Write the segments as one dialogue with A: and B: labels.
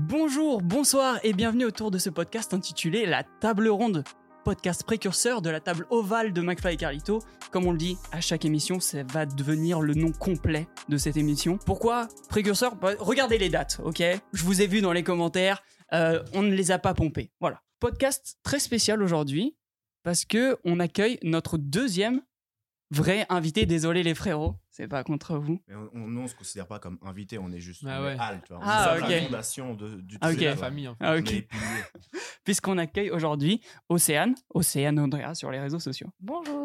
A: Bonjour, bonsoir et bienvenue autour de ce podcast intitulé La table ronde, podcast précurseur de la table ovale de McFly et Carlito. Comme on le dit à chaque émission, ça va devenir le nom complet de cette émission. Pourquoi précurseur Bah, Regardez les dates, ok Je vous ai vu dans les commentaires, euh, on ne les a pas pompés. Voilà. Podcast très spécial aujourd'hui parce que on accueille notre deuxième vrai invité. Désolé les frérots, c'est pas contre vous.
B: Mais on, on, nous, on se considère pas comme invité, on est juste
C: Ah
B: on est
C: ouais.
B: Al, tu vois. On
A: Ah,
B: est
A: ok.
B: la fondation de, du
A: Ah, ok.
B: truc,
C: C'est
B: tu
C: la
B: vois.
C: famille. en fait.
A: Ah,
B: On est
A: ok.
B: les piliers.
A: puisqu'on accueille aujourd'hui Océane, Océane Andrea sur les réseaux sociaux.
D: Bonjour.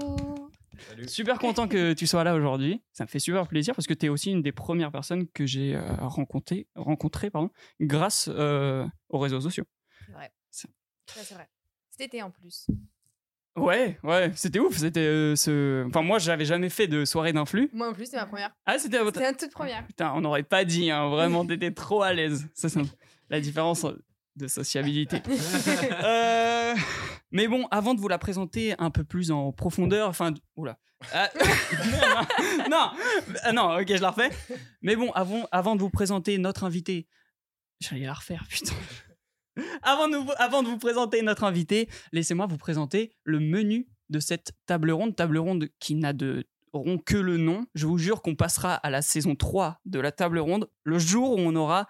A: Super content que tu sois là aujourd'hui. Ça me fait super plaisir parce que tu es aussi une des premières personnes que j'ai euh, rencontré, rencontré pardon, grâce euh, aux réseaux sociaux.
D: C'est vrai.
A: Ça-
D: Ça, c'est vrai. Cet été en plus.
A: Ouais, ouais, c'était ouf. C'était euh, ce. Enfin, moi, j'avais jamais fait de soirée d'influx.
D: Moi en plus, c'est ma première.
A: Ah, c'était à votre.
D: C'était la toute première.
A: Putain, on n'aurait pas dit, hein, vraiment, t'étais trop à l'aise. Ça, c'est la différence de sociabilité. Euh, Mais bon, avant de vous la présenter un peu plus en profondeur, enfin, d- oula. Ah, non, ah non, ok, je la refais. Mais bon, avant, avant de vous présenter notre invité, j'allais la refaire, putain. Avant de, vous- avant de vous présenter notre invité, laissez-moi vous présenter le menu de cette table ronde, table ronde qui n'a de rond que le nom. Je vous jure qu'on passera à la saison 3 de la table ronde le jour où on aura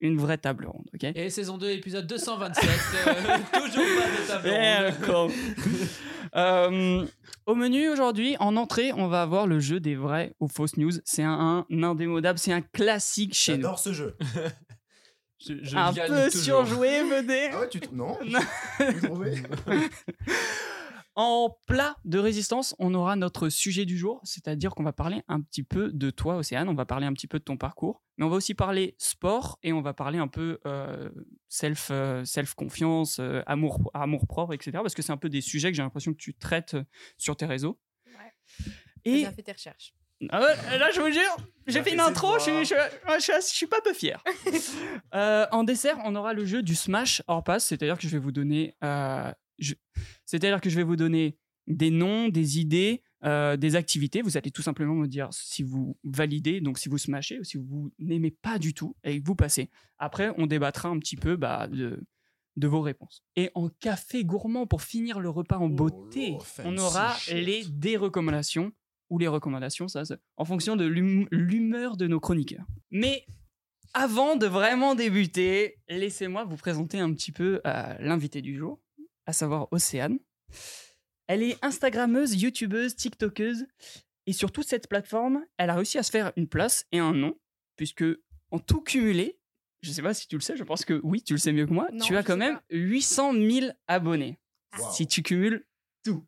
A: une vraie table ronde, ok
C: Et saison 2, épisode 227. euh, toujours pas de table ronde.
A: D'accord. Euh, au menu aujourd'hui, en entrée, on va avoir le jeu des vraies ou fausses news. C'est un, un indémodable, c'est un classique chez nous.
B: J'adore ce jeu.
C: Je, je
A: un
C: gagne
A: peu
C: toujours.
A: surjoué, vedette.
B: Ah ouais, tu t- Non
A: Non.
B: Tu trouvais
A: En plat de résistance, on aura notre sujet du jour, c'est-à-dire qu'on va parler un petit peu de toi, Océane, on va parler un petit peu de ton parcours, mais on va aussi parler sport et on va parler un peu euh, self, euh, self-confiance, euh, amour, amour-propre, etc. Parce que c'est un peu des sujets que j'ai l'impression que tu traites euh, sur tes réseaux.
D: Ouais. T'as
A: Et
D: bien fait tes recherches.
A: Ah ouais, là, je vous jure, j'ai
B: a
A: fait
B: fait
A: une
B: ses
A: intro, je, suis-
B: devoirs.
A: je, je, suis- je suis pas peu fier. Euh, en dessert, on aura le jeu du smash hors passe, c'est-à-dire que je vais vous donner, euh, je- c'est-à-dire que je vais vous donner des noms, des idées, euh, des activités. Vous allez tout simplement me dire si vous validez, donc si vous smashez ou si vous n'aimez pas du tout et que vous passez. Après, on débattra un petit peu bah, de de vos réponses. Et en café gourmand, pour finir le repas en
B: Oh
A: beauté,
B: là, fancy
A: on aura
B: shit.
A: les des recommandations ou les recommandations, ça, c'est en fonction de l'hum- l'humeur de nos chroniqueurs. Mais avant de vraiment débuter, laissez-moi vous présenter un petit peu euh, l'invité du jour, à savoir Océane. Elle est Instagrammeuse, YouTubeuse, TikTokeuse, et sur toute cette plateforme, elle a réussi à se faire une place et un nom, puisque en tout cumulé, je sais pas si tu le sais, je pense que oui, tu le sais mieux que moi,
D: Non,
A: tu as
D: je
A: quand
D: sais
A: même
D: pas.
A: 800 000 abonnés
B: Wow.
A: si tu cumules tout.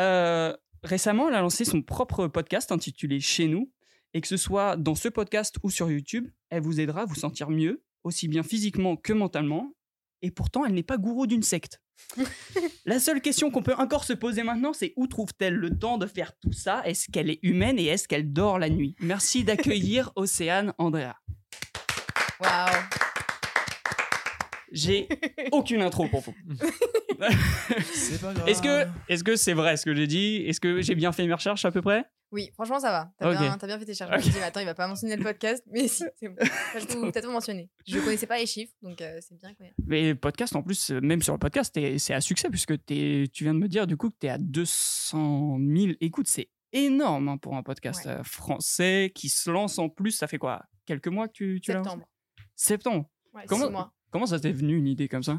A: Euh, récemment, elle a lancé son propre podcast intitulé Chez nous. Et que ce soit dans ce podcast ou sur YouTube, elle vous aidera à vous sentir mieux, aussi bien physiquement que mentalement. Et pourtant, elle n'est pas gourou d'une secte. La seule question qu'on peut encore se poser maintenant, c'est où trouve-t-elle le temps de faire tout ça Est-ce qu'elle est humaine et est-ce qu'elle dort la nuit Merci d'accueillir Océane Andrea.
D: Waouh.
A: J'ai aucune intro pour vous.
B: C'est pas grave.
A: Est-ce que est-ce que c'est vrai ce que j'ai dit Est-ce que j'ai bien fait mes recherches à peu près
D: Oui, franchement, ça va. T'as
A: Ok.
D: bien, t'as bien fait tes recherches. Je me suis dit, mais attends, il va pas mentionner le podcast, mais si, c'est bon. T'as tout, t'as tout mentionné. Je connaissais pas les chiffres, donc euh, c'est bien. Quoi.
A: Mais le podcast, en plus, euh, même sur le podcast, t'es- c'est à succès puisque t'es- tu viens de me dire du coup que tu es à 200 000 écoutes. C'est énorme hein, pour un podcast
D: Ouais.
A: euh, français qui se lance en plus. Ça fait quoi Quelques mois que tu, tu l'as lancé
D: Septembre.
A: Septembre.
D: Ouais,
A: Comment-
D: six mois.
A: Comment ça t'est venu une idée comme ça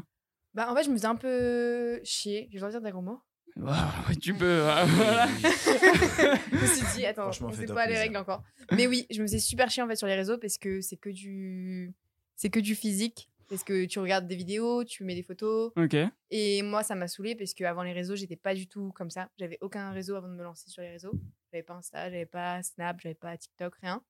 D: Bah, en fait, je me faisais un peu chier. Je vais pas dire d'un gros mot.
A: Waouh, Tu peux. hein, voilà.
D: je me suis dit, attends,
B: Franchement,
D: on sait
B: fais-toi
D: pas les
B: plaisir.
D: règles encore. Mais oui, je me faisais super chier en fait sur les réseaux parce que c'est que du, c'est que du physique. Parce que tu regardes des vidéos, tu mets des photos.
A: Ok.
D: Et moi, ça m'a saoulée parce qu'avant les réseaux, j'étais pas du tout comme ça. J'avais aucun réseau avant de me lancer sur les réseaux. J'avais pas Insta, j'avais pas Snap, j'avais pas TikTok, rien.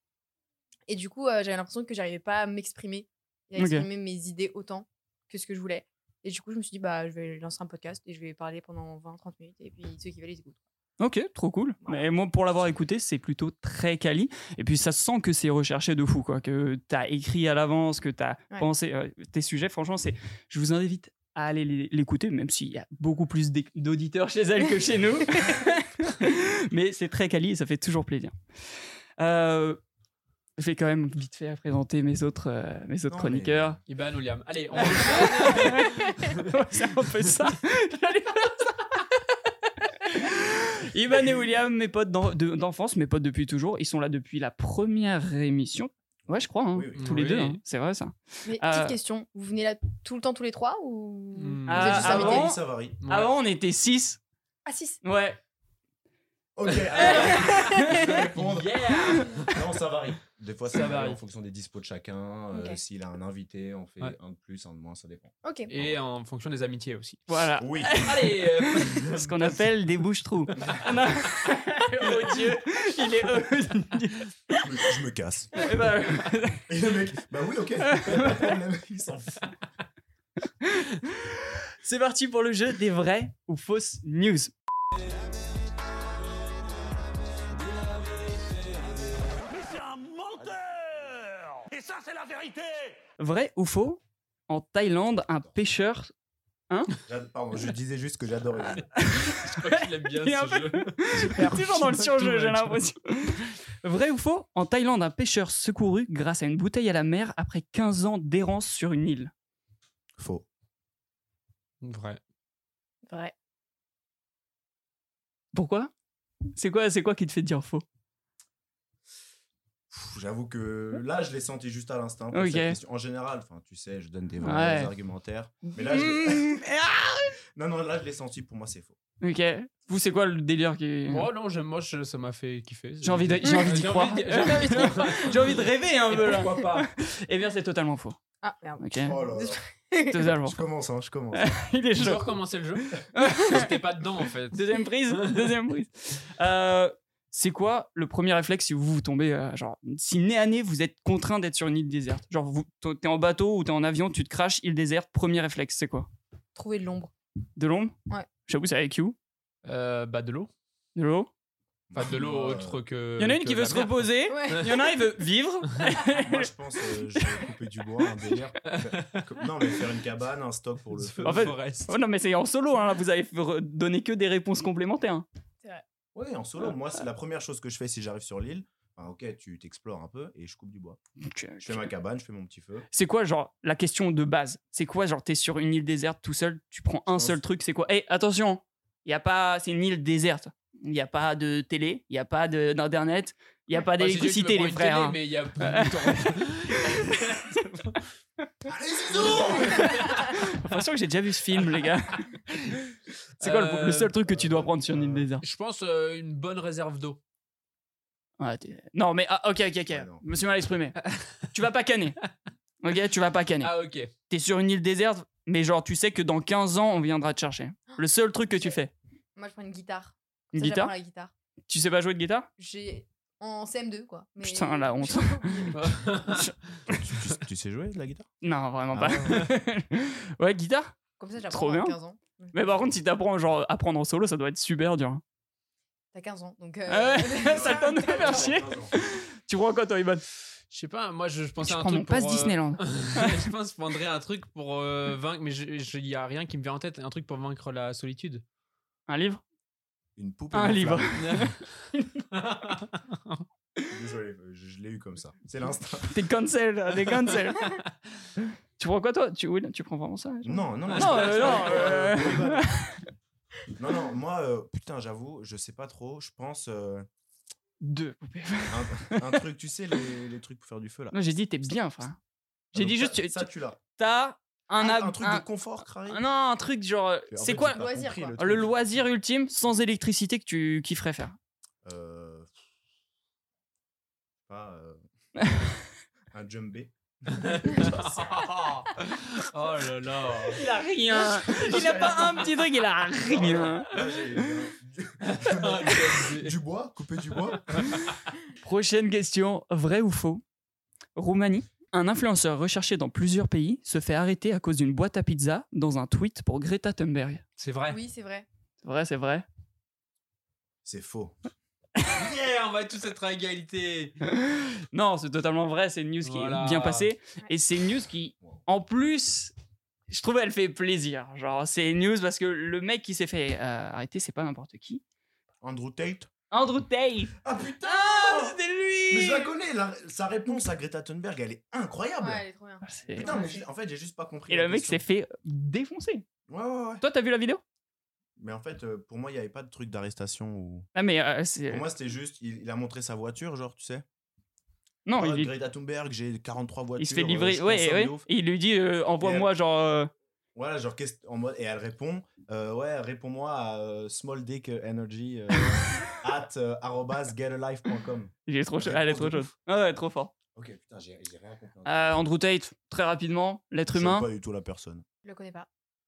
D: Et du coup, euh, j'avais l'impression que j'arrivais pas à m'exprimer et à
A: Ok.
D: exprimer mes idées autant que ce que je voulais. Et du coup, je me suis dit, bah, je vais lancer un podcast et je vais parler pendant 20-30 minutes. Et puis, ceux qui veulent, ils écoutent.
A: Ok, trop cool.
D: Voilà.
A: Mais moi, pour l'avoir écouté, c'est plutôt très quali. Et puis, ça se sent que c'est recherché de fou, quoi. Que t'as écrit à l'avance, que t'as
D: Ouais.
A: pensé euh, tes sujets. Franchement, c'est. Je vous invite à aller l'é- l'écouter, même s'il y a beaucoup plus d'é- d'auditeurs chez elle que chez nous. Mais c'est très quali et ça fait toujours plaisir. Euh, Je vais quand même vite fait à présenter mes autres, euh, mes autres
B: Non, mais-
A: chroniqueurs.
C: Iban, William. Allez,
A: Ah.
C: on
A: Ouais, c'est un peu ça. J'allais faire ça. Ivan et William, mes potes d'en- de- d'enfance, mes potes depuis toujours, ils sont là depuis la première émission. Ouais, je crois, hein,
B: Oui, oui.
A: tous les
C: Oui.
A: deux, hein, c'est vrai ça.
D: Mais petite
A: Euh,
D: question, vous venez là tout le temps tous les trois ou
C: Hmm.
D: vous
A: Ah,
D: êtes juste
A: ah
D: invités
A: bon
B: Ça varie.
C: Ouais.
A: Avant, on était 6.
D: Ah, six.
A: Ouais.
B: Ok, alors, je vais répondre.
C: Yeah
B: Non, ça varie. Des fois, ça,
C: Ça
B: varie
C: varie.
B: en fonction des dispos de chacun. euh,
D: Ok.
B: S'il a un invité, on fait
C: Ouais.
B: un de plus, un de moins, ça dépend.
D: Ok.
C: Et en fonction des amitiés aussi.
A: Voilà.
B: Oui.
C: Allez euh,
A: Ce qu'on appelle des bouches-trous. Non. oh Dieu, il est odieux.
B: je me casse.
A: Eh ben,
B: Et le mec, bah oui, ok. Pas de problème. Il s'en fout.
A: C'est parti pour le jeu des vraies ou fausses news. Vrai ou faux En Thaïlande, un pêcheur.
B: J'ad- Pardon, je disais juste que j'adorais.
C: Je crois qu'il aime bien
A: Il est un
C: ce
A: peu-
C: jeu.
A: Toujours dans le
C: Tout
A: surjeu,
C: va
A: j'ai
C: bien.
A: l'impression. Vrai ou faux En Thaïlande, un pêcheur secouru grâce à une bouteille à la mer après 15 ans d'errance sur une île. Ah.
B: Faux.
C: Vrai.
D: Vrai.
A: Pourquoi C'est quoi, c'est quoi qui te fait dire faux
B: Pff, J'avoue que là, je l'ai senti juste à l'instant. pour
A: Ok.
B: cette question. En général, enfin, tu sais, je donne des vrais
A: Ouais.
B: argumentaires. Mais là, je l'ai-
A: Mmh, ah
B: non, non, là, je l'ai senti. Pour moi, c'est faux.
A: Ok. Vous, c'est quoi le délire qui...
C: Oh non, j'aime, moi je- ça m'a fait kiffer.
A: Mm. J'ai envie de- j'ai envie d'y
C: J'ai
A: croire.
C: de- J'ai envie de croire.
A: J'ai envie de rêver un
C: Et
A: peu là.
C: pourquoi pas
A: Eh bien, c'est totalement faux.
D: Ah, merde.
A: Ok.
B: Oh là là.
A: Totalement
B: Je
A: faux.
B: commence, hein, je commence.
A: Il est
C: Je
A: chaud.
C: veux recommencer le jeu. J'étais pas dedans en fait.
A: Deuxième prise. Deuxième prise. Euh, c'est quoi le premier réflexe si vous vous tombez, euh, genre, si nez à nez vous êtes contraint d'être sur une île déserte Genre, vous, t'es t'es en bateau ou t'es en avion, tu te craches, île déserte, premier réflexe, c'est quoi
D: Trouver de l'ombre.
A: De l'ombre
D: Ouais.
A: J'avoue, c'est avec you.
C: Euh, bah de l'eau.
A: De l'eau.
C: Enfin de l'eau
B: Moi, euh,
C: autre que.
A: Il y en a une
C: que
A: qui veut
C: la
A: se
C: mer.
A: reposer.
D: Ouais.
A: Il y en a, il veut vivre.
B: Moi, je pense, euh, je vais couper du bois, un délire. Comme- Non, mais faire une cabane, un stock pour le feu.
A: En fait-
C: Forest.
A: Oh non, mais c'est en solo, hein, là, vous avez re- donné que des réponses complémentaires. hein.
B: Ouais, en solo, moi, c'est la première chose que je fais si j'arrive sur l'île. Enfin, ok, tu t'explores un peu et je coupe du bois. Je fais ma cabane, je fais mon petit feu.
A: C'est quoi, genre, la question de base C'est quoi, genre, t'es sur une île déserte tout seul, tu prends un
B: pense-
A: seul truc, c'est quoi Eh, attention y a pas. C'est une île déserte. Il n'y a pas de télé, il n'y a pas de- d'internet, il n'y a pas
C: Enfin, j'ai dit, tu me
A: d'électricité,
C: prends
A: les
C: une
A: frères.
C: télé,
A: hein.
C: Mais il y a pas de temps.
B: Allez, Zizou
A: J'ai l'impression que j'ai déjà vu ce film, les gars. c'est quoi le- le,
C: Euh,
A: seul truc que tu dois prendre sur une île
B: euh,
A: déserte
C: Je pense euh, une bonne réserve d'eau.
A: Ouais, t'es- Non, mais ah, ok, ok, ok.
B: Ouais, non.
A: Je me suis mal exprimé. tu vas pas canner. Ok, tu vas pas canner.
C: Ah ok.
A: T'es sur une île déserte, mais genre, tu sais que dans 15 ans, on viendra te chercher. Le seul truc que tu fais.
D: Moi, je prends une guitare.
A: Une
D: Ça, j'apprends
A: guitare
D: la guitare.
A: Tu sais pas jouer de guitare
D: J'ai en CM2 quoi. Mais-
A: Putain, la honte.
B: tu, tu- tu sais jouer de la guitare
A: Non, vraiment
B: Ah
A: pas. ouais, guitare
D: Comme ça,
A: Trop
D: j'apprends
A: bien.
D: à 15 ans.
A: Mais par contre, si t'apprends genre à prendre en solo, ça doit être super dur. hein.
D: T'as 15 ans, donc. euh,
A: Ah ouais, ça
D: tombe
A: donne de faire chier.
B: Ah,
A: Tu prends quoi toi, Ivan
C: Je sais pas, moi je, je pensais
A: Je
C: à un
A: prends mon
C: truc. pour,
A: passe
C: euh,
A: Disneyland.
C: je pense que je prendrais un truc pour euh, vaincre, mais il n'y a rien qui me vient en tête. Un truc pour vaincre la solitude.
A: Un livre
B: Une poupée.
A: Un livre.
B: Désolé, euh, je, je l'ai eu comme ça. C'est l'instinct.
A: T'es cancel, t'es cancel. tu prends quoi toi tu, Will, tu prends vraiment ça genre
B: Non, non, non.
A: Non, euh, non, euh.
B: Non, non, moi, euh, putain, j'avoue, je sais pas trop. Je pense euh,
A: Deux poupées.
B: un, un truc, tu sais, les, les trucs pour faire du feu là.
A: Non, j'ai dit t'es bien, frère. J'ai
B: Ah,
A: dit
B: donc
A: juste,
B: ça-
A: tu-
B: ça, tu l'as.
A: T'as un,
B: Ah,
A: ab-
B: Un, truc
A: un-
B: de confort, crazy.
A: un- Non, un truc genre. euh,
B: En
A: C'est
B: fait,
A: quoi
B: j'ai pas
D: Loisir,
B: compris
D: quoi.
B: le truc.
A: le loisir ultime sans électricité que tu kifferais faire
B: Euh, Pas. euh, Un jumbé.
C: oh là là.
A: Il a rien Il a pas un petit truc, il a rien
B: Là, Ah, j'ai- du bois, couper du bois.
A: Prochaine question, vrai ou faux Roumanie, un influenceur recherché dans plusieurs pays se fait arrêter à cause d'une boîte à pizza dans un tweet pour Greta Thunberg.
C: C'est vrai.
D: Oui, c'est vrai.
A: C'est vrai, c'est vrai.
B: C'est faux.
C: Yeah, on va tous être à égalité.
A: Non, c'est totalement vrai, c'est une news qui
C: Voilà.
A: est bien passée.
D: Ouais.
A: Et c'est une news qui, en plus, je trouve elle fait plaisir. Genre, c'est une news parce que le mec qui s'est fait euh, arrêter, c'est pas n'importe qui.
B: Andrew Tate.
A: Andrew Tate
B: Ah putain
A: Ah, c'était lui
B: Mais je la connais, la- sa réponse à Greta Thunberg, elle est
A: Ah bah.
B: incroyable.
D: Ouais, elle est trop bien.
A: C'est-
B: Putain, mais j'ai- en fait, j'ai juste pas compris.
A: Et
B: la
A: le mec
B: question.
A: s'est fait défoncer.
B: Ouais, ouais, ouais.
A: Toi, t'as vu la vidéo
B: Mais en fait, euh, pour moi, il n'y avait pas de truc d'arrestation ou.
A: Ah, mais euh, c'est-
B: Pour moi, c'était juste, il, il a montré sa voiture, genre, tu sais.
A: Non,
B: Oh,
A: il,
B: Greta Thunberg, j'ai 43 voitures.
A: il se fait
B: euh,
A: livrer.
B: je
A: Ouais,
B: consomme
A: ouais.
B: de ouf.
A: Et il lui dit euh, Envoie-moi, genre. euh,
B: Voilà, genre, qu'est-ce- en mode, et elle répond, euh, ouais, réponds-moi à euh, small dick energy euh, at euh, arobase getalife.com.
A: Il est trop chaud.
B: Réponse
A: Elle est trop
B: de
A: chaude.
B: ouf.
A: Ouais, ouais, trop fort.
B: Ok, putain, j'ai j'ai rien compris.
A: Euh, Andrew Tate, très rapidement, l'être
B: J'aime
A: humain.
B: pas du tout la personne.
D: Je le connais pas.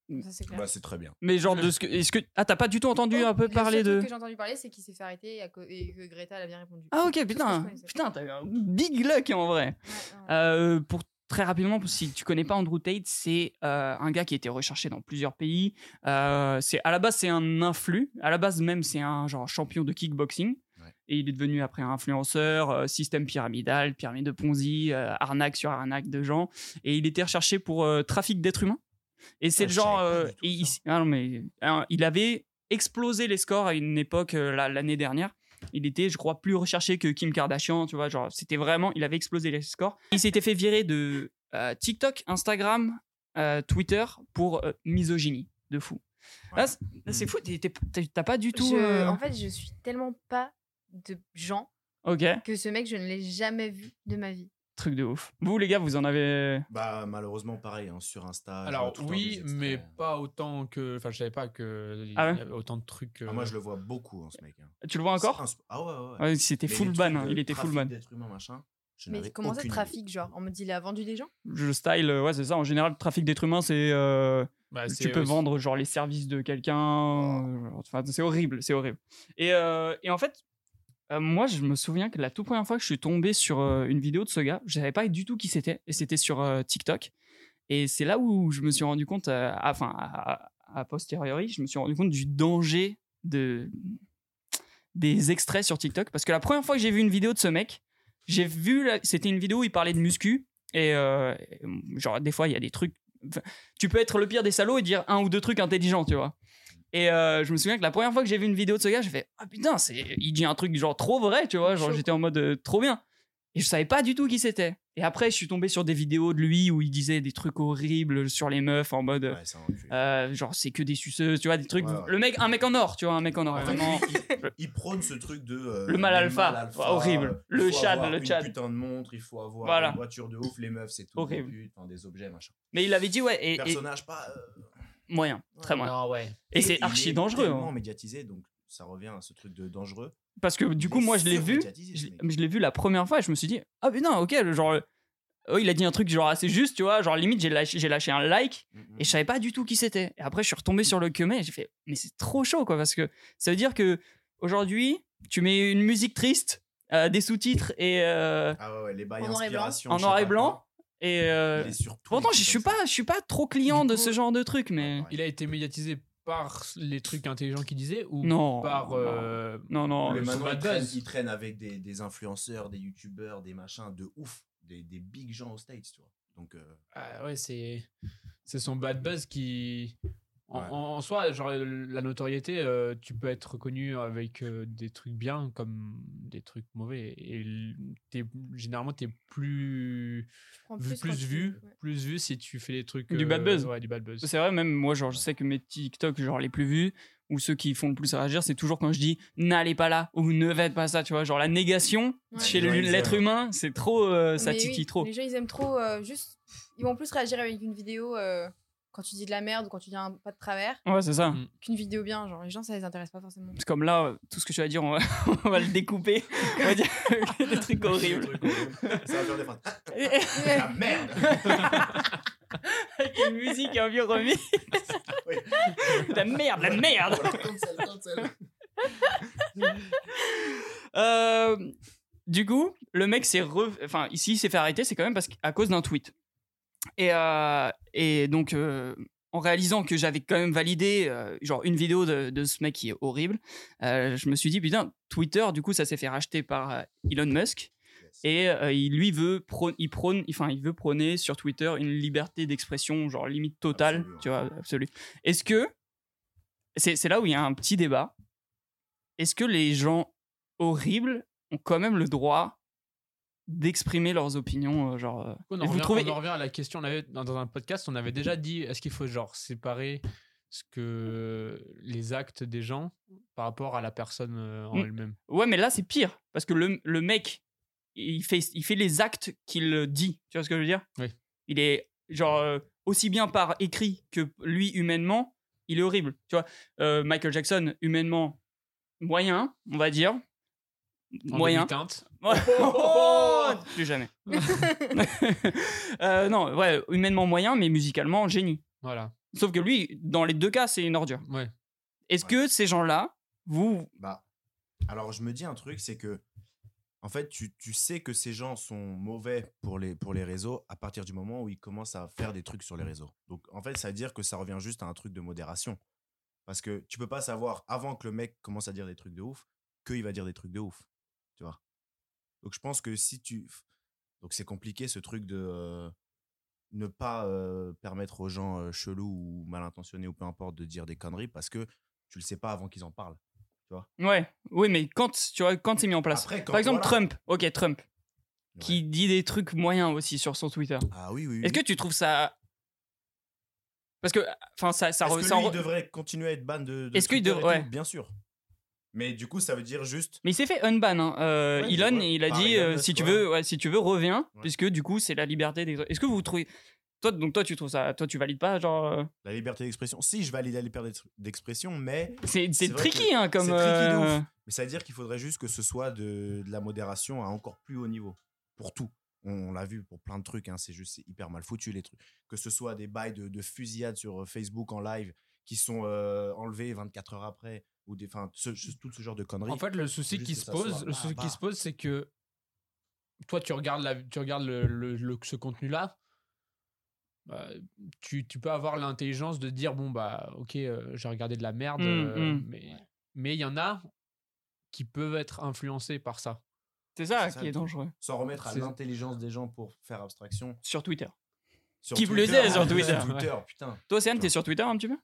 A: Mm.
D: Ça, c'est clair. Oh,
B: Bah, c'est très bien.
A: Mais genre de ce que. Est-ce que. Ah, t'as pas du tout entendu un peu
D: Le
A: parler
D: seul truc
A: de.
D: que j'ai entendu parler, c'est qu'il s'est fait arrêter et à co- et que Greta, elle a bien répondu.
A: Ah, ok,
D: C'est tout ce que je
A: putain.
D: connaissais.
A: Putain, t'as eu un big luck en vrai.
D: Ouais, non,
A: Euh, pour très rapidement, si tu connais pas Andrew Tate, c'est euh, un gars qui était recherché dans plusieurs pays. Euh, c'est à la base c'est un influx. À la base même c'est un genre champion de kickboxing.
B: Ouais.
A: Et il est devenu après un influenceur, euh, système pyramidal, pyramide de Ponzi, euh, arnaque sur arnaque de gens. Et il était recherché pour euh, trafic d'êtres humains. Et c'est
B: Ah,
A: le
B: je
A: genre.
B: savais pas
A: euh,
B: du tout
A: et il,
B: ça.
A: ah non, mais, hein, il avait explosé les scores à une époque euh, la- l'année dernière il était, je crois, plus recherché que Kim Kardashian, tu vois, genre, c'était vraiment, il avait explosé les scores. Il s'était fait virer de euh, TikTok, Instagram, euh, Twitter pour euh, misogynie, de fou. Là, c'est- là,
B: Hmm.
A: c'est fou, t'es- t'es- t'es- t'as pas du tout...
D: Je-
A: euh,
D: En fait, je suis tellement pas de gens
A: Ok,
D: que ce mec, je ne l'ai jamais vu de ma vie.
A: truc de ouf. Vous, les gars, vous en avez...
B: Bah, malheureusement, pareil, hein, sur Insta. je vois
C: Alors
B: tout le temps
C: oui,
B: des
C: mais
B: extraits.
C: pas autant que. Enfin, je savais pas que il
A: Ah ouais
C: y avait autant de trucs.
B: Ah,
C: euh,
B: moi, je le vois beaucoup, hein, ce mec. hein.
A: Tu le vois encore
B: C'est un- Ah ouais, ouais, ouais.
A: Ouais, C'était
B: Mais
A: full
B: les
A: ban,
B: trucs
A: hein,
B: de
A: il était full
B: trafic
A: ban.
B: d'êtres humains, machin, je
D: Mais
B: n'avais
D: comment ça,
B: aucune
D: trafic, genre On me dit, il a vendu des gens
A: Le style, euh, ouais, c'est ça, en général, le trafic d'êtres humains, c'est... euh,
B: Ah,
C: bah, c'est
A: tu peux
C: aussi-
A: vendre genre les services de quelqu'un. euh, Enfin, c'est horrible, c'est horrible. Et, euh, et en fait, euh, moi, je me souviens que la toute première fois que je suis tombé sur euh, une vidéo de ce gars, je savais pas du tout qui c'était, et c'était sur euh, TikTok. Et c'est là où je me suis rendu compte, euh, à- enfin, à, à- à posteriori, je me suis rendu compte du danger de des extraits sur TikTok, parce que la première fois que j'ai vu une vidéo de ce mec, j'ai vu, la- c'était une vidéo où il parlait de muscu. Et euh, genre, des fois, il y a des trucs tu peux être le pire des salauds et dire un ou deux trucs intelligents, tu vois. Et euh, je me souviens que la première fois que j'ai vu une vidéo de ce gars, j'ai fait Ah putain, c'est... il dit un truc genre trop vrai, tu vois. Genre
D: Chaud.
A: j'étais en mode euh, trop bien. Et je savais pas du tout qui c'était. Et après, je suis tombé sur des vidéos de lui où il disait des trucs horribles sur les meufs en mode
B: idée. Ouais, c'est un enculé.
A: euh, genre c'est que des suceuses, tu vois, des trucs.
B: Ouais, ouais.
A: Le mec, un mec en or, tu vois, un mec en or.
B: En fait,
A: vraiment.
B: il, il prône ce truc de. euh,
A: Le mal
B: du
A: alpha. Ah, horrible.
B: euh,
A: Le
B: il faut
A: Chad,
B: avoir
A: le
B: une
A: Chad.
B: putain de montre, il faut avoir
A: Voilà.
B: une voiture de ouf, les meufs, c'est tout.
A: Horrible.
B: Des putes, enfin, des objets, machin.
A: Mais il avait dit ouais, et, et-
B: Personnage pas. euh,
A: moyen, très moyen.
C: Non, Ah ouais.
A: Et c'est
B: il
A: archi
B: est
A: dangereux.
B: tellement
A: hein.
B: médiatisé, donc ça revient à ce truc de dangereux.
A: Parce que du
B: Il
A: coup,
B: est
A: moi, je l'ai vu.
B: surmédiatisé,
A: je,
B: ce mec.
A: je l'ai vu la première fois et je me suis dit ah mais non ok le genre euh, oh, il a dit un truc genre assez juste tu vois genre limite j'ai lâché, j'ai lâché un like
B: Mm, mm.
A: et je savais pas du tout qui c'était et après je suis retombé sur le quemet et j'ai fait mais c'est trop chaud quoi parce que ça veut dire que aujourd'hui tu mets une musique triste euh, des sous-titres et euh,
B: Ah ouais, ouais, les bails
D: En noir et blanc.
B: inspiration.
A: en
B: je sais
A: noir et
B: pas
A: blanc
B: quoi.
A: et euh,
B: Il est sur tous
A: pourtant
B: les
A: je
B: trucs
A: suis
B: comme
A: pas je suis pas trop client
C: Du
A: de
C: coup-
A: ce genre de truc mais
B: Ouais, ouais.
C: Il a été médiatisé par les trucs intelligents qu'il disait ou
A: non
C: par. euh,
A: non non,
B: ça. Mais
C: le
B: maintenant,
C: bad
B: il traîne,
C: buzz.
B: il traîne avec des, des influenceurs, des youtubeurs, des machins de ouf. Des, des big gens aux States, tu vois. Donc, euh,
C: Ah ouais, c'est c'est son bad buzz qui. En,
B: Ouais.
C: en- en soi, genre la notoriété, euh, tu peux être reconnu avec euh, des trucs bien comme des trucs mauvais. Et l- t'es- généralement, t'es plus
D: Je prends
C: vu,
D: quand
C: plus
D: tu-
C: vu,
D: ouais.
C: plus vu si tu fais des trucs euh,
A: Du bad buzz.
C: Ouais, du bad buzz.
A: C'est vrai, même moi, genre, je sais que mes TikTok, genre, les plus vus, ou ceux qui font le plus réagir, c'est toujours quand je dis n'allez pas là, ou ne faites pas ça, tu vois. Genre, la négation
D: Ouais.
A: chez
B: Ouais,
A: le-
B: ils
A: l'être
B: aiment.
A: humain, c'est trop, euh, ça
D: Mais oui,
A: titille trop.
D: Les gens, ils aiment trop. euh, juste, ils vont plus réagir avec une vidéo euh, quand tu dis de la merde ou quand tu dis un pas de travers
A: Ouais, c'est ça.
C: Mm.
D: qu'une vidéo bien. Genre, les gens, ça les intéresse pas forcément.
A: C'est comme là, euh, tout ce que tu vas dire, on va, on va le découper. on va dire des trucs horribles.
B: des trucs horribles. Ça va faire des phrases.
D: Ouais.
B: Ah merde
A: Avec une musique et un vieux remix.
B: Oui.
A: la merde, la merde.
B: Voilà, cancel, cancel.
A: Euh, du coup, le mec s'est re... enfin ici il s'est fait arrêter, c'est quand même parce qu'à cause d'un tweet. Et euh, et donc euh, en réalisant que j'avais quand même validé euh, genre une vidéo de, de ce mec qui est horrible, euh, je me suis dit putain Twitter du coup ça s'est fait racheter par euh, Elon Musk
B: Yes.
A: et euh, il lui veut prône, il prône, enfin il veut prôner sur Twitter une liberté d'expression genre limite totale,
B: Absolue,
A: tu vois, absolue. Est-ce que c'est c'est là où il y a un petit débat Est-ce que les gens horribles ont quand même le droit d'exprimer leurs opinions, euh, genre. euh,
C: On en,
A: et vous
C: revient,
A: trouvez
C: on en revient à la question, on avait, dans, dans un podcast, on avait déjà dit, est-ce qu'il faut genre séparer ce que les actes des gens par rapport à la personne euh, en
A: Mm.
C: elle-même
A: Ouais, mais là, c'est pire. Parce que le, le mec, il fait, il fait les actes qu'il euh, dit. Tu vois ce que je veux dire
C: Oui.
A: Il est, genre, euh, aussi bien par écrit que lui, humainement, il est horrible. Tu vois, euh, Michael Jackson, humainement, moyen, on va dire.
C: En
A: Moyen.
C: demi-teinte.
A: Oh Plus jamais. Euh, non, ouais, humainement moyen, mais musicalement, génie.
C: Voilà.
A: Sauf que lui, dans les deux cas, c'est une ordure.
C: Ouais.
A: Est-ce que ces gens-là, vous.
B: Bah, alors je me dis un truc, c'est que, en fait, tu, tu sais que ces gens sont mauvais pour les, pour les réseaux à partir du moment où ils commencent à faire des trucs sur les réseaux. Donc, en fait, ça veut dire que ça revient juste à un truc de modération. Parce que tu peux pas savoir, avant que le mec commence à dire des trucs de ouf, qu'il va dire des trucs de ouf. Tu vois Donc, je pense que si tu. Donc, c'est compliqué ce truc de. euh, ne pas euh, permettre aux gens euh, chelous ou mal intentionnés ou peu importe de dire des conneries parce que tu le sais pas avant qu'ils en parlent.
A: Ouais, oui, mais quand, tu vois, quand c'est mis en place
B: Après, quand-
A: Par exemple,
B: voilà.
A: Trump. Ok, Trump. Qui dit des trucs moyens aussi sur son Twitter.
B: Ah oui, oui. oui.
A: Est-ce que tu trouves ça. Parce que. Enfin, ça. ça,
B: Est-ce
A: re-
B: que
A: ça
B: lui,
A: re-
B: il devrait continuer à être ban de. de
A: Est-ce qu'il
B: Twitter et
A: devrait-
B: tout Bien sûr. Mais du coup, ça veut dire juste.
A: Mais il s'est fait unban. hein. Euh,
B: Ouais,
A: Elon,
B: ouais,
A: il a
B: par
A: dit
B: Elon
A: euh,
B: Musk,
A: si, tu
B: ouais.
A: veux, ouais, si tu veux, reviens.
B: Ouais.
A: Puisque du coup, c'est la liberté des. Est-ce que vous trouvez. Toi, donc toi, tu trouves ça. Toi, tu valides pas, genre. euh,
B: La liberté d'expression. Si, je valide la liberté d'ex- d'expression, mais,
A: C'est c'est
B: C'est vrai
A: tricky, hein, comme.
B: c'est tricky de
A: euh,
B: ouf. mais ça veut dire qu'il faudrait juste que ce soit de, de la modération à encore plus haut niveau. Pour tout. On, on l'a vu pour plein de trucs. hein, C'est juste c'est hyper mal foutu, les trucs. Que ce soit des bails de, de fusillade sur euh, Facebook en live qui sont euh, enlevés 24 heures après, ou des. Enfin, ce- ce- tout ce genre de conneries.
C: En fait, le souci
B: Juste
C: qui
B: que
C: se
B: ça soit
C: pose, le
B: là,
C: souci qui
B: bas.
C: se pose, c'est que toi, tu regardes, la, tu regardes le, le- le- ce contenu-là, bah, tu, tu peux avoir l'intelligence de dire bon bah ok, euh, j'ai regardé de la merde,
D: Mmh,
A: Mm,
C: euh,
A: mm.
C: mais mais il y en a qui peuvent être influencés par ça.
A: C'est ça
B: C'est ça,
A: qui est
B: le truc.
A: dangereux.
B: Sans remettre à
C: c'est-
B: l'intelligence des gens pour faire abstraction.
A: Sur Twitter.
B: Sur
A: Qui
B: Twitter, Ah,
A: plus est, sur Twitter.
B: Twitter, putain.
A: Toi, Océane, t'es sur Twitter un petit peu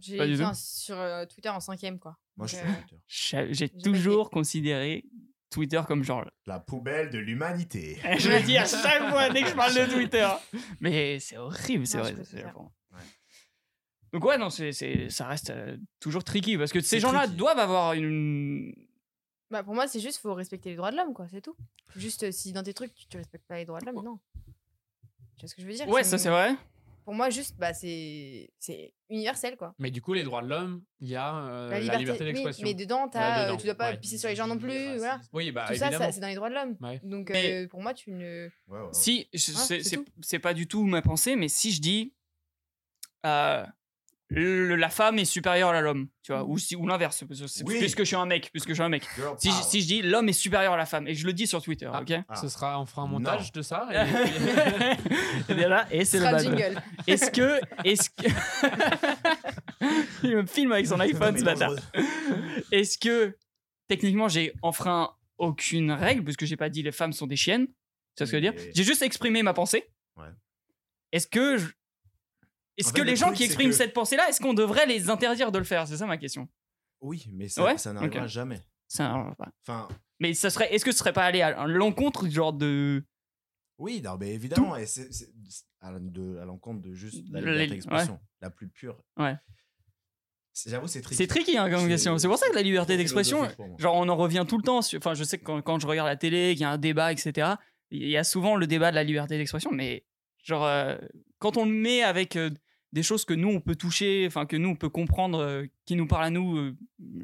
D: J'ai
A: Pas du
D: été
A: tout.
D: en- sur euh, Twitter en cinquième, quoi.
B: Moi, je
D: Donc, euh,
B: suis sur Twitter.
A: J'ai j'ai
D: pas
A: toujours considéré Twitter comme genre
B: La poubelle de l'humanité.
A: Eh, Je le dis à chaque fois dès que je parle de Twitter. Mais c'est horrible, c'est
D: Non,
A: vrai.
D: je peux
A: c'est
D: faire.
A: vraiment.
B: Ouais.
A: Donc ouais, non, c'est, c'est- ça reste euh, toujours tricky parce que ces
B: C'est
A: gens-là
B: tricky.
A: doivent avoir une...
D: Bah, pour moi, c'est juste faut respecter les droits de l'homme, quoi, c'est tout. Juste euh, si dans tes trucs, tu, tu respectes pas les droits de l'homme, non. Tu vois ce que je veux dire
A: Ouais,
D: C'est
A: ça
D: une-
A: c'est vrai.
D: Pour moi, juste, bah, c'est c'est universel, quoi.
C: Mais du coup, les droits de l'homme, il y a euh, la liberté,
D: oui,
C: d'expression.
D: mais
C: Oui,
D: dedans, t'as,
C: Là,
D: euh,
C: dedans,
D: tu dois pas
C: ouais.
D: pisser sur les gens non plus,
C: bah
D: voilà. Tout ça,
C: évidemment.
D: ça, c'est dans les droits de l'homme.
C: Ouais.
D: Donc,
A: Mais-
D: euh, pour moi, tu ne.
B: Ouais, ouais, ouais.
A: Si, je- c'est,
D: Voilà, Oh. Ah, c'est
A: c'est-
D: tout.
A: c'est pas du tout ma pensée, mais si je dis euh, le- la femme est supérieure à l'homme, tu vois,
D: Mhm.
A: ou, si, ou l'inverse, parce que c'est-
B: Oui.
A: puisque je suis un mec, puisque je suis un mec.
B: Girl
A: Si, je-
D: Ah,
B: power.
A: si je dis l'homme est supérieur à la femme, et je le dis sur Twitter,
C: Ah.
A: ok
B: Ah.
C: Ce sera, on fera un
B: Non.
C: montage de ça.
D: Ah,
C: et-
A: Et bien là, et
D: Ce
A: c'est
D: sera
A: le bad.
D: le jingle.
A: Est-ce que. Est-ce que. Il me filme avec son
B: Non,
A: iPhone,
B: mais
A: ce bâtard.
B: dangereuse.
A: Est-ce que. Techniquement, j'ai enfreint aucune règle, parce que j'ai pas dit les femmes sont des chiennes. Tu vois ce que je veux dire
B: Mais-
A: J'ai juste exprimé ma pensée.
B: Ouais.
A: Est-ce que. je- Est-ce
B: En
A: que
B: fait,
A: les
B: le
A: gens
B: truc,
A: qui
B: c'est
A: expriment
B: que-
A: cette pensée-là, est-ce qu'on devrait les interdire de le faire C'est ça ma question.
B: Oui, mais ça,
A: Ouais
B: ça n'arrivera
A: Ok.
B: jamais.
A: Ça,
B: Enfin,
A: mais ça serait, est-ce que ce serait pas aller à l'encontre genre de
B: oui, non, mais évidemment. Et c'est, c'est- c'est à, l'en- de- à l'encontre de juste la
A: Le-
B: liberté
A: les-
B: d'expression, la plus pure.
A: Ouais.
B: C'est- J'avoue, c'est triste.
A: C'est tricky hein, comme
B: C'est-
A: question. C'est pour ça que la liberté
B: c'est
A: d'expression,
B: philosophique pour moi.
A: genre on en revient tout le temps. sur- Enfin, je sais que quand, quand je regarde la télé, qu'il y a un débat, etc. Il y a souvent le débat de la liberté d'expression, mais genre euh, quand on le met avec euh, des choses que nous on peut toucher, enfin que nous on peut comprendre, euh, qui nous parlent à nous euh,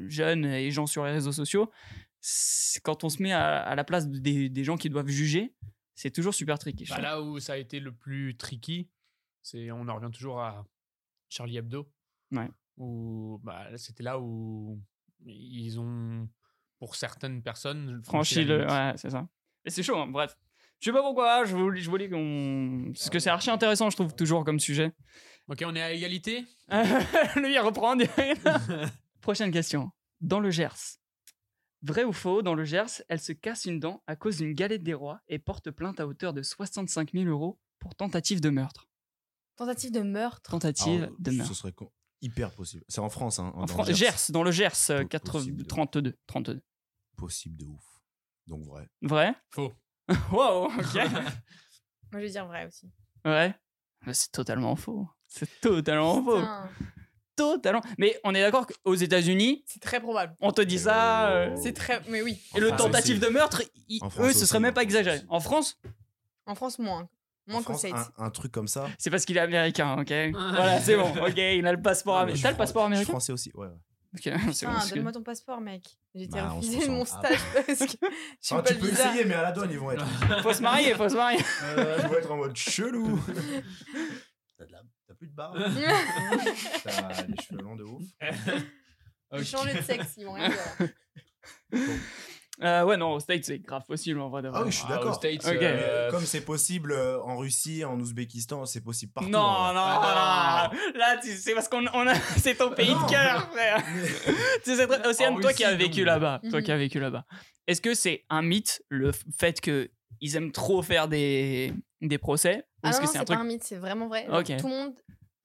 A: jeunes et gens sur les réseaux sociaux, c'est- quand on se met à, à la place des, des gens qui doivent juger, c'est toujours super tricky. je
C: Bah,
A: trouve.
C: là où ça a été le plus tricky, c'est on en revient toujours à Charlie Hebdo.
A: Ouais.
C: Où bah, c'était là où ils ont, pour certaines personnes,
A: franchi
C: la
A: le.
C: limite.
A: Ouais, c'est ça. Et c'est chaud, hein, bref. Je sais pas pourquoi, je voulais, je voulais qu'on. Parce que c'est archi intéressant, je trouve, toujours comme sujet.
C: Ok, on est à égalité.
A: Lui, il reprend. direct. Prochaine question. Dans le Gers. Vrai ou faux, dans le Gers, elle se casse une dent à cause d'une galette des rois et porte plainte à hauteur de 65 000 euros pour tentative de meurtre.
D: Tentative de meurtre.
A: Tentative
B: Alors,
A: de
B: Ah, Ce
A: meurtre.
B: serait con- hyper possible. C'est en France, hein.
A: En
B: dans
A: Fran-
B: le
A: Gers, dans le Gers, euh,
B: Possible.
A: 4 32, 32.
B: Possible de ouf. Donc, vrai.
A: Vrai
C: Faux.
A: wow, ok.
D: Moi, je vais dire vrai aussi.
A: Ouais. Mais C'est totalement faux. C'est totalement faux.
D: Putain,
A: Totalement. Mais on est d'accord qu'aux États-Unis,
D: C'est très probable.
A: on te dit ça.
B: Oh.
A: euh,
D: C'est très. Mais oui.
A: Et le
C: France
A: tentative
B: aussi.
A: de meurtre, i-
B: En France
A: eux, ce
B: aussi.
A: serait même pas exagéré. En France,
D: En France, moins.
B: En
D: Moins qu'aux
B: France,
D: States.
B: un, un truc comme ça.
A: c'est parce qu'il est américain, ok Voilà, c'est bon, ok, il a le passeport
B: Ouais, Ah. mais
A: américain.
B: je
A: T'as le passeport
B: suis fran- je suis
A: américain
B: français aussi, ouais. ouais.
A: Ok, c'est bon,
D: Putain,
A: parce que-
D: Ah, donne-moi ton passeport, mec. J'ai été
B: Bah, on se
D: refusé de mon
B: ressemble. Ah.
D: stage parce que
B: Ah,
D: j'ai pas
B: tu
D: le
B: peux
D: visa.
B: essayer, mais à la douane, ils vont être.
A: Faut se marier, faut se marier.
B: Euh, ils vont être en mode chelou. T'as de la- t'as plus de barbe. T'as les cheveux longs de ouf.
D: J'ai changé de sexe, ils m'ont rien dit, voilà.
A: Euh, ouais, non, au States, c'est grave possible en vrai. de
B: Ah
A: vrai.
B: oui, je suis d'accord.
C: States,
A: Ok.
B: Mais, euh,
C: euh,
B: comme c'est possible euh, en Russie, en Ouzbékistan, c'est possible partout. hein.
A: non,
B: en
A: non,
B: vrai.
A: non, non. Là, tu- c'est parce qu'on on a... c'est ton pays
B: non.
A: de cœur, frère.
B: Mais- Ah
A: Tu sais, Océane,
C: En
A: toi qui as
C: Russie,
A: vécu
C: donc.
A: là-bas, toi
D: Mhm.
A: qui as vécu là-bas, est-ce que c'est un mythe le f- fait que ils aiment trop faire des des procès ou
D: Ah
A: est-ce
D: non,
A: que
D: non,
A: c'est un
D: c'est
A: truc
D: pas un mythe, c'est vraiment vrai. Genre,
A: Ok.
D: Tout le monde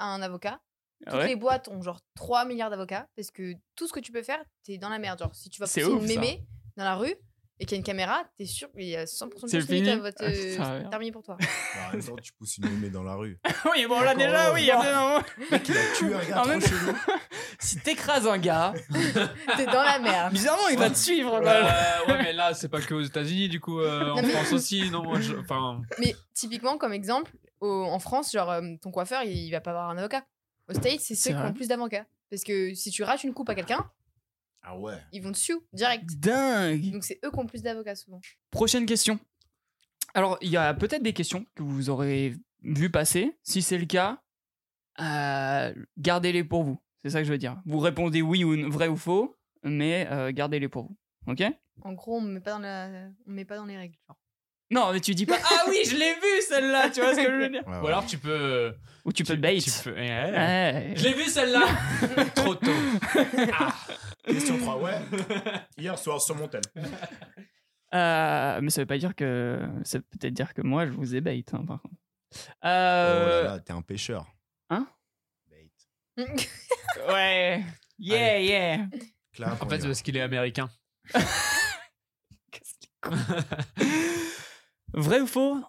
D: a un avocat.
A: Ah
D: Toutes
A: ouais
D: les boîtes ont genre 3 milliards d'avocats parce que tout ce que tu peux faire, t'es dans la merde. Genre, si tu vas
A: C'est
D: pousser
A: ouf,
D: une
A: ça.
D: mémé dans la rue et qu'il y a une caméra, t'es sûr qu'il y a 100% de chance
A: C'est
D: que
A: fini
D: ta- va te-
A: Ah, putain, merde.
D: c'est euh, terminé pour toi.
B: Bah, en même temps, tu pousses une mémé dans la rue.
A: Oui, bon là
B: Encore
A: déjà,
B: heureux.
A: oui, il y a plein de moments-
B: Qu'il a tué un gars
A: En
B: trop
A: même-
B: chelou.
A: Si t'écrases un gars,
D: t'es dans la merde.
A: bizarrement il va te suivre. quoi.
C: Euh, ouais, mais là, c'est pas que aux États-Unis, du coup, euh, en
D: Non, mais-
C: France aussi, non moi, je- Enfin,
D: Mais typiquement, comme exemple, au- en France, genre euh, ton coiffeur, il, il va pas avoir un avocat. Au States,
A: C'est
D: c'est ceux qui
A: vrai.
D: ont le plus d'avocats. Parce que si tu rates une coupe à quelqu'un,
B: Ah ouais.
D: ils vont te sue direct.
A: Dingue.
D: Donc c'est eux qui ont le plus d'avocats souvent.
A: Prochaine question. Alors il y a peut-être des questions que vous aurez vu passer. Si c'est le cas, euh, gardez-les pour vous. C'est ça que je veux dire. Vous répondez oui ou n- vrai ou faux, mais euh, gardez-les pour vous. Ok
D: En gros, on me met pas dans, la... on me met pas dans les règles. genre.
A: Non, mais tu dis pas Ah oui, je l'ai vu celle-là, tu vois ce que je veux dire
B: Ouais,
C: ou
B: ouais.
C: alors tu peux.
A: Ou tu peux bait.
C: tu peux- ouais.
A: Ouais.
C: Je l'ai vu celle-là Trop tôt. Ah.
B: Question 3, ouais. Hier soir sur mon tel.
A: Euh, mais ça veut pas dire que. Ça veut peut-être dire que moi, je vous ai bait, hein, par contre.
B: Oh là
A: Euh,
B: là, t'es un pêcheur.
A: Hein
B: Bait.
A: ouais. Yeah,
C: Allez.
A: yeah.
B: Clap,
C: En
B: on
C: fait,
B: y
C: c'est
B: va.
C: parce qu'il est américain.
A: Qu'est-ce qu'il est con. Vrai ou faux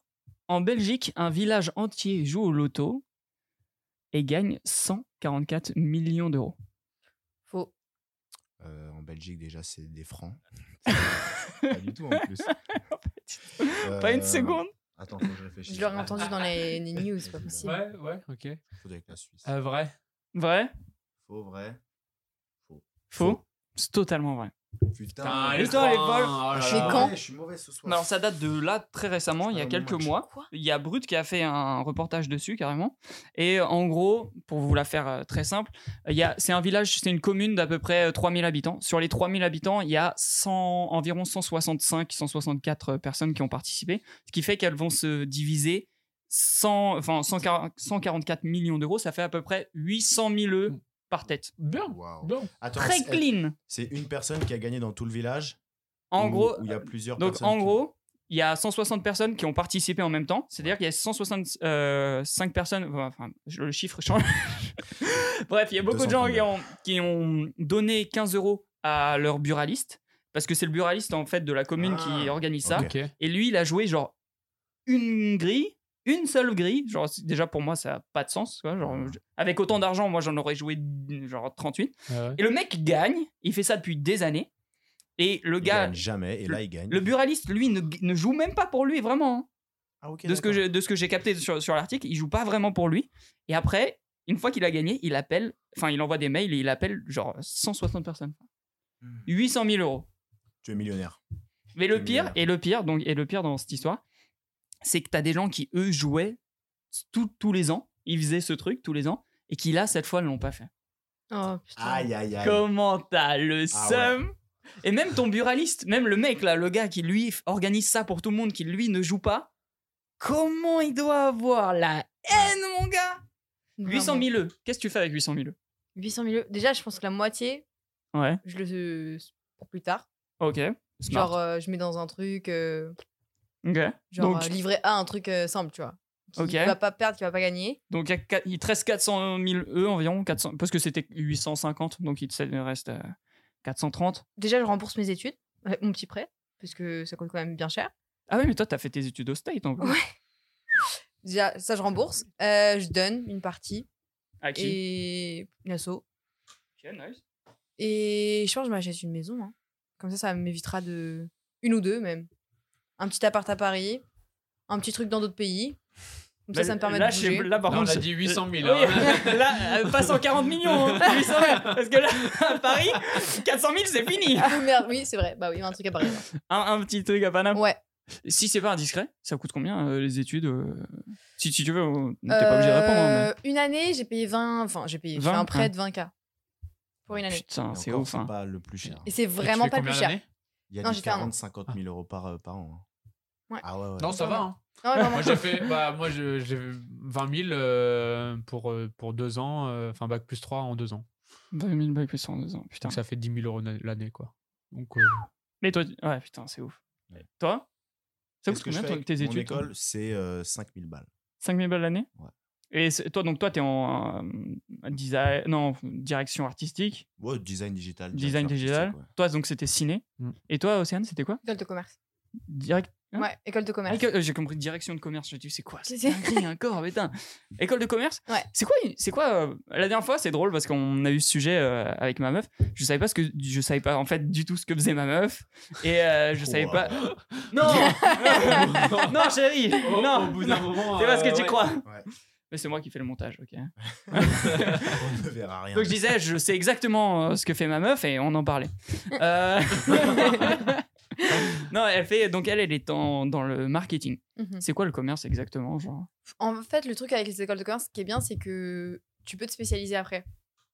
A: En Belgique, un village entier joue au loto et gagne 144 millions d'euros.
D: Faux.
B: Euh, en Belgique, déjà, c'est des francs. pas du tout, en plus.
A: Pas une
B: Euh,
A: seconde
B: Attends, faut que je réfléchisse.
D: Je l'aurais entendu dans les, les news, c'est pas possible.
C: Ouais, ouais, ok.
B: Faut avec la Suisse.
A: Ah.
C: Euh, vrai.
A: Vrai
B: Faux, vrai.
A: Faux C'est totalement vrai.
B: Putain.
A: les toi, les folles.
C: Ah,
B: je suis
C: là
D: Mais
C: là.
B: mauvais,
D: quand
B: Je suis mauvais ce soir.
A: Alors ça date de là très récemment, il y a
B: Ah,
A: quelques
B: moi, je-
A: mois.
D: Quoi
A: Il y a Brut qui a fait un reportage dessus carrément. Et euh, en gros, pour vous la faire euh, très simple, euh, il y a- c'est un village, c'est une commune d'à peu près euh, 3000 habitants. Sur les 3000 habitants, il y a 100, environ 165, 164 euh, personnes qui ont participé, ce qui fait qu'elles vont se diviser 100, enfin, 140 144 millions d'euros. Ça fait à peu près 800 000 œufs par tête.
C: Bien,
B: Waouh.
C: bien.
B: Mmh. Attends,
A: Très
B: c'est-
A: clean.
B: c'est une personne qui a gagné dans tout le village.
A: En
B: ou-
A: gros,
B: Ou il y a plusieurs
A: Donc
B: personnes
A: en
B: qui-
A: gros, il y a 160 personnes qui ont participé en même temps. C'est-à-dire qu'il y a 165 personnes. Enfin, je- le chiffre change. Bref, il y a beaucoup de gens qui ont, qui ont donné 15 euros à leur buraliste. Parce que c'est le buraliste en fait de la commune qui
B: Ah,
A: organise ça.
B: ok.
C: Ok.
A: Et lui, il a joué genre une grille, une seule grille. Genre, c'est- déjà pour moi, ça n'a pas de sens. quoi. Genre, je- avec autant d'argent, moi, j'en aurais joué genre 38.
C: Ah ouais.
A: Et le mec gagne. Il fait ça depuis des années. Et le
B: Il
A: gars,
B: gagne jamais, et là, il gagne.
A: le buraliste, lui, ne, ne joue même pas pour lui, vraiment. hein.
B: Ah, ok,
A: De ce que
B: d'accord.
A: j'ai- de ce que j'ai capté sur, sur l'article, il joue pas vraiment pour lui. Et après, une fois qu'il a gagné, il appelle, enfin, il envoie des mails et il appelle genre 160 personnes.
B: Hmm.
A: 800 000 euros.
B: Tu es millionnaire.
A: Mais le
B: Des
A: pire,
B: milliards.
A: et le pire, donc, et le pire dans cette histoire, c'est que tu as des gens qui, eux, jouaient tout- tous les ans, ils faisaient ce truc tous les ans, et qui, là, cette fois, ne l'ont pas fait.
D: Oh putain.
B: Aïe, aïe, aïe.
A: Comment t'as le
B: Ah
A: seum Et même ton buraliste, même le mec là, le gars qui lui f- organise ça pour tout le monde, qui lui ne joue pas, comment il doit avoir la haine,
D: Oh,
A: mon gars
D: Vraiment.
A: 800 000 œufs. Qu'est-ce que tu fais avec 800 000 œufs
D: 800 000 euros. Déjà, je pense que la moitié,
A: Ouais.
D: je le pour plus tard.
A: Ok.
D: Genre, euh, je mets dans un truc, euh,
A: Ok.
D: genre
A: Donc-
D: euh, livret A, un truc euh, simple, tu vois. Qui
A: Ok.
D: qui va pas perdre, qui va pas gagner.
A: Donc il y a qua- il te reste 400 000 œufs environ, 400, parce que c'était 850, donc il te il reste euh, 430.
D: Déjà, je rembourse mes études, ouais, mon petit prêt, parce que ça coûte quand même bien cher.
A: Ah oui, mais toi, t'as fait tes études au state en plus.
D: Ouais. Déjà, ça, je rembourse. Euh, je donne une partie.
A: À qui
D: Et. Une asso.
A: Ok, nice.
D: Et je pense que je m'achète une maison. hein. Comme ça, ça m'évitera de. Une ou deux, même. Un petit appart à Paris. Un petit truc dans d'autres pays. Comme ça,
A: Là,
D: ça me permet
A: Bah, là,
D: de
A: je sais-
D: bouger.
A: Là, par
C: Là, on
A: contre,
C: a
A: je-
C: dit 800 000.
A: Oui,
C: hein.
A: là, euh, pas 140 millions, hein, 800 000. Parce que là, à Paris, 400 000, c'est fini.
D: Ah merde, oui, c'est vrai. Bah oui, un truc à Paris. alors.
A: Un, un petit truc à Paname.
D: Ouais.
A: Si c'est pas indiscret, ça coûte combien euh, les études euh, si, si tu veux, on- t'es pas obligé de répondre. hein,
D: Euh, Une année, j'ai payé 20. Enfin, j'ai payé. J'ai fait
A: 20,
D: un
A: hein.
D: prêt de 20K. Pour une
A: mais-
D: année.
A: Putain,
B: Et
A: c'est
B: encore,
A: ouf. hein.
B: pas le plus cher.
D: Et c'est
C: Tu fais
D: vraiment pas le
C: combien
D: plus cher.
C: l'année
B: Il y a
D: Non,
B: des
D: j'ai fait un
B: 40 50 000 euros par, euh, par an. hein.
D: Ouais.
B: Ah ouais, ouais.
C: Non, ça va. hein.
D: Non, vraiment.
C: moi j'ai fait bah, moi je- j'ai 20 000 euh, pour, euh, pour deux ans, euh, enfin bac plus 3 en deux ans.
A: 20 000 balles plus en deux ans, putain.
C: Donc ça fait 10 000 euros na- l'année quoi. Donc, euh,
A: Mais toi, tu- ouais, putain, c'est ouf.
B: Ouais.
A: Toi Ça
B: Qu'est-ce
A: coûte
B: que je
A: combien
B: fais
A: toi,
B: avec
A: tes
B: mon
A: études
B: école, c'est 5000 balles.
A: 5 000 balles l'année
B: Ouais.
A: Et c'est- toi, donc toi, t'es en euh, design, non, direction artistique,
B: Ouais, design digital.
A: design
B: directeur
A: digital.
B: artistique, ouais.
A: Toi, donc c'était ciné.
C: Mm.
A: Et toi, Océane, c'était quoi
D: École de commerce.
A: Direct. Hein
D: Ouais, école de commerce.
A: Ah, que- euh, J'ai compris direction de commerce. J'ai dit c'est quoi C'est
D: C'est-
A: dinguerie, un corps, putain. École de commerce.
D: Ouais.
A: C'est quoi une- C'est quoi euh, La dernière fois, c'est drôle parce qu'on a eu ce sujet euh, avec ma meuf. Je savais pas ce que je savais pas en fait du tout ce que faisait ma meuf et euh, je savais pas. Non. non, non, chérie.
C: Oh, au-
A: non.
C: au bout d'un
A: non.
C: moment.
A: C'est pas ce que
C: euh,
A: tu
C: ouais.
A: crois.
B: Ouais.
A: Mais c'est moi qui fais le montage, ok.
B: On ne verra rien.
A: Donc je disais, je sais exactement euh, ce que fait ma meuf et on en parlait. Euh, non, elle fait donc elle, elle est en- dans le marketing.
D: Mhm.
A: C'est quoi le commerce exactement, genre
D: En fait, le truc avec les écoles de commerce, ce qui est bien, c'est que tu peux te spécialiser après.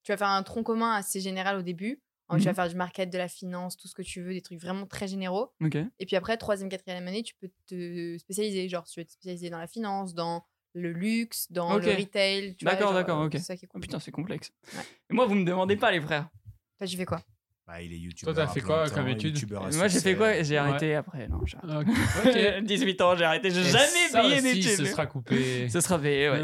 D: Tu vas faire un tronc commun assez général au début. En fait, Tu
A: Mhm.
D: vas faire du market, de la finance, tout ce que tu veux, des trucs vraiment très généraux.
A: Ok.
D: Et puis après, troisième, quatrième année, tu peux te spécialiser. Genre, tu veux te spécialiser dans la finance, dans le luxe, dans
A: Ok.
D: le retail. tu vois,
A: D'accord,
D: genre,
A: d'accord,
D: euh,
A: ok.
D: C'est ça qui est
A: Oh
D: cool.
A: putain, c'est complexe.
D: Ouais.
A: Et moi, vous me demandez pas, les frères.
D: Toi, tu fais quoi
B: Bah, il est youtubeur.
C: Toi, t'as
B: à
C: fait
B: plein
C: quoi
B: temps,
C: comme étude
B: youtubeur à
A: moi, j'ai
B: succès.
A: fait quoi J'ai
C: Ouais.
A: arrêté après. Non, j'ai
C: Ok. ok.
A: arrêté. 18 ans, j'ai arrêté. J'ai
C: Et
A: jamais
C: ça
A: payé
C: aussi,
A: d'études.
C: Ce sera coupé.
A: Ce sera payé, ouais.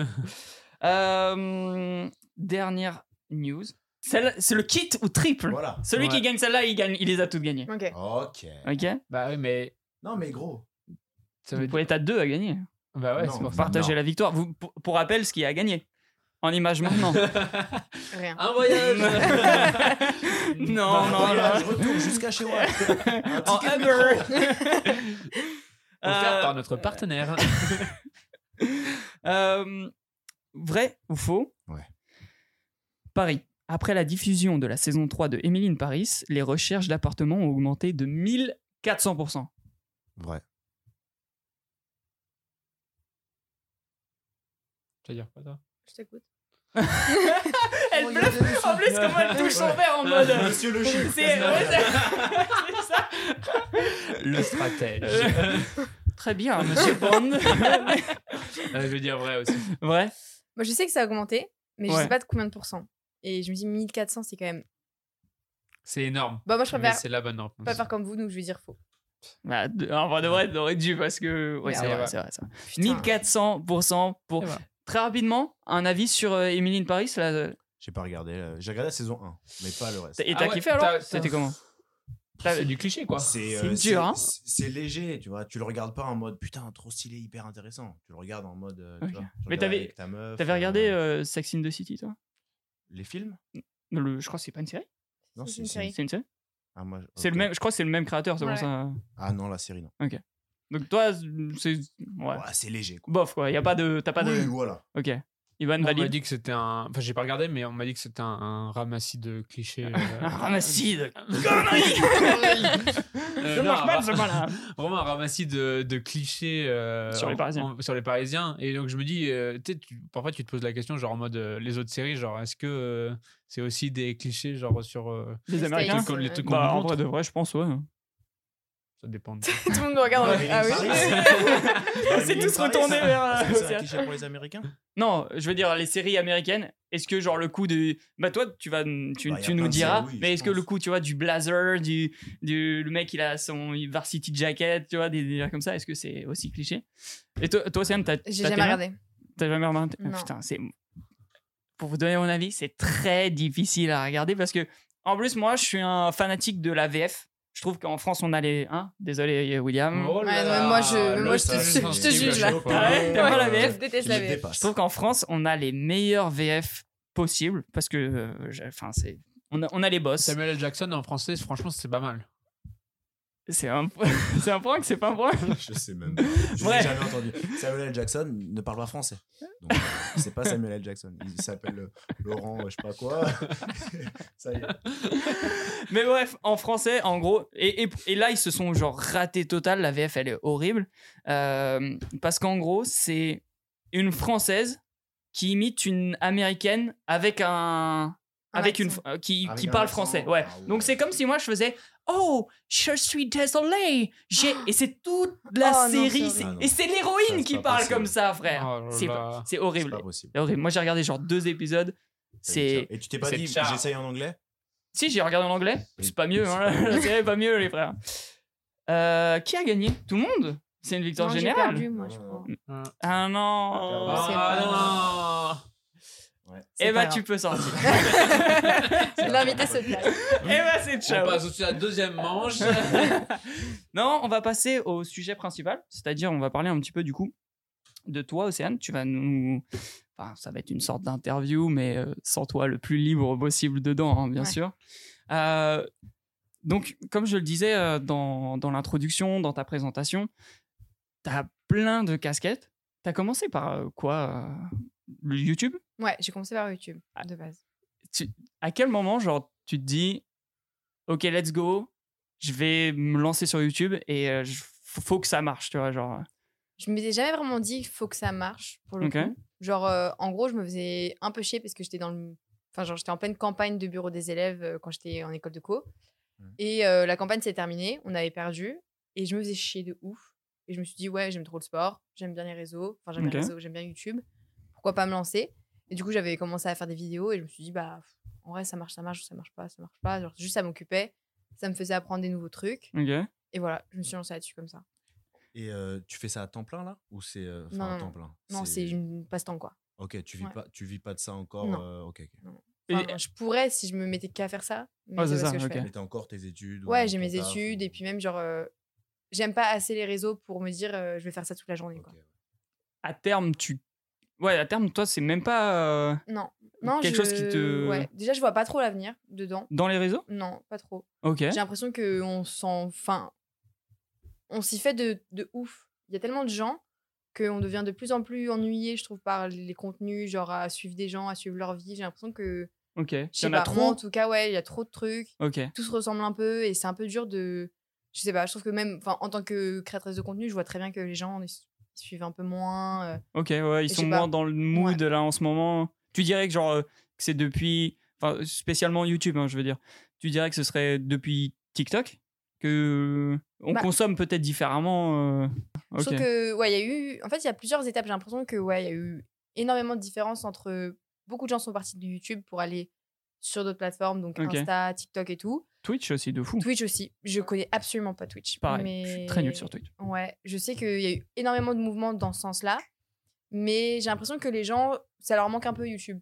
A: Euh, dernière news. Celle, c'est le kit ou triple.
B: Voilà.
A: Celui
C: Ouais.
A: qui gagne celle-là, il gagne, il les a toutes gagnées.
D: Ok.
B: Ok.
A: Ok.
C: bah oui, mais
B: Non, mais gros.
C: ça veut
A: Vous
C: dire.
A: pouvez être à deux à gagner.
C: Bah ouais,
B: Non,
C: c'est pour ça.
A: Partagez
B: Non.
A: la victoire. Vous, pour, pour rappel, ce qui a gagné en image maintenant.
D: Rien.
C: Un voyage
A: Oh non,
B: Bah,
A: non,
B: voyage,
A: non.
B: retour jusqu'à chez moi. Un
A: En
B: ticket de
A: Uber.
B: métro.
A: Euh,
C: Offert par notre partenaire.
A: Euh, vrai ou faux
B: Ouais.
A: Paris. Après la diffusion de la saison 3 de Emily in Paris, les recherches d'appartements ont augmenté de 1400%.
B: Vrai.
C: Tu veux dire quoi, toi
D: Je t'écoute.
A: Elle bluffe en plus comment elle touche son verre en mode...
B: Monsieur le chiffre.
A: C'est ouais, c'est- c'est ça.
C: Le stratège.
A: Euh, Très bien, monsieur Bond.
C: Euh, je veux dire vrai aussi.
A: vrai
D: Moi, je sais que ça a augmenté, mais je
A: Ouais.
D: sais pas de combien de pourcents. Et je me dis 1400, c'est quand même.
C: C'est énorme.
D: Bah, moi, je
C: Mais
D: préfère
C: c'est la bonne réponse.
D: pas faire comme vous, donc je vais dire faux.
A: bah, de- En vrai, de vrai, t'aurais dû parce que... Ouais, c'est
C: Ouais,
A: vrai,
C: ouais.
A: c'est vrai, ça.
D: Putain.
A: 1400% pour...
C: C'est vrai.
A: Très rapidement, un avis sur euh, Emily in Paris là, euh,
B: J'ai pas regardé. euh, J'ai regardé la saison 1, mais pas le reste.
A: Et
C: Ah
A: t'as
C: ouais,
A: kiffé
C: t'as-
A: alors
C: t'as-
A: C'était comment T'as-
C: C'est du cliché, quoi.
B: C'est
A: C'est
B: euh,
A: dur, hein.
B: c'est- C'est léger, tu vois. Tu le regardes pas en mode putain, trop stylé, hyper intéressant. Tu le regardes en mode. euh, tu
A: Ok.
B: vois, tu
A: Mais
B: regardes
A: t'avais-
B: avec ta meuf,
A: T'avais
B: euh,
A: regardé euh, Sex in the City, toi
B: les films
A: Non, le- Je crois que c'est pas une série.
B: Non,
D: C'est
B: c'est
D: une
B: c'est-
D: série.
A: C'est une série
B: Ah, moi, je-
A: C'est le
B: ok.
A: même. Je crois que c'est le même créateur, c'est
D: Ouais.
A: pour ça.
B: Ah non, la série non.
A: Donc toi, c'est ouais.
B: Ouais, c'est léger. Quoi.
A: Bof quoi. Y a pas de. T'as pas
B: oui, bah,
A: de.
B: voilà.
A: Ok. Ivan
C: On m'a
A: valide.
C: dit que c'était un. Enfin, j'ai pas regardé, mais on m'a dit que c'était un, un ramassis de clichés. euh,
A: Un ramassis de
C: Euh,
A: Je
C: non,
A: marche
C: un
A: pas
C: ra-
A: de ce là
C: Vraiment un ramassis de, de clichés euh,
A: Sur les
C: en-
A: Parisiens.
C: en- sur les Parisiens. Et donc je me dis, euh, tu sais, tu- parfois tu te poses la question, genre en mode euh, les autres séries, genre est-ce que euh, c'est aussi des clichés, genre sur euh,
A: Les
D: Les
C: les
A: Américains.
D: Américains.
C: trucs qu'on- les
D: c'est-
C: trucs qu'on
A: Bah
C: nous
A: en
C: montre
A: vrai de vrai, je pense ouais.
C: Ça dépend. de-
D: Tout le monde me regarde. en mode,
B: Ouais,
D: Ah
B: mais
D: oui.
B: Paris,
A: On s'est tous retournés vers. euh,
B: C'est un
A: l'océan.
B: cliché pour les Américains
A: Non, je veux dire les séries américaines. Est-ce que genre le coup de bah toi tu vas tu,
B: Bah, y a
A: tu
B: plein
A: nous
B: de
A: diras
B: séries, oui,
A: mais
B: je
A: est-ce que le
B: pense.
A: coup tu vois du blazer du, du le mec il a son varsity jacket tu vois des délires comme ça est-ce que c'est aussi cliché et toi toi Sam t'as
D: J'ai
A: t'as
D: jamais
A: t'aimé
D: regardé.
A: T'as jamais remarqué Ah,
D: Non.
A: Putain, c'est. Pour vous donner mon avis, c'est très difficile à regarder parce que, en plus, moi, je suis un fanatique de la VF. Je trouve qu'en France, on a les. Hein Désolé, William.
C: Oh là
D: Ouais, non,
C: là,
D: mais moi, je-
C: là,
D: mais moi, je
C: ça,
D: te-
C: c'est
D: je te
C: nul,
D: juge,
C: je
D: là.
C: sais pas.
A: Ah ouais, t'aimes pas la VF
D: je déteste la
B: Il
D: VF.
A: Je
B: dépasse.
A: trouve qu'en France, on a les meilleurs VF possibles parce que. euh, j'ai- Enfin, c'est. On a, on a les boss.
C: Samuel L. Jackson en français, franchement, c'est pas mal.
A: C'est un, c'est un point que c'est pas un point.
B: Je sais même pas. Je
A: Ouais.
B: l'ai jamais entendu. Samuel L. Jackson ne parle pas français. Donc, euh, c'est pas Samuel L. Jackson. Il s'appelle euh, Laurent, euh, je sais pas quoi. Ça y est.
A: Mais bref, en français, en gros, et, et- et là, ils se sont genre ratés total. La VF, elle est horrible. Euh, parce qu'en gros, c'est une française qui imite une américaine avec un.
D: Un
A: avec une.
D: accent.
A: euh, qui,
B: Avec
A: qui
B: un
A: parle
B: accent.
A: français. Ouais.
B: Ah ouais.
A: Donc c'est comme si moi, je faisais. Oh, je suis désolé. j'ai- Et c'est toute la
D: Oh non,
A: série.
D: c'est
A: c'est-
B: horrible.
A: et c'est
B: Ça,
A: l'héroïne
B: c'est
A: qui
B: pas
A: parle
B: possible.
A: comme ça, frère.
C: Oh là
A: c'est
C: là.
A: c'est
B: C'est
A: horrible.
B: pas possible.
A: C'est horrible. Moi, j'ai regardé genre deux épisodes. C'est.
B: Et tu t'es pas
C: c'est
B: dit,
C: Char.
B: j'essaye en anglais
A: Si, j'ai regardé en anglais.
B: Oui,
A: C'est pas mieux,
B: c'est
A: hein,
B: pas
A: la
B: mieux.
A: série est pas mieux, les frères. Euh, qui a gagné Tout le monde C'est une victoire
D: Non, j'ai
A: générale
D: perdu, moi, je crois.
A: Ah
B: Ah,
A: non
B: c'est
C: Ah non
A: Eh
D: C'est
A: bah,
D: pas
A: tu peux sortir.
D: L'invité se place.
A: eh bah, c'est
C: On
A: ciao
C: passe au-dessus de la deuxième manche.
A: Non, on va passer au sujet principal, c'est-à-dire on va parler un petit peu du coup de toi, Océane. Tu vas nous. Enfin, ça va être une sorte d'interview, mais euh, sans toi le plus libre possible dedans, hein, bien
D: Ouais.
A: sûr. Euh, donc, comme je le disais euh, dans, dans l'introduction, dans ta présentation, t'as plein de casquettes. T'as commencé par euh, quoi euh, Le YouTube
D: Ouais, j'ai commencé par YouTube,
A: Ah.
D: de base.
A: Tu- À quel moment, genre, tu te dis Ok, let's go, je vais me lancer sur YouTube et euh, je- faut que ça marche, tu vois, genre.
D: Je m'étais jamais vraiment dit, faut que ça marche, pour le
A: Ok.
D: coup. Genre, euh, en gros, je me faisais un peu chier parce que j'étais dans le. Enfin, genre, j'étais en pleine campagne de bureau des élèves euh, quand j'étais en école de co.
B: Mhm.
D: Et euh, la campagne s'est terminée, on avait perdu. Et je me faisais chier de ouf. Et je me suis dit, ouais, j'aime trop le sport, j'aime bien les réseaux. Enfin, j'aime bien
A: Ok.
D: les réseaux, j'aime bien YouTube. Pourquoi pas me lancer Et du coup, j'avais commencé à faire des vidéos et je me suis dit, bah, pff, en vrai, ça marche, ça marche, ça marche pas, ça marche pas. Genre, juste, ça m'occupait. Ça me faisait apprendre des nouveaux trucs.
A: Ok.
D: Et voilà, je me suis lancée là-dessus comme ça.
B: Et euh, tu fais ça à temps plein là Ou c'est. euh, Enfin,
D: Non,
B: à temps plein
D: Non, c'est une passe-temps, quoi.
B: Ok, tu vis,
D: Ouais.
B: pas, tu vis pas de ça encore
D: Non.
B: euh, Ok, ok.
D: Enfin,
A: Et-
D: je pourrais si je me mettais qu'à faire ça. Mais
A: Ouais,
D: c'est
A: c'est
D: pas
A: ça,
D: ce que
A: ok.
D: je fais.
B: Mais t'as encore tes études ou
D: Ouais, j'ai
B: ton
D: mes
B: taf ou-
D: études et puis même genre euh, j'aime pas assez les réseaux pour me dire euh, je vais faire ça toute la journée
B: Ok.
D: quoi.
A: à terme, tu. Ouais, à terme, toi, c'est même pas euh,
D: Non. Non,
A: Quelque
D: je-
A: chose qui te-
D: ouais. déjà je vois pas trop l'avenir dedans.
A: dans les réseaux
D: Non, pas trop.
A: Ok.
D: J'ai l'impression que on s'en enfin on s'y fait de, de ouf. Il y a tellement de gens qu'on devient de plus en plus ennuyé, je trouve, par les contenus, genre à suivre des gens, à suivre leur vie. J'ai l'impression que,
A: Ok. Il
D: je
A: y
D: sais
A: en a
D: pas, moi en
A: trop
D: tout cas, ouais, il y a trop de trucs.
A: Ok.
D: tout se ressemble un peu et c'est un peu dur de je sais pas je trouve que même enfin en tant que créatrice de contenu je vois très bien que les gens ils su- ils suivent un peu moins euh,
A: Ok, ouais, ils
D: je
A: sont
D: sais
A: moins
D: pas.
A: dans le mood là en ce moment. Tu dirais que genre euh, que c'est depuis. Enfin, spécialement YouTube, hein, je veux dire. Tu dirais que ce serait depuis TikTok que on
D: Bah-
A: consomme peut-être différemment. euh,
D: je
A: Ok.
D: trouve que ouais il y a eu en fait il y a plusieurs étapes j'ai l'impression que ouais il y a eu énormément de différences entre euh, beaucoup de gens sont partis de YouTube pour aller sur d'autres plateformes donc
A: Ok.
D: Insta TikTok et tout
A: Twitch aussi de fou.
D: Twitch aussi je connais absolument pas Twitch
A: Pareil.
D: mais
A: Je suis très nul sur Twitch.
D: ouais je sais qu'il y a eu énormément de mouvements dans ce sens là mais j'ai l'impression que les gens ça leur manque un peu YouTube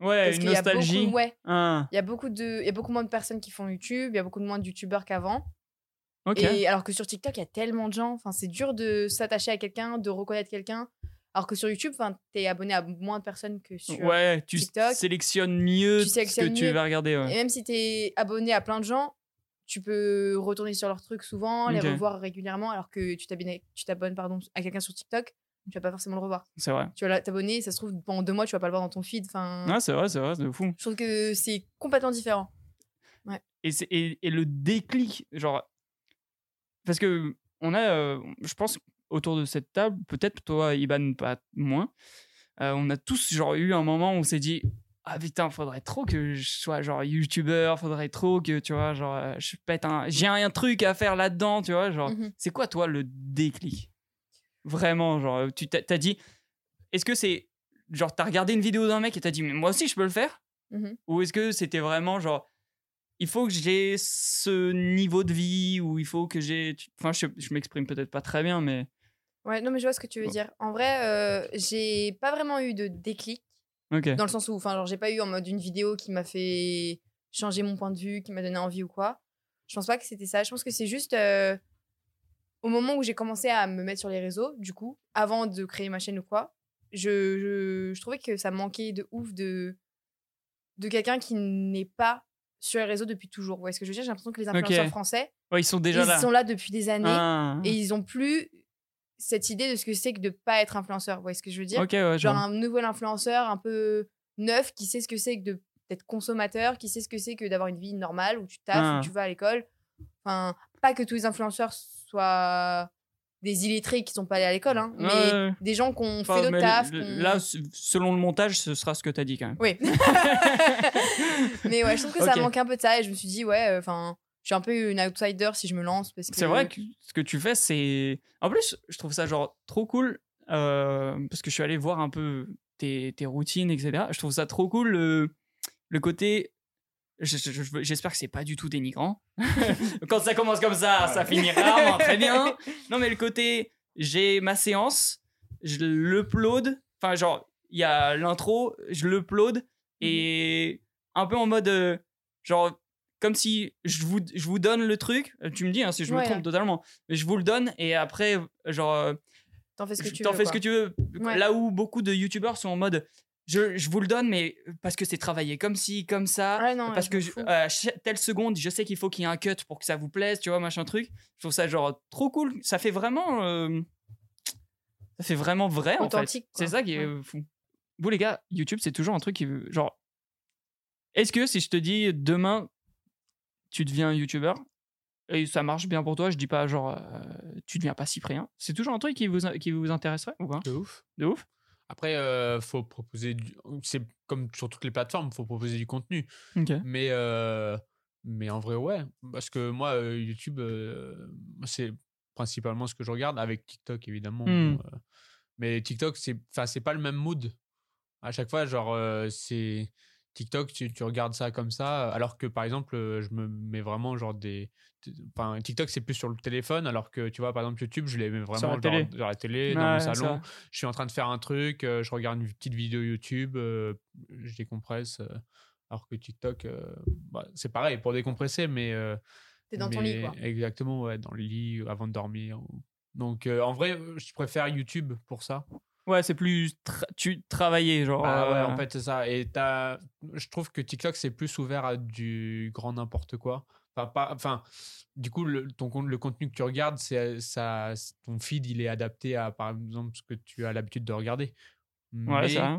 A: Ouais,
D: Parce
A: une
D: qu'il y a beaucoup-
A: nostalgie.
D: ouais
A: Ah,
D: Il y a beaucoup de, il y a beaucoup moins de personnes qui font YouTube, il y a beaucoup moins de YouTubeurs qu'avant.
A: ok.
D: Et alors que sur TikTok, il y a tellement de gens. Enfin, c'est dur de s'attacher à quelqu'un, de reconnaître quelqu'un. Alors que sur YouTube, enfin, t'es abonné à moins de personnes que sur.
A: ouais, tu
D: TikTok,
A: sélectionnes mieux
D: tu sélectionnes
A: ce que tu
D: mieux.
A: vas regarder. ouais.
D: Et même si t'es abonné à plein de gens, tu peux retourner sur leurs trucs souvent, les
A: Ok.
D: revoir régulièrement. Alors que tu t'abonnes, tu t'abonnes pardon, à quelqu'un sur TikTok, tu vas pas forcément le revoir.
A: C'est vrai.
D: Tu vas la- t'abonner, ça se trouve pendant deux mois, tu vas pas le voir dans ton feed. Enfin,
A: Ouais, c'est vrai, c'est vrai, c'est de fou.
D: je trouve que c'est complètement différent.
A: et, c'est- et, et le déclic, genre. Parce que on a, euh, je pense, autour de cette table, peut-être toi, Iban, pas moins, euh, on a tous genre eu un moment où on s'est dit Ah putain, faudrait trop que je sois genre youtubeur, faudrait trop que, tu vois, genre, euh, je pète un. J'ai un truc à faire là-dedans, tu vois, genre.
D: Mhm.
A: C'est quoi, toi, le déclic Vraiment, genre, tu t'as t'as dit, est-ce que c'est, genre, t'as regardé une vidéo d'un mec et t'as dit, mais moi aussi, je peux le faire
D: Mhm.
A: Ou est-ce que c'était vraiment, genre, il faut que j'ai ce niveau de vie, ou il faut que j'ai... tu- Enfin, je, je m'exprime peut-être pas très bien, mais...
D: Ouais, non, mais je vois ce que tu veux
A: Bon.
D: dire. En vrai, euh, j'ai pas vraiment eu de déclic,
A: Ok,
D: dans le sens où, enfin, genre, j'ai pas eu en mode une vidéo qui m'a fait changer mon point de vue, qui m'a donné envie ou quoi. Je pense pas que c'était ça. Je pense que c'est juste euh, au moment où j'ai commencé à me mettre sur les réseaux, du coup, avant de créer ma chaîne ou quoi, je, je, je trouvais que ça manquait de ouf de, de quelqu'un qui n'est pas sur les réseaux depuis toujours. Vous voyez ce que je veux dire J'ai l'impression que les influenceurs français,
A: Ouais, ils sont déjà
D: ils
A: là.
D: sont là depuis des années
A: Ah.
D: et ils ont plus cette idée de ce que c'est que de pas être influenceur. Vous voyez ce que je veux dire
A: Ok, ouais,
D: Genre
A: genre.
D: un nouvel influenceur un peu neuf qui sait ce que c'est que de d'être consommateur, qui sait ce que c'est que d'avoir une vie normale où tu taffes,
A: Ah.
D: où tu vas à l'école. Enfin, pas que tous les influenceurs soient des illettrés qui sont pas allés à l'école, hein,
A: Ouais,
D: mais
A: ouais.
D: des gens qui ont
A: Enfin,
D: fait
A: mais
D: le taf.
A: le-
D: qu'on-
A: Là, s- selon le montage, ce sera ce que t'as dit quand même.
D: oui. mais ouais, je trouve que ça
A: Ok.
D: manque un peu de ça et je me suis dit ouais, euh, enfin, je suis un peu une outsider si je me lance parce que
A: C'est vrai que ce que tu fais, c'est. En plus, je trouve ça genre trop cool euh, parce que je suis allé voir un peu tes, tes routines, etc. Je trouve ça trop cool le, le côté. je- je- je- J'espère que c'est pas du tout dénigrant. Quand ça commence comme ça, ça finit rarement très bien. Non, mais le côté, j'ai ma séance, je l'upload. Enfin, genre, il y a l'intro, je
D: Mhm.
A: l'upload et un peu en mode. euh, genre, comme si je vous, je vous donne le truc. euh, Tu me dis hein, si je me
D: Ouais.
A: trompe totalement. Mais je vous le donne et après, euh, genre, euh,
D: t'en fais ce que tu
A: t'en
D: veux,
A: fais ce
D: quoi.
A: que tu veux.
D: Ouais.
A: Là où beaucoup de youtubeurs sont en mode. Je, je vous le donne, mais parce que c'est travaillé comme ci, comme ça.
D: Ouais, non,
A: Parce
D: je
A: que
D: m'en
A: je-
D: fous.
A: à chaque- telle seconde, je sais qu'il faut qu'il y ait un cut pour que ça vous plaise, tu vois, machin truc. Je trouve ça genre trop cool. Ça fait vraiment, euh, ça fait vraiment vrai
D: Authentique,
A: en fait. C'est
D: quoi.
A: ça qui est
D: Ouais.
A: euh, fou. Vous les gars, YouTube c'est toujours un truc qui veut- genre. Est-ce que si je te dis demain tu deviens youtubeur et ça marche bien pour toi, je dis pas genre euh, tu deviens pas Cyprien, c'est toujours un truc qui vous qui vous intéresserait ou pas
C: De ouf.
A: De ouf.
C: Après, euh, faut proposer du... C'est comme sur toutes les plateformes, faut proposer du contenu.
A: Ok.
C: Mais, euh, mais en vrai, ouais. Parce que moi, euh, YouTube, euh, c'est principalement ce que je regarde, avec TikTok, évidemment.
A: Hmm.
C: euh, mais TikTok, c'est enfin, c'est pas le même mood. À chaque fois, genre, euh, c'est. TikTok, tu, tu regardes ça comme ça, alors que par exemple, euh, je me mets vraiment genre des. t- Enfin, TikTok, c'est plus sur le téléphone, alors que tu vois, par exemple, YouTube, je les mets
A: la
C: vraiment genre,
A: télé.
C: dans la télé, dans
A: Ouais,
C: mon
A: ça
C: salon
A: va.
C: je suis en train de faire un truc, euh, je regarde une petite vidéo YouTube, euh, je décompresse. euh, alors que TikTok, euh, bah, c'est pareil pour décompresser, mais. euh,
D: T'es dans ton lit,
C: mais
D: quoi.
C: Exactement, ouais, dans le lit, euh, avant de dormir. ou- Donc, euh, en vrai, euh, je préfère YouTube pour ça.
A: Ouais, c'est plus tra- tu travailler genre.
C: Bah ouais,
A: euh,
C: en fait, c'est ça. Et t'as- je trouve que TikTok, c'est plus ouvert à du grand n'importe quoi. Enfin, pas, enfin, du coup, le, ton, con- le contenu que tu regardes, c'est, ça, ton feed, il est adapté à, par exemple, ce que tu as l'habitude de regarder.
A: Ouais,
C: Mais-
A: c'est vrai.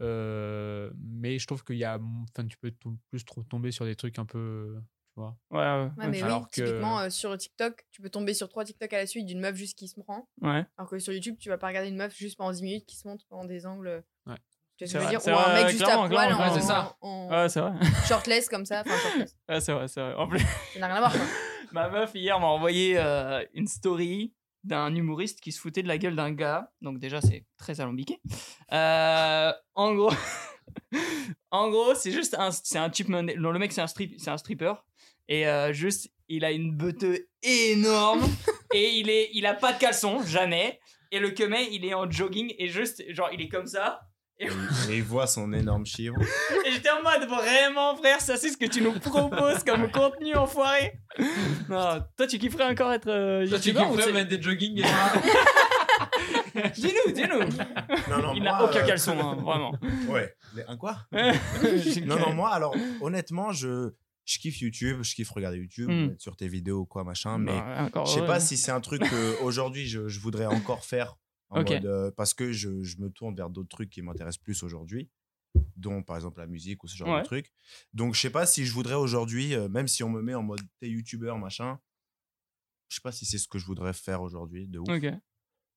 C: euh, mais je trouve qu'il y a, enfin, tu peux tom- plus trop tomber sur des trucs un peu, tu vois.
A: Ouais, ouais.
D: Ouais, mais
C: Alors
D: oui,
C: que-
D: typiquement, euh, sur TikTok, tu peux tomber sur trois TikTok à la suite d'une meuf juste qui se prend.
A: Ouais.
D: Alors que sur YouTube, tu vas pas regarder une meuf juste pendant 10 minutes qui se monte pendant des angles. euh,
C: Ouais.
D: Tu
A: C'est
D: sais ce que
A: vrai,
D: je veux dire
A: c'est
D: Ou un
A: vrai,
D: mec juste à
A: clairement,
D: poil
A: clairement,
D: en,
C: ouais, c'est ça.
D: en
A: Ouais, c'est vrai.
D: shortless comme ça. Enfin, shortless.
A: Ouais, c'est vrai, c'est vrai. En plus,
D: Ça n'a rien à voir. quoi.
A: ma meuf hier m'a envoyé euh, une story d'un humoriste qui se foutait de la gueule d'un gars. Donc déjà, c'est très alambiqué. Euh, en gros, en gros, c'est juste un, c'est un type. moné- non, le mec, c'est un strip, c'est un stripper. Et euh, juste, il a une beutte énorme et il est, il a pas de caleçon, jamais. Et le kemet, il est en jogging et juste, genre, il est comme ça.
B: Et, et il voit son énorme chivre.
A: Et j'étais en mode vraiment frère, ça c'est ce que tu nous proposes comme contenu enfoiré. Non, toi tu kifferais encore être euh, youtubeur ou c'est-
C: des jogging
A: Dis-nous, dis-nous.
B: Non, non,
A: Il
B: moi,
A: n'a aucun
B: euh,
A: caleçon, hein, vraiment.
B: Ouais. Mais un quoi
A: J'ai-
B: Non, non, moi, alors, honnêtement, je, je kiffe YouTube, je kiffe regarder YouTube,
A: Hmm.
B: être sur tes vidéos ou quoi, machin, mais
A: Bah, encore
B: je sais
A: heureux.
B: pas si c'est un truc que aujourd'hui je, je voudrais encore faire. En
A: Ok.
B: mode, euh, parce que je, je me tourne vers d'autres trucs qui m'intéressent plus aujourd'hui, dont par exemple la musique ou ce genre
A: Ouais.
B: de trucs. Donc je sais pas si je voudrais aujourd'hui, euh, même si on me met en mode t'es youtubeur, machin, je sais pas si c'est ce que je voudrais faire aujourd'hui, de ouf,
A: Ok.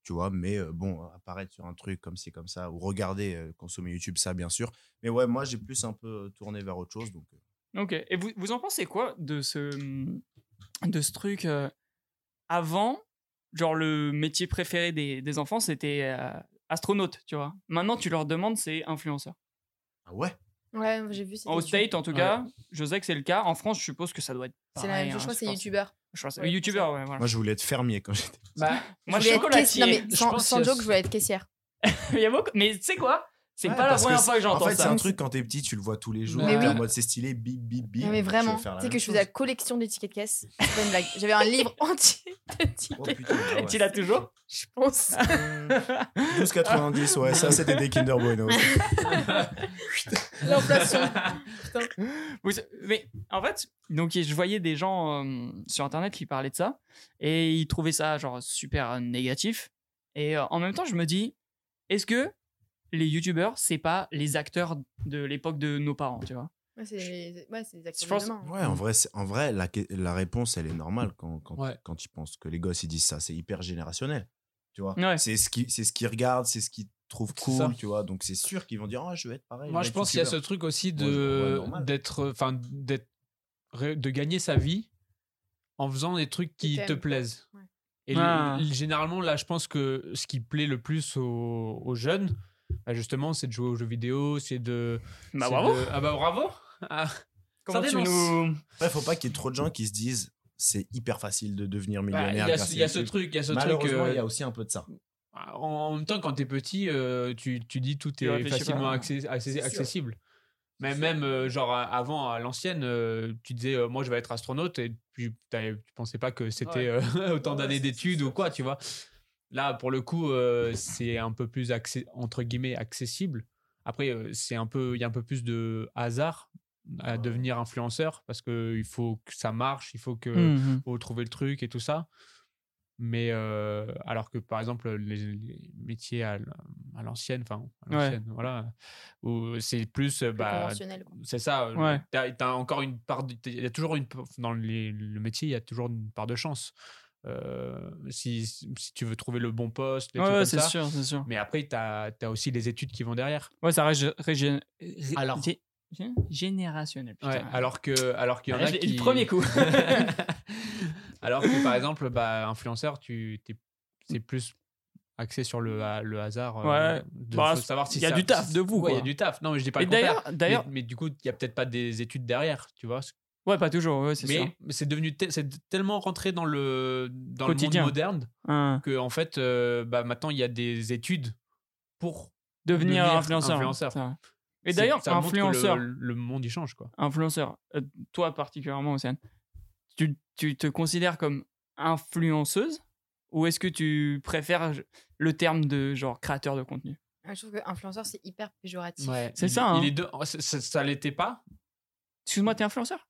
B: tu vois, mais euh, bon, apparaître sur un truc comme c'est comme ça, ou regarder, euh, consommer YouTube, ça bien sûr. Mais ouais, moi j'ai plus un peu euh, tourné vers autre chose, donc euh,
A: Ok. Et vous, vous en pensez quoi de ce, de ce truc euh, Avant, genre le métier préféré des, des enfants, c'était euh, astronaute, tu vois. Maintenant, tu leur demandes, c'est influenceur.
B: ah ouais.
D: Ouais, j'ai vu.
A: Au State, en tout
C: Ouais.
A: cas, je sais que c'est le cas. En France, je suppose que ça doit être.
D: C'est la même
A: pareil, hein,
D: chose, je crois que c'est
A: pense.
D: youtubeur.
A: Je crois que c'est
D: Ouais,
A: youtubeur, ouais, voilà.
B: Moi je voulais être fermier quand j'étais.
C: bah,
A: Moi,
D: Je
A: je suis
D: voulais être caissière. Non,
A: chocolatier.
D: mais
C: Je
D: sans,
C: pense
D: sans
C: qu'il y a
D: joke, je voulais être caissière.
A: Il y a beaucoup- Mais tu sais quoi C'est
B: Ouais,
A: pas la
B: parce que
A: première
B: c'est-
A: fois que j'entends
B: En fait, c'est
A: ça.
B: un truc quand t'es petit, tu le vois tous les jours.
C: Mais
B: t'es
C: oui.
B: En mode c'est stylé, bip bip bip.
D: Non, mais
B: je vais
D: vraiment, tu
B: faire la
D: sais
B: même
D: que je
B: chose.
D: faisais la collection des tickets de caisse. C'est pas une blague. J'avais un livre entier de
B: Oh
D: tickets,
B: putain, ah ouais.
A: Et tu l'as toujours
D: je pense.
B: 12,90, ouais, ça c'était des Kinder Bueno.
D: L'inflation.
A: Vous- Mais en fait, donc je voyais des gens euh, sur internet qui parlaient de ça et ils trouvaient ça genre super euh, négatif. Et euh, en même temps, je me dis, est-ce que les youtubeurs, c'est pas les acteurs de l'époque de nos parents, tu vois
D: Ouais, c'est les, ouais, c'est les acteurs
A: Je pense-
D: de hein. demain.
B: Ouais, en vrai, c'est- en vrai la, que- la réponse, elle est normale quand, quand,
C: Ouais.
B: quand tu penses que les gosses, ils disent ça. C'est hyper générationnel. Tu vois
A: Ouais.
B: C'est ce qui- c'est ce qu'ils regardent, c'est ce qu'ils trouvent
C: C'est ça.
B: cool, tu vois. Donc c'est sûr qu'ils vont dire, oh, je vais être pareil.
C: Moi,
B: vais
C: je
B: être
C: pense qu'il y a ce
B: youtubeur.
C: truc aussi
B: Moi, je le vois
C: de
B: normal.
C: d'être, enfin, d'être, ré- de gagner sa vie en faisant des trucs qui
D: t'aimes,
C: te
D: quoi.
C: plaisent.
D: Ouais.
C: Et le-
A: Ah.
C: le- généralement, là, je pense que ce qui plaît le plus aux, aux jeunes, bah, justement, c'est de jouer aux jeux vidéo, c'est de.
A: Bah
C: c'est
A: bravo
C: de- Ah bah bravo Ah,
A: Comment
C: ça
A: tu
C: dénonce.
A: nous...
B: Après, faut pas qu'il y ait trop de gens qui se disent, c'est hyper facile de devenir
C: bah, Il
B: millionnaire.
C: y a,
B: grâce
C: ce-
B: à
C: il y a ce
B: YouTube.
C: truc, il y a ce truc.
B: Malheureusement,
C: euh,
B: il y a aussi un peu de ça.
C: en, en même temps, quand t'es petit, euh, tu, tu dis tout
A: Tu
C: est
A: réfléchis
C: facilement
A: pas.
C: accé- accé-
A: sûr.
C: accessible. Mais même, euh, genre, à- avant, à l'ancienne, euh, tu disais, euh, moi, je vais être astronaute, et puis t'avais- tu pensais pas que c'était euh, autant
B: Ouais,
C: d'années
B: c'est- c'est
C: d'études
B: sûr,
C: ou quoi, tu vois. Là, pour le coup, euh, c'est un peu plus, accé- entre guillemets, accessible. Après, euh, c'est un peu, il y a un peu plus de hasard à
B: Ouais.
C: devenir influenceur, parce qu'il faut que ça marche, il faut que
A: Mhm.
C: faut trouver le truc et tout ça. Mais euh, alors que par exemple les, les métiers à, l- à l'ancienne, enfin à
A: Ouais.
C: l'ancienne, voilà, où c'est plus, euh,
D: Plus
C: bah,
D: conventionnel, quoi.
C: c'est ça. euh,
A: Ouais.
C: T'as, t'as encore une part, de- il y a toujours une p- dans les- le métier, il y a toujours une part de chance. Euh, si, si tu veux trouver le bon poste, des
A: Ouais,
C: trucs
A: ouais,
C: comme
A: c'est
C: ça.
A: sûr, c'est sûr.
C: Mais après, tu as aussi les études qui vont derrière.
A: Ouais, ça reste régé- ré-
C: Alors.
A: gé- gé- générationnel. Putain.
C: Ouais, alors que alors qu'il y en
A: Ouais,
C: a
A: je l'ai-
C: qui
A: Bah, le premier coup.
C: alors que par exemple bah influenceur tu t'es c'est plus axé sur le, ha- le hasard euh,
A: Ouais.
C: de
A: Bah,
C: faut savoir si
A: il y a
C: ça-
A: du taf
C: si-
A: de vous,
C: ouais, il y a
A: quoi.
C: du taf non mais je dis pas
A: Et
C: le contraire.
A: d'ailleurs, d'ailleurs,
C: mais, mais du coup il y a peut-être pas des études derrière tu vois
A: ouais, pas toujours, ouais, c'est sûr.
C: mais c'est devenu te- c'est tellement rentré dans le dans
A: Quotidien.
C: le monde moderne
A: Hein.
C: que en fait euh, bah maintenant il y a des études pour
A: Devenir,
C: Devenir
A: influenceur.
C: influenceur.
A: c'est vrai. Et
C: c'est-
A: d'ailleurs,
C: ça montre que le-
A: influenceur,
C: le, monde il change quoi
A: influenceur, euh, toi particulièrement, Océane, tu, tu te considères comme influenceuse ou est-ce que tu préfères le terme de genre créateur de contenu
D: Ah, Je trouve que influenceur, c'est hyper péjoratif.
A: C'est
C: Il-
A: ça, hein.
C: il est de- oh, c'est- c'est- ça l'était pas
A: Excuse-moi, t'es influenceur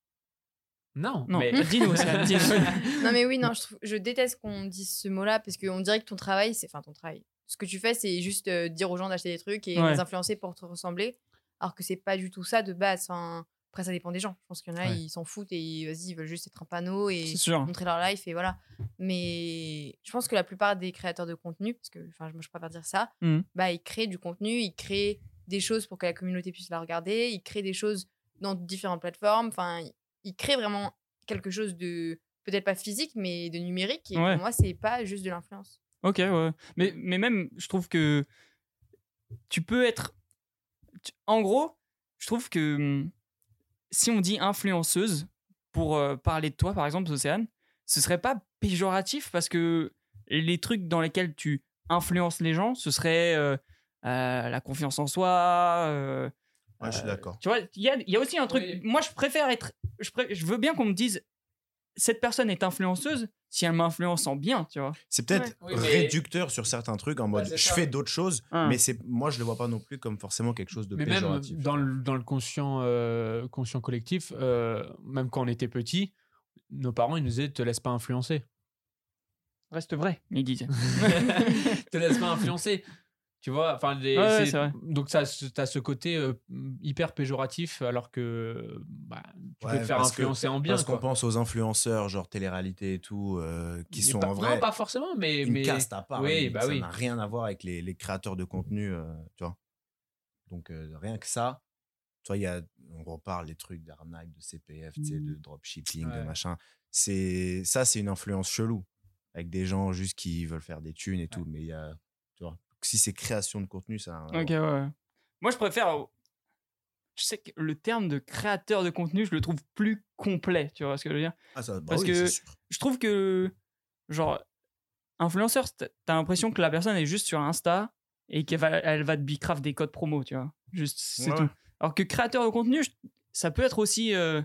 C: Non,
A: Non,
C: mais
A: dis-nous, Océane, dis-nous.
D: Non, mais oui, non, je, trouve- je déteste qu'on dise ce mot-là parce qu'on dirait que ton travail, c'est. Enfin, ton travail. Ce que tu fais, c'est juste euh, dire aux gens d'acheter des trucs et
A: Ouais.
D: les influencer pour te ressembler. Alors que c'est pas du tout ça de base. Enfin, après, ça dépend des gens. Je pense qu'il y en a,
C: Ouais.
D: ils s'en foutent et ils- vas-y, ils veulent juste être un panneau et
A: C'est sûr.
D: montrer leur life et voilà. Mais je pense que la plupart des créateurs de contenu, parce que enfin, moi, je préfère dire ça,
A: Mhm.
D: bah, ils créent du contenu, ils créent des choses pour que la communauté puisse la regarder, ils créent des choses dans différentes plateformes. Enfin, ils- ils créent vraiment quelque chose de peut-être pas physique, mais de numérique. Et
A: Ouais.
D: pour moi, c'est pas juste de l'influence.
A: Ok, ouais. Mais, mais même, je trouve que tu peux être. tu- En gros, je trouve que hum, si on dit influenceuse pour euh, parler de toi, par exemple, Océane, ce serait pas péjoratif parce que les trucs dans lesquels tu influences les gens, ce serait euh, euh, la confiance en soi. euh,
B: Ouais, je suis
A: euh,
B: d'accord.
A: Tu vois, il y a, il y a aussi un truc.
C: Oui.
A: Moi, je préfère être. Je, pré- je veux bien qu'on me dise cette personne est influenceuse si elle m'influence en bien, tu vois.
B: C'est peut-être
C: Ouais. Oui, mais- Bah,
B: réducteur sur certains trucs en mode
C: c'est
B: je
C: ça.
B: fais d'autres choses,
A: Hein.
B: mais c'est moi je le vois pas non plus comme forcément quelque chose de
C: mais même
B: péjoratif.
C: dans le, dans le conscient, euh, conscient collectif, euh, même quand on était petit, nos parents ils nous disaient te laisse pas influencer.
A: Reste vrai, il disait.
C: te laisse pas influencer. Tu vois, enfin, les-
A: Ouais, ouais,
C: c'est-
A: c'est vrai.
C: donc ça, as ce côté euh, hyper péjoratif, alors que bah, tu
B: Ouais,
C: peux te faire
B: parce que-
C: influencer en bien.
B: Parce qu'on
C: quoi.
B: pense aux influenceurs, genre télé-réalité et tout, euh, qui
C: Mais
B: sont
C: pas-
B: en vrai
C: Non, pas forcément, mais
B: une
C: mais
B: caste à part.
C: oui,
B: limite.
C: bah
B: ça
C: oui.
B: n'a rien à voir avec les, les créateurs de contenu, euh, tu vois. Donc euh, rien que ça, tu vois, il y a, on reparle les trucs d'arnaque, de CPF, tu sais, de
D: Mmh.
B: dropshipping, de
C: Ouais.
B: machin. C'est ça, c'est une influence chelou avec des gens juste qui veulent faire des thunes et tout, mais il y a, tu vois. Si c'est création de contenu, ça. euh, a rien à
A: Ok, ouais. ouais. Moi, je préfère. Je sais que le terme de créateur de contenu, je le trouve plus complet, tu vois ce que je veux dire
B: Ah, ça, bah
A: Parce
B: oui,
A: que-
B: c'est sûr.
A: Je trouve que, genre, influenceur, t'as t'as l'impression que la personne est juste sur Insta et qu'elle va, elle va te bicraft des codes promo, tu vois. Juste, c'est
B: Ouais,
A: tout.
B: ouais.
A: Alors que créateur de contenu, je- ça peut être aussi. euh,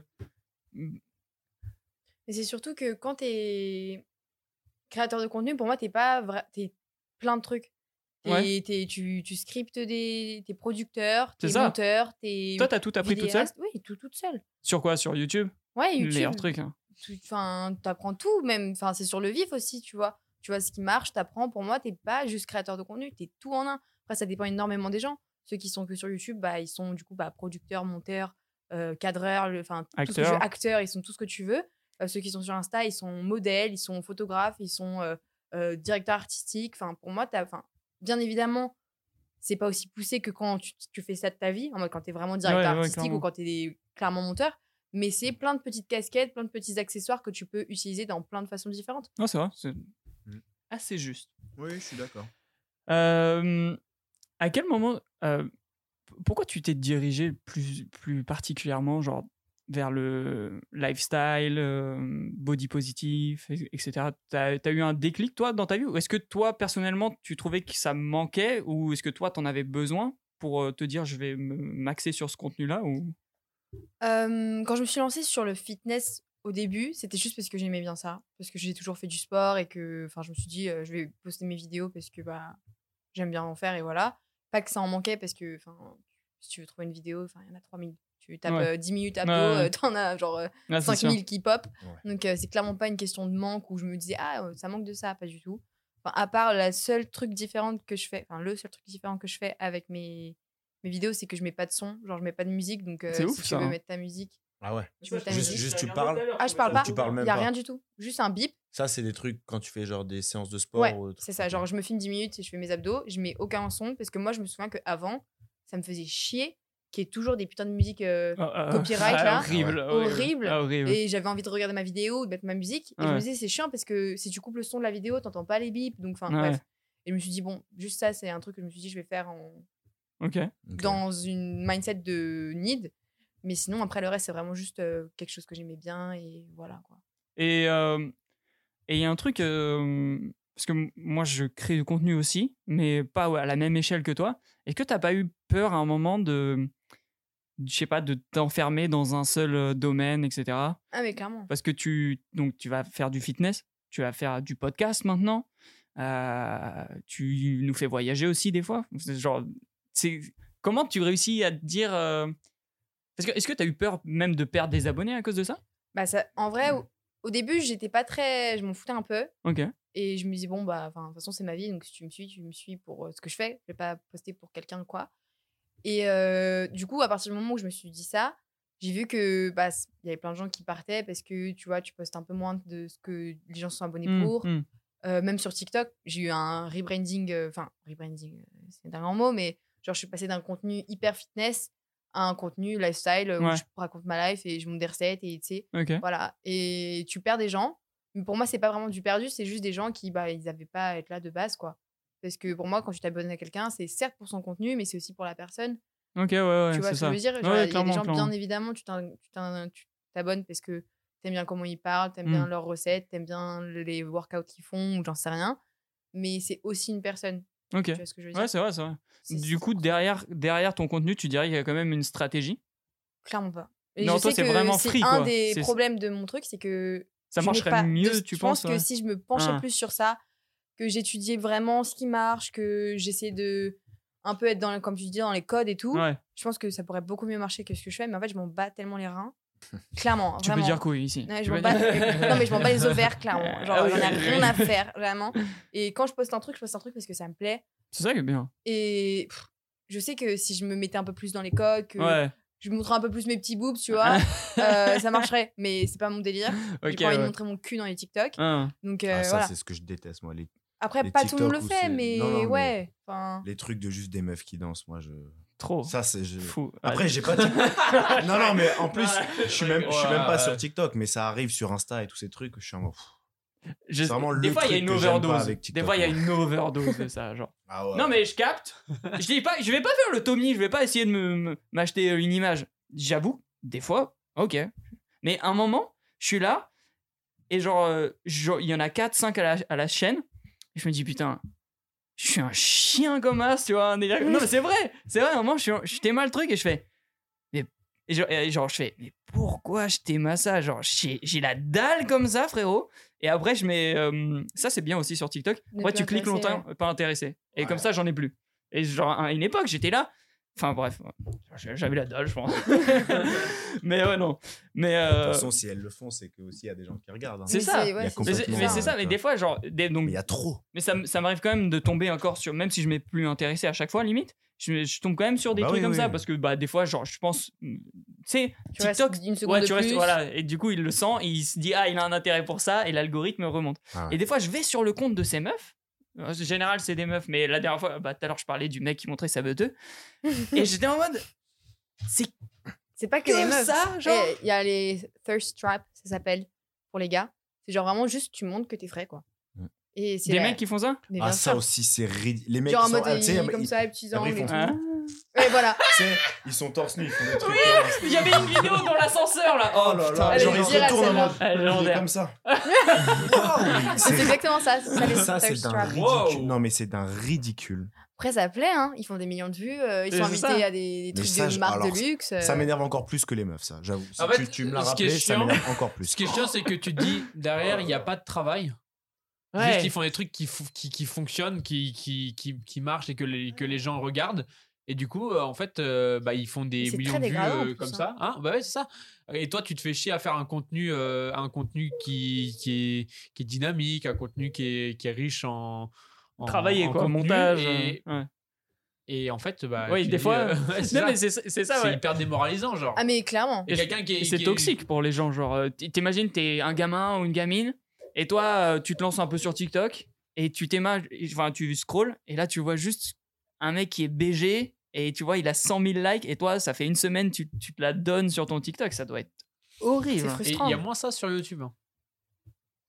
D: Mais c'est surtout que quand t'es créateur de contenu, pour moi, t'es pas vra- t'es plein de trucs. T'es-
A: Ouais.
D: t'es- tu, tu scriptes des, t'es producteur,
A: C'est
D: t'es
A: ça.
D: monteur, t'es.
A: Toi, t'as tout appris toute seule
D: vidéaste. Oui, tout toute seule.
A: Sur quoi Sur YouTube,
D: Ouais,
A: Le meilleur
D: YouTube.
A: truc. hein.
D: tu- Enfin, t'apprends tout, même. Enfin, c'est sur le vif aussi, tu vois. Tu vois ce qui marche, t'apprends. Pour moi, t'es pas juste créateur de contenu, t'es tout en un. Après, ça dépend énormément des gens. Ceux qui sont que sur YouTube, bah, ils sont du coup bah, producteurs, monteurs, euh, cadreurs, le- enfin, tout ce que tu veux,
A: Acteurs.
D: acteurs, ils sont tout ce que tu veux. Euh, ceux qui sont sur Insta, ils sont modèles, ils sont photographes, ils sont euh, euh, directeurs artistiques. Enfin, pour moi, t'as, enfin, bien évidemment, c'est pas aussi poussé que quand tu, tu fais ça de ta vie, en mode quand t'es vraiment directeur
A: Ouais, ouais,
D: artistique
A: clairement.
D: ou quand t'es clairement monteur. Mais c'est plein de petites casquettes, plein de petits accessoires que tu peux utiliser dans plein de façons différentes.
A: Non, c'est vrai. C'est assez juste.
B: Oui, je suis d'accord.
A: Euh, à quel moment, euh, p- pourquoi tu t'es dirigé plus, plus particulièrement genre, vers le lifestyle, euh, body positif, et- etc. T'as as eu un déclic, toi, dans ta vie Ou est-ce que toi, personnellement, tu trouvais que ça me manquait Ou est-ce que toi, t'en avais besoin pour euh, te dire, je vais me- m'axer sur ce contenu-là ou...
D: Euh, quand je me suis lancée sur le fitness au début, c'était juste parce que j'aimais bien ça, parce que j'ai toujours fait du sport et que, enfin, je me suis dit, euh, je vais poster mes vidéos parce que bah, j'aime bien en faire et voilà. Pas que ça en manquait parce que, enfin, si tu veux trouver une vidéo, enfin, il y en a 3000. Tu tapes
A: Ouais.
D: euh, 10 minutes abdos,
A: Ouais, ouais, ouais.
D: euh, t'en as genre euh,
A: Ah, c'est sûr.
D: 5000 qui pop.
B: Ouais.
D: Donc, euh, c'est clairement pas une question de manque où je me disais, ah, euh, ça manque de ça, pas du tout. Enfin, à part la seule truc différente que je fais, enfin, le seul truc différent que je fais avec mes, mes vidéos, c'est que je mets pas de son, genre, je mets pas de musique. Donc, euh,
A: C'est ouf,
D: si tu
A: ça,
D: veux
A: hein.
D: mettre ta musique,
B: Ah ouais.
D: tu mets ta
B: Juste-
D: musique.
B: juste tu parles.
D: Ah, je parle
B: Tu parles
D: Il
B: même
D: n'y a
B: pas.
D: rien du tout. Juste un bip.
B: Ça, c'est des trucs quand tu fais genre des séances de sport.
D: Ouais,
B: ou autre.
D: c'est ça. Genre, je me filme 10 minutes et je fais mes abdos. Je mets aucun son parce que moi, je me souviens qu'avant, ça me faisait chier qu'il y ait toujours des putains de musique euh,
A: Ah, ah,
D: Copyright, là.
A: Horrible.
D: Ah ouais. Horrible.
A: Ah, horrible.
D: et j'avais envie de regarder ma vidéo ou de mettre ma musique. Et je
A: Ouais.
D: me disais, c'est chiant parce que si tu coupes le son de la vidéo, t'entends pas les bips. Donc, enfin,
A: Ouais.
D: bref. Et je me suis dit, bon, juste ça, c'est un truc que je me suis dit, je vais faire en...
A: Ok.
B: Ok.
D: dans euh, une mindset de need. Mais sinon, après, le reste, c'est vraiment juste euh, quelque chose que j'aimais bien et voilà. quoi.
A: Et euh, et il y a un truc, euh, parce que m- moi je crée du contenu aussi, mais pas à la même échelle que toi. Est-ce que t'as pas eu peur à un moment de, je sais pas, de t'enfermer dans un seul euh, domaine, etc.
D: Ah, mais clairement.
A: Parce que tu, donc tu vas faire du fitness, tu vas faire du podcast maintenant, euh, tu nous fais voyager aussi des fois. C'est Genre, c'est comment tu réussis à te dire. euh, parce que est-ce que t'as eu peur même de perdre des abonnés à cause de ça
D: Bah, ça, en vrai,
A: Hmm.
D: au, au début, j'étais pas très. Je m'en foutais un peu.
A: Ok.
D: Et je me disais, bon, bah, 'fin, de toute façon, c'est ma vie, donc si tu me suis, tu me suis pour euh, ce que je fais. Je vais pas poster pour quelqu'un, quoi. Et euh, du coup, à partir du moment où je me suis dit ça, j'ai vu que bah, c- il y avait plein de gens qui partaient parce que tu vois, tu postes un peu moins de ce que les gens sont abonnés
A: Hmm,
D: pour.
A: hmm.
D: Euh, même sur TikTok, j'ai eu un rebranding, euh, enfin, rebranding, euh, c'est un grand mot, mais genre, je suis passée d'un contenu hyper fitness à un contenu lifestyle euh, où
A: Ouais.
D: je raconte ma life et je monte des recettes et tu sais,
A: Ok.
D: voilà. Et tu perds des gens. Mais pour moi, c'est pas vraiment du perdu, c'est juste des gens qui, bah, ils n'avaient pas à être là de base, quoi. Parce que pour moi, quand tu t'abonnes à quelqu'un, c'est certes pour son contenu, mais c'est aussi pour la personne.
A: Ok, ouais, ouais. c'est
D: tu vois ce que
A: ça.
D: je veux dire Genre, Il
A: Ouais,
D: y a des gens,
A: clairement, clairement.
D: bien évidemment, tu t'in- tu t'in- tu t'abonnes parce que t'aimes bien comment ils parlent, t'aimes
A: Mmh.
D: bien leurs recettes, t'aimes bien les workouts qu'ils font, ou j'en sais rien. Mais c'est aussi une personne.
A: Ok.
D: Tu vois ce que je veux dire
A: Ouais, c'est vrai, c'est vrai.
D: C'est-
A: Du coup, derrière, derrière ton contenu, tu dirais qu'il y a quand même une stratégie.
D: clairement pas.
A: Non,
D: je
A: toi,
D: sais
A: c'est
D: que
A: vraiment free,
D: C'est un
A: quoi.
D: des
A: C'est-
D: problèmes de mon truc, c'est que
A: Ça
D: je n'ai
A: marcherait
D: pas de-
A: mieux, tu
D: je
A: penses
D: pense
A: ouais.
D: que si je me penchais
A: Ah.
D: plus sur ça, que j'étudiais vraiment ce qui marche, que j'essayais de un peu être dans, le- comme tu dis, dans les codes et tout,
A: Ouais.
D: je pense que ça pourrait beaucoup mieux marcher que ce que je fais. Mais en fait, je m'en bats tellement les reins. Clairement,
A: Tu
D: vraiment.
A: peux dire couille ici.
D: Ouais,
A: Tu
D: je
A: peux
D: m'en bats
A: dire-
D: les- non mais je m'en bats les ovaires clairement genre
A: Ah oui,
D: j'en ai
A: oui,
D: rien
A: oui.
D: à faire vraiment et quand je poste un truc je poste un truc parce que ça me plaît
A: C'est ça qui est bien.
D: et pff, je sais que si je me mettais un peu plus dans les codes que
A: Ouais. Ah.
D: je montrais un peu plus mes petits boobs tu vois euh, ça marcherait mais c'est pas mon délire
A: Ok.
D: j'ai pas envie de
A: ouais.
D: montrer mon cul dans les TikTok
A: Hein.
D: donc euh,
B: Ah, ça,
D: voilà.
B: c'est ce que je déteste, moi. Les,
D: Après,
B: les
D: pas tout le monde le
B: TikTok où
D: fait,
B: c'est-
D: mais
B: Non, non, mais-
D: ouais. Enfin,
B: les trucs de juste des meufs qui dansent, moi, je.
A: Trop.
B: Ça, c'est. je-
A: Fou.
B: Après, j'ai pas. non, non, mais en plus, je suis même, je suis même pas
C: Ouais.
B: sur TikTok, mais ça arrive sur Insta et tous ces trucs. Je suis en mode. pff.
A: Je-
B: c'est vraiment
A: Des
B: le
A: fois, il y a
B: truc
A: une
B: que j'aime pas
A: overdose.
B: avec
A: Des
B: TikTok, hein.
A: fois, il y a une overdose de ça. Genre.
B: Ah ouais.
A: Non, mais je capte. Je dis pas, je vais pas faire le Tommy, je vais pas essayer de me- me- m'acheter euh, une image. J'avoue, des fois, ok. Mais un moment, je suis là, et genre, euh, genre, il y en a 4, 5 à la, à la chaîne, et je me dis, putain, je suis un chien comme as, tu vois. un délire comme- Non, mais c'est vrai, c'est vrai, à un moment, je, suis- je t'aime le truc et je fais. Mais, et genre, et genre, je fais, mais pourquoi je t'aime à ça Genre, j'ai j'ai la dalle comme ça, frérot. Et après, je mets. euh, ça, c'est bien aussi sur TikTok.
D: Ne
A: Après,
D: plus
A: tu cliques
D: intéresser,
A: longtemps, euh, pas intéressé. Et
B: Ouais.
A: comme ça, j'en ai plus. Et genre, à une époque, j'étais là. Enfin, bref, j'avais la dalle, je pense. mais ouais, non. Mais.
B: De
A: euh,
B: toute façon, si elles le font, c'est que aussi il y a des gens qui regardent. hein.
A: C'est
D: Mais
A: ça.
D: c'est- ouais,
B: Il y a
D: c'est
A: mais c'est
B: complètement,
A: mais c'est ça,
B: euh,
A: mais des fois, genre, des, donc,
B: Mais il y a trop.
A: mais ça, m- ça m'arrive quand même de tomber encore sur, même si je m'ai plus intéressé à chaque fois, limite, je, je tombe quand même sur des
B: Bah
A: trucs
B: oui,
A: comme
B: oui.
A: ça parce que bah, des fois, genre, je pense, mm, tu sais,
D: Tu restes
A: TikTok,
D: une seconde
A: ouais,
D: de
A: tu restes,
D: plus.
A: voilà, et du coup, il le sent, et il se dit, ah, il a un intérêt pour ça, et l'algorithme remonte.
B: Ah
A: Et des fois, je vais sur le compte de ces meufs. En général, c'est des meufs, mais la dernière fois, bah, tout à l'heure, je parlais du mec qui montrait sa beuteuse, et j'étais en mode, c'est
D: C'est pas que, les
A: que
D: meufs.
A: ça, genre.
D: Et Il y a les thirst traps, ça s'appelle, pour les gars. C'est genre vraiment juste tu montres que t'es frais, quoi.
B: Ouais.
D: Et c'est
A: Des
D: la-
A: mecs qui font ça
D: mais
B: Mm. Ah,
D: bien
B: ça
D: sûr.
B: aussi, c'est ridicule. Les mecs,
D: Genre en
B: ils sont-
D: mode
B: ah, tu sais,
D: ils-
B: mais
D: comme
B: ils-
D: ça, les petits
B: après, ils
D: angles et
B: font
D: tout.
A: Hein
D: Ouais, voilà.
B: tu sais, ils sont torse nus, ils font des trucs.
A: Oui, Il y avait une vidéo dans l'ascenseur, là.
B: Oh là là,
D: Elle
B: genre
D: est
B: ils
D: virale,
B: se tournent en
D: celle-là.
B: mode.
A: Elle est
B: ils font
A: Ah, légendaire.
B: Comme ça.
D: Ah, C'est exactement ça. C'est ça, les
B: Ça, c'est
D: thirst
B: d'un
D: traps.
B: ridicule.
A: Wow.
B: Non, mais c'est d'un ridicule.
D: Après, ça plaît, hein. Ils font des millions de vues. euh, ils
A: Mais
D: sont
A: c'est ça.
D: invités à des, des
B: Mais
D: trucs
B: ça, je-
D: de marques
B: alors,
D: de luxe.
B: Ça
D: euh,
B: m'énerve encore plus que les meufs, ça, j'avoue. Si
C: En fait,
B: tu, tu me l'as
C: ce qui est
B: rappelé, ça
C: chiant-
B: m'énerve encore plus.
C: Ce qui est chiant, c'est que tu te dis, derrière, il n'y a pas de travail.
A: Ouais.
C: Juste, ils font des trucs qui, fou- qui, qui fonctionnent, qui, qui, qui, qui marchent et que les, que les gens regardent. Et du coup, euh, en fait, euh, bah, ils font
D: Mais
C: des
D: c'est
C: millions
D: très
C: de vues
D: dégradant, en
C: euh,
D: plus,
C: comme
D: hein.
C: ça. Hein bah ouais, c'est ça. Et toi, tu te fais chier à faire un contenu, euh, un contenu qui, qui, est, qui est dynamique, un contenu qui est, qui est riche en. en-
A: Travailler,
C: en
A: quoi,
C: contenu.
A: montage.
C: Et,
A: euh, ouais.
C: et en fait, bah.
A: Oui,
C: tu
A: des
C: dis,
A: fois,
C: euh, ouais, c'est
A: Non,
C: ça.
A: mais c'est c'est ça,
C: C'est
A: ouais.
C: hyper démoralisant, genre.
D: Ah, mais clairement.
C: Et quelqu'un qui est-
A: Et c'est
C: qui est-
A: toxique pour les gens. Genre, euh, t- t'imagines, t'es un gamin ou une gamine, et toi, euh, tu te lances un peu sur TikTok, et tu t'éma- enfin, tu scrolls, et là, tu vois juste un mec qui est BG, et tu vois, il a 100 000 likes, et toi, ça fait une semaine, tu, tu te la donnes sur ton TikTok. Ça doit être
D: C'est
A: horrible. hein.
C: Et il
D: frustrant.
C: y a moins ça sur YouTube. hein.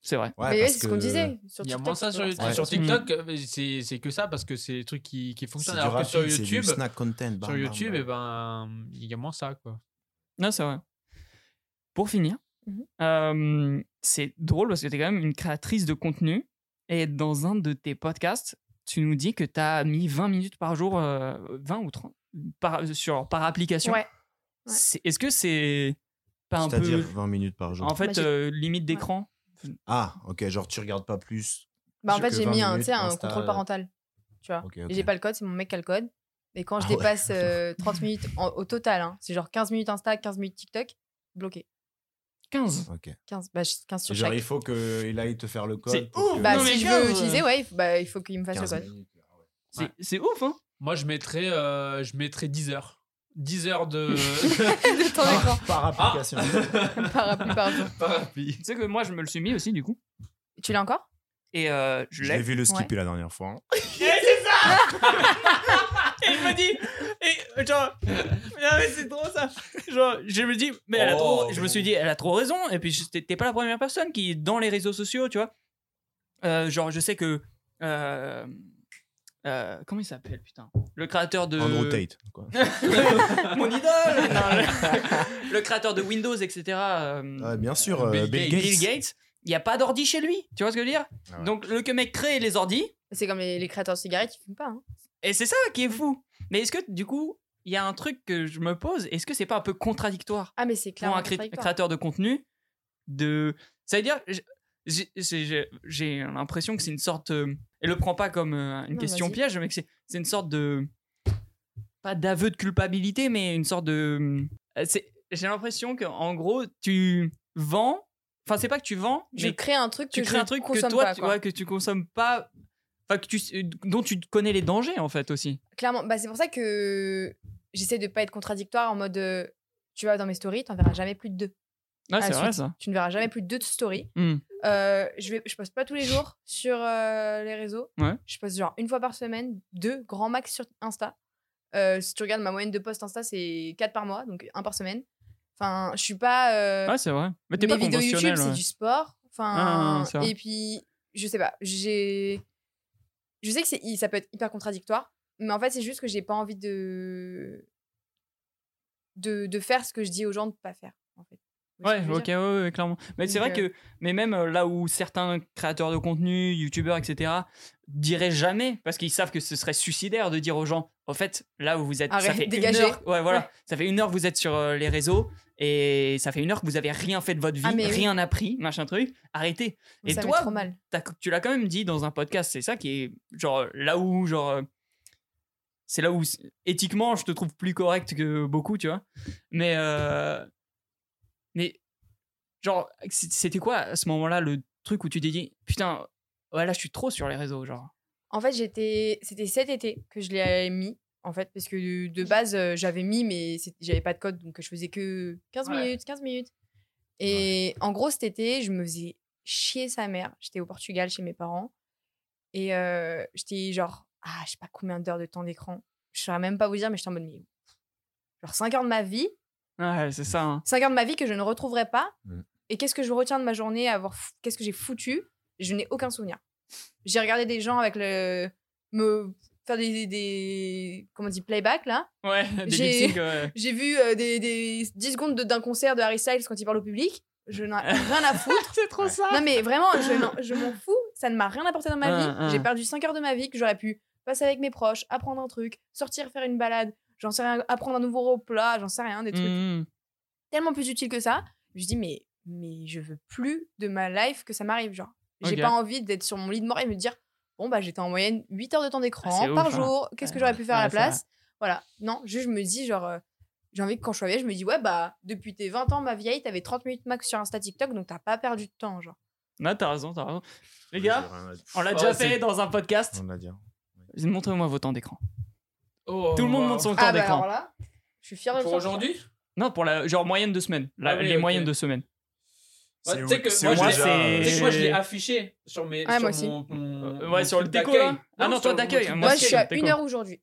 A: C'est vrai.
B: Ouais,
D: mais ouais,
B: parce
D: c'est ce qu'on
B: que
D: disait. Sur
C: Il y a
D: TikTok,
C: moins ça
D: tu
C: sur,
D: peux
C: YouTube.
D: voir ça.
C: Sur
A: Ouais.
C: TikTok, euh, c'est c'est que ça parce que c'est des trucs qui, qui
B: C'est
C: fonctionnent.
B: du
C: Alors que
B: rapide,
C: sur
B: c'est
C: YouTube,
B: du snack content. bam,
C: sur
B: bam,
C: YouTube,
B: bam.
C: eh ben, il y a moins ça quoi.
A: Non, c'est vrai. Pour finir,
D: Mhm.
A: euh, c'est drôle parce que tu es quand même une créatrice de contenu. Et dans un de tes podcasts, tu nous dis que tu as mis 20 minutes par jour, euh, 20 ou 30, par, sur, par application.
D: Ouais. ouais.
A: C'est- Est-ce que c'est pas un
B: C'est-à-dire
A: peu.
B: 20 minutes par jour.
A: En
D: Bah,
A: fait,
D: j'ai-
A: euh, limite d'écran
B: Ah, ok, genre tu regardes pas plus.
D: Bah, en
B: Parce
D: fait,
B: que
D: j'ai mis
B: 20
D: un, tu sais, un
B: minutes,
D: contrôle
B: Insta,
D: parental. Tu vois.
B: Ok,
D: Et
B: ok.
D: Ah, J'ai pas le code, c'est mon mec qui a le code. Et quand je
B: Ah ouais.
D: dépasse euh, 30 minutes en- au total, hein, c'est genre 15 minutes Insta, 15 minutes TikTok, bloqué.
A: 15.
B: Ok.
D: 15, bah, je- 15 sur
B: Genre,
D: chaque.
B: il faut qu'il aille te faire le code.
A: C'est
B: pour
A: ouf,
B: que-
D: Bah,
A: Non, mais
D: si je
A: 15,
D: veux utiliser, ouais, il faut, bah, il faut qu'il me fasse le
B: 15
D: code.
B: minutes. Ah ouais.
A: C'est
C: Ouais.
A: c'est ouf, hein
C: Moi, je mettrais, euh, je mettrais 10 heures. 10 heures de
D: De temps en temps,
B: Ah, Par application. Ah.
D: par appui, par jour.
C: parapluie.
A: Tu sais que moi, je me le suis mis aussi, du coup.
D: Tu l'as encore
A: Et euh, je
B: J'ai
A: l'ai.
B: vu le
D: Ouais.
B: skipper la dernière fois. hein.
A: Et je me dis, et genre, non mais c'est trop ça. Genre, je me dis, mais elle a
C: Oh.
A: trop, je me suis dit, elle a trop raison. Et puis, je- t'es t'es pas la première personne qui est dans les réseaux sociaux, tu vois. Euh, genre, je sais que. euh, euh, comment il s'appelle, putain Le créateur de.
B: Andrew Tate. quoi.
A: Mon idole non, le... le créateur de Windows, etc. euh,
B: Ah, bien sûr, euh,
C: Bill
B: Bill
C: Gates.
B: Gates.
A: Bill Gates, il n'y a pas d'ordi chez lui. Tu vois ce que je veux dire
B: Ah ouais.
A: Donc, le que mec crée les ordis,
D: C'est comme les, les créateurs de cigarettes, ils fument pas. hein.
A: Et c'est ça qui est fou. Mais est-ce que du coup, il y a un truc que je me pose, est-ce que c'est pas un peu contradictoire
D: Ah, mais c'est
A: pour
D: clairement
A: un cré-
D: contradictoire.
A: créateur de contenu de ça veut dire j- j'ai- j'ai j'ai l'impression que c'est une sorte euh, et le prends pas comme euh, une
D: Non,
A: question
D: vas-y.
A: piège mais que c'est c'est une sorte de pas d'aveu de culpabilité mais une sorte de euh, c'est- j'ai l'impression que en gros tu vends enfin c'est pas que tu vends
D: Je
A: mais
D: crée un truc
A: tu
D: que
A: crées
D: je
A: un truc que
D: consomme
A: toi
D: pas,
A: tu,
D: quoi.
A: ouais, que tu consommes pas enfin que tu dont tu connais les dangers en fait aussi
D: clairement bah, c'est pour ça que j'essaie de pas être contradictoire en mode euh, tu vois dans mes stories t'en verras jamais plus de deux
A: ah,
D: à
A: c'est
D: la
A: vrai
D: suite.
A: ça
D: tu ne verras jamais plus de deux de stories
A: Hmm.
D: Euh, je vais je poste pas tous les jours sur euh, les réseaux
A: Ouais.
D: je poste genre une fois par semaine deux grand max sur Insta Euh, si tu regardes ma moyenne de posts Insta c'est quatre par mois donc un par semaine enfin je suis pas euh,
A: Ouais, Ah, c'est vrai. Mais t'es
D: mes
A: pas
D: vidéos YouTube
A: conventionnel.
D: c'est
A: ouais.
D: du sport
A: Ah,
D: enfin
A: c'est vrai.
D: et puis je sais pas j'ai je sais que c'est ça peut être hyper contradictoire mais en fait c'est juste que j'ai pas envie de... de de faire ce que je dis aux gens de pas faire en fait Oui,
A: Ouais,
D: c'est ce que je veux
A: ok,
D: dire.
A: ouais, ouais, clairement. Mais c'est vrai
D: Donc,
A: que, mais même euh, là où certains créateurs de contenu, youtubeurs, etc., diraient jamais, parce qu'ils savent que ce serait suicidaire de dire aux gens, en fait, là où vous êtes, ça
D: Arrête,
A: fait
D: dégagez.
A: une heure, ouais, voilà,
D: Ouais.
A: ça fait une heure que vous êtes sur euh, les réseaux et ça fait une heure que vous avez rien fait de votre vie,
D: Ah, mais oui.
A: rien appris, machin truc, arrêtez. Et
D: ça va
A: toi,
D: être trop mal.
A: T'as- tu l'as quand même dit dans un podcast, c'est ça qui est genre euh, là où genre euh, c'est là où s- éthiquement je te trouve plus correct que beaucoup, tu vois. Mais euh, mais genre c- c'était quoi à ce moment-là le truc où tu t'es dit putain ouais là je suis trop sur les réseaux genre.
D: En fait, j'étais, c'était cet été que je l'ai mis, en fait, parce que de, de base, euh, j'avais mis, mais c'est- j'avais pas de code, donc je faisais que 15
A: Ouais.
D: minutes, 15 minutes. Et en gros, cet été, je me faisais chier sa mère. J'étais au Portugal chez mes parents. Et euh, j'étais genre, ah, je sais pas combien d'heures de temps d'écran. Je saurais même pas vous dire, mais j'étais en mode, mais, genre 5 heures de ma vie,
A: Ouais c'est ça. hein.
D: 5 heures de ma vie que je ne retrouverai pas.
B: Mm.
D: Et qu'est-ce que je retiens de ma journée à avoir fou- Qu'est-ce que j'ai foutu Je n'ai aucun souvenir. J'ai regardé des gens avec le. me faire des. des- comment on dit Playback, là.
A: Ouais. Des
D: J'ai-
A: lip-sync, ouais.
D: J'ai vu euh, des, des 10 secondes de- d'un concert de Harry Styles quand il parle au public. Je n'en ai rien à foutre.
A: c'est trop
B: Ouais.
A: ça.
D: non, mais vraiment, je, n'en- je m'en fous. Ça ne m'a rien apporté dans ma
B: Ah,
D: vie.
A: Hein, hein.
D: J'ai perdu 5 heures de ma vie que j'aurais pu passer avec mes proches, apprendre un truc, sortir faire une balade, j'en sais rien, apprendre un nouveau plat, j'en sais rien, des trucs
A: Mhm.
D: tellement plus utile que ça. Je dis mais mais je veux plus de ma life que ça m'arrive genre. J'ai
A: Ok.
D: pas envie d'être sur mon lit de mort et me dire bon bah j'étais en moyenne 8 heures de temps
A: Ah, c'est
D: d'écran
A: ouf,
D: par
A: hein.
D: jour, qu'est-ce que
A: Ouais.
D: j'aurais pu faire à
A: Ouais,
D: la
A: c'est vrai.
D: place Voilà. Non, juste je me dis genre euh, j'ai envie que quand je sois vieille, je me dis ouais bah depuis tes 20 ans ma vieille, t'avais 30 minutes max sur Insta TikTok donc t'as pas perdu de temps genre.
A: Non t'as raison t'as raison. Les
B: Oui,
A: gars
B: j'ai rien à dire.
A: on l'a
C: Oh,
A: déjà
C: c'est-
A: fait dans un podcast.
B: On a dit. hein.
A: Montrez-moi vos temps d'écran. Tout le monde montre son temps
D: Ah bah
A: d'écran.
D: alors là, je suis fière de le
C: Oh, Pour
D: faire, ça.
C: aujourd'hui
A: Non, pour la genre moyenne de semaine. La-
C: Ah oui,
A: les
C: ok.
A: moyennes de semaine.
C: Ouais,
B: C'est
C: tu sais
B: où-
C: que
B: c'est
C: moi,
B: où
A: je l'ai-
B: déjà,
A: c'est-
C: Tu sais que
B: euh,
C: moi, je l'ai affiché sur mes.
D: Ouais,
C: sur
D: Ah, moi aussi.
C: mon- mon-
A: Euh,
C: mon
A: ouais, sur le
C: truc
A: déco,
C: d'accueil.
A: là Ah non,
C: sur
A: toi,
C: mon
A: d'accueil,
C: truc
A: moi,
D: Moi
A: aussi,
D: je suis à
A: d'accord.
D: 1 heure aujourd'hui.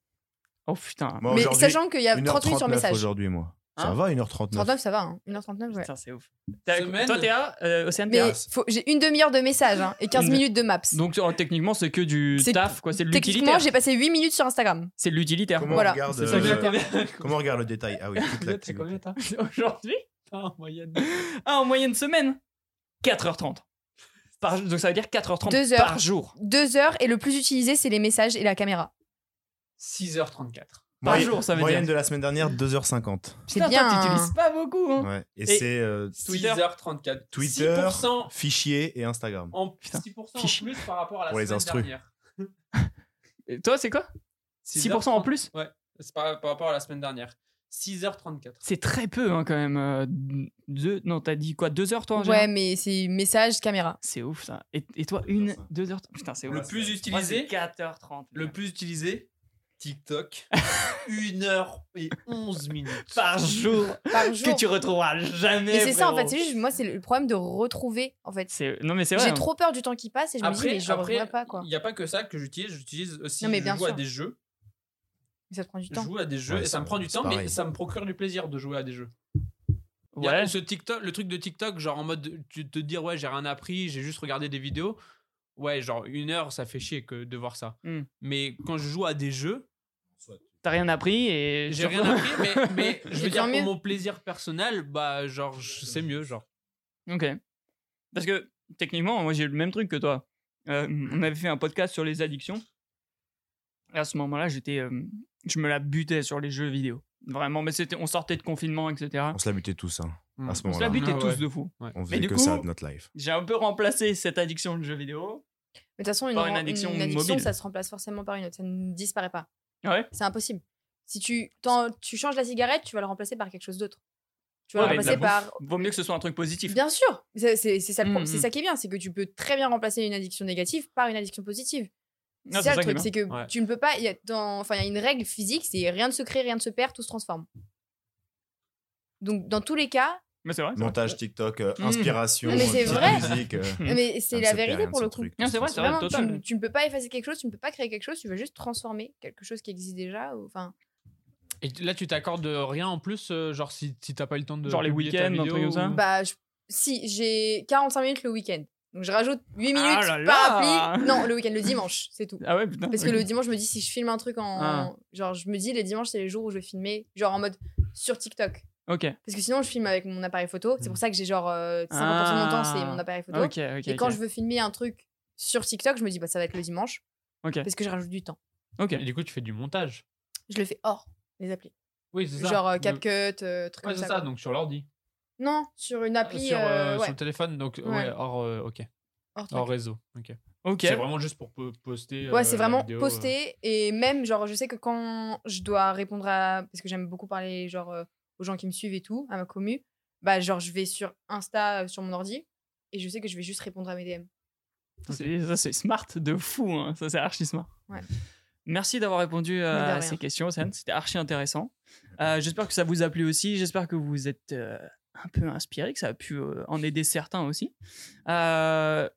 A: Oh putain.
B: Moi,
D: Mais
B: aujourd'hui,
D: sachant qu'il y a 30 minutes sur
B: 1h39
D: message.
B: aujourd'hui, moi. ça
A: Hein
B: va, 1h39.
D: 39 ça va, hein. 1h39 ouais.
A: Putain, c'est ouf. T'as-
C: Semaine.
A: Toi, Théa, euh, Océane,
D: Mais
A: Théa.
B: Terrasse.
D: faut- j'ai une demi-heure de message hein, et 15
A: Une-
D: minutes de maps.
A: Donc, euh, techniquement, c'est que du
D: C'est-
A: taf, quoi. C'est de
D: Techniquement,
A: l'utilitaire.
D: j'ai passé 8 minutes sur Instagram.
A: C'est de l'utilitaire.
B: Comment,
D: Voilà.
B: on regarde,
A: C'est ça que
B: euh,
A: j'attends.
B: comment on regarde le détail Ah oui, toute
C: Vous êtes hein. à
B: l'activité.
C: combien, toi
A: Aujourd'hui,
C: Putain, en moyenne.
A: ah, en moyenne semaine, 4h30. Par- donc, ça veut dire 4h30
D: Deux
A: par
D: heures.
A: jour.
D: deux heures et le plus utilisé c'est les messages et la caméra.
C: 6h34.
A: Par
B: Moyenne-
A: jour, ça veut dire.
B: Moyenne de la semaine dernière, 2h50.
D: C'est
A: Putain,
D: bien.
A: toi,
D: hein.
A: t'utilises pas beaucoup. Hein.
B: Ouais. Et,
A: Et-
B: c'est euh,
A: Twitter.
C: 6h34.
B: Twitter.
C: 6%
B: fichier et Instagram.
C: en,
A: Putain.
C: 6%
A: Fiche.
C: en plus par rapport à la
B: Pour les
C: semaine
B: instrus.
C: dernière.
A: Et toi, c'est quoi 6% en plus
C: C'est par, par rapport à la semaine dernière. 6h34.
A: C'est très peu, hein, quand même. euh, Deux... Non, t'as dit quoi 2h, toi, en
D: Ouais,
A: général
D: mais c'est message caméra.
A: C'est ouf, ça. Et, et toi, une, 2h. Putain, c'est ouf.
C: Le plus utilisé,
A: 4h30.
C: le plus utilisé, TikTok. 1h11 minutes.
A: par jour.
D: Par jour.
A: que tu retrouveras jamais.
D: Mais c'est ça en fait,
A: frérot.
D: c'est juste moi c'est le problème de retrouver en fait.
A: C'est- Non, mais c'est vrai. hein.
D: J'ai trop peur du temps qui passe et je me dis mais je reviendrai pas quoi.
C: il n'y a pas que ça que j'utilise. J'utilise aussi.
D: Non, mais
C: je
D: bien
C: joue à
D: sûr.
C: des jeux.
D: Mais ça prend du
C: Je
D: temps.
C: joue à des jeux
B: Ouais,
C: et ça
B: c'est-
C: me prend du
B: c'est
C: temps, mais
B: pareil.
C: ça me procure du plaisir de jouer à des jeux. Il y a
A: hein. Ouais.
C: ce TikTok, le truc de TikTok, genre en mode tu te dire ouais j'ai rien appris, j'ai juste regardé des vidéos. Ouais, genre une heure, ça fait chier que de voir ça.
A: Hmm.
C: Mais quand je joue à des jeux,
A: T'as rien appris et.
C: j'ai rien appris, mais, mais je veux
D: Et
C: dire
D: tant
C: pour
D: mieux.
C: mon plaisir personnel, bah genre je- c'est mieux, genre.
A: Ok. Parce que techniquement, moi j'ai le même truc que toi. Euh,
D: Mm.
A: on avait fait un podcast sur les addictions. Et à ce moment-là, j'étais, euh, je me la butais sur les jeux vidéo. Vraiment, mais c'était, on sortait de confinement, etc.
B: On se la butait tous, hein, à ce
A: On se la
B: moment-là.
A: butait
C: Ah
A: tous
C: ouais.
A: de fou.
B: On
A: Mais
B: faisait
A: du
B: que
A: coup-
B: ça de notre life.
A: J'ai un peu remplacé cette addiction de jeux vidéo.
D: Mais de toute façon une,
A: Par une
D: une
A: addiction
D: addiction,
A: mobile.
D: ça se remplace forcément par une autre, ça ne disparaît pas.
A: Ouais.
D: C'est impossible. Si tu t'en- tu changes la cigarette, tu vas le remplacer par quelque chose d'autre. Tu vas
A: Ouais,
D: le
A: de la
D: remplacer par
A: Vaut mieux que ce soit un truc positif.
D: Bien sûr, c'est c'est- c'est ça, le pro-
A: Mm,
D: c'est
A: mm.
D: ça qui est bien, c'est que tu peux très bien remplacer une addiction négative par une addiction positive.
A: Non,
D: C'est ça,
A: ça
D: le
A: qui est
D: truc,
A: bien.
D: c'est que
C: Ouais.
D: tu ne peux pas. Il y, a dans- enfin, il y a une règle physique, c'est rien ne se crée, rien ne se perd, tout se transforme. Donc dans tous les cas,
A: Mais c'est vrai. c'est vrai.
B: Montage TikTok, euh,
A: Mm.
B: inspiration,
D: Mais c'est
B: petite
D: vrai.
B: musique. euh,
A: Mm.
D: mais c'est
B: rien
D: la
B: ne se perd,
D: vérité
B: rien ne
D: pour
B: se
D: le coup.
B: truc,
A: Non,
B: tout
A: c'est vrai,
B: se
A: c'est vrai,
D: Vraiment, tu,
A: total.
D: ne- tu ne peux pas effacer quelque chose, tu ne peux pas créer quelque chose, tu veux juste transformer quelque chose qui existe déjà. ou- Enfin,
C: Et là tu t'accordes rien en plus, euh, genre si, si t'as pas eu le temps de
A: Genre les
C: publier ta
A: week-ends, un
C: vidéo
A: truc comme ça
C: ou-
D: bah, je- si j'ai 45 minutes le week-end, donc je rajoute 8 minutes
A: Ah là là
D: par appli. Non, le week-end, le dimanche, c'est tout.
A: Ah ouais, putain.
D: Parce que le dimanche, je me dis si je filme un truc en.
A: Ah.
D: Genre, je me dis les dimanches, c'est les jours où je vais filmer, genre en mode sur TikTok.
A: Ok.
D: Parce que sinon, je filme avec mon appareil photo.
C: Hmm.
D: C'est pour ça que j'ai genre euh, 50% de mon temps,
C: Ah.
D: c'est mon appareil photo.
A: Ok, ok.
D: Et quand
A: ok.
D: je veux filmer un truc sur TikTok, je me dis, bah, ça va être le dimanche.
A: Ok.
D: Parce que je rajoute du temps.
A: Ok.
C: Et du coup, tu fais du montage.
D: Je le fais hors les applis.
C: Oui, c'est ça.
D: Genre euh,
C: Le-
D: CapCut, euh, trucs
C: Ouais,
D: comme
C: c'est
D: ça.
C: ça,
D: quoi.
C: donc sur l'ordi.
D: Non, sur une appli.
C: sur, euh,
D: euh,
C: sur
D: ouais,
C: le téléphone, donc ouais,
D: Ouais.
C: hors, euh, ok,
D: hors truc.
C: hors réseau. ok.
A: Ok.
C: C'est vraiment juste pour po- poster.
D: Ouais,
C: euh,
D: c'est
C: la
D: vraiment
C: vidéo, euh.
D: poster et même genre je sais que quand je dois répondre à parce que j'aime beaucoup parler genre euh, aux gens qui me suivent et tout à ma commu, bah genre je vais sur Insta euh, sur mon ordi et je sais que je vais juste répondre à mes DM.
A: C'est- Ça, c'est smart de fou. hein. Ça, c'est archi smart.
D: Ouais.
A: Merci d'avoir répondu euh,
D: Mais de
A: à
D: rien.
A: ces questions, Océane. C'était archi intéressant. Euh, J'espère que ça vous a plu aussi. J'espère que vous êtes euh, un peu inspiré, que ça a pu euh, en aider certains aussi. Euh,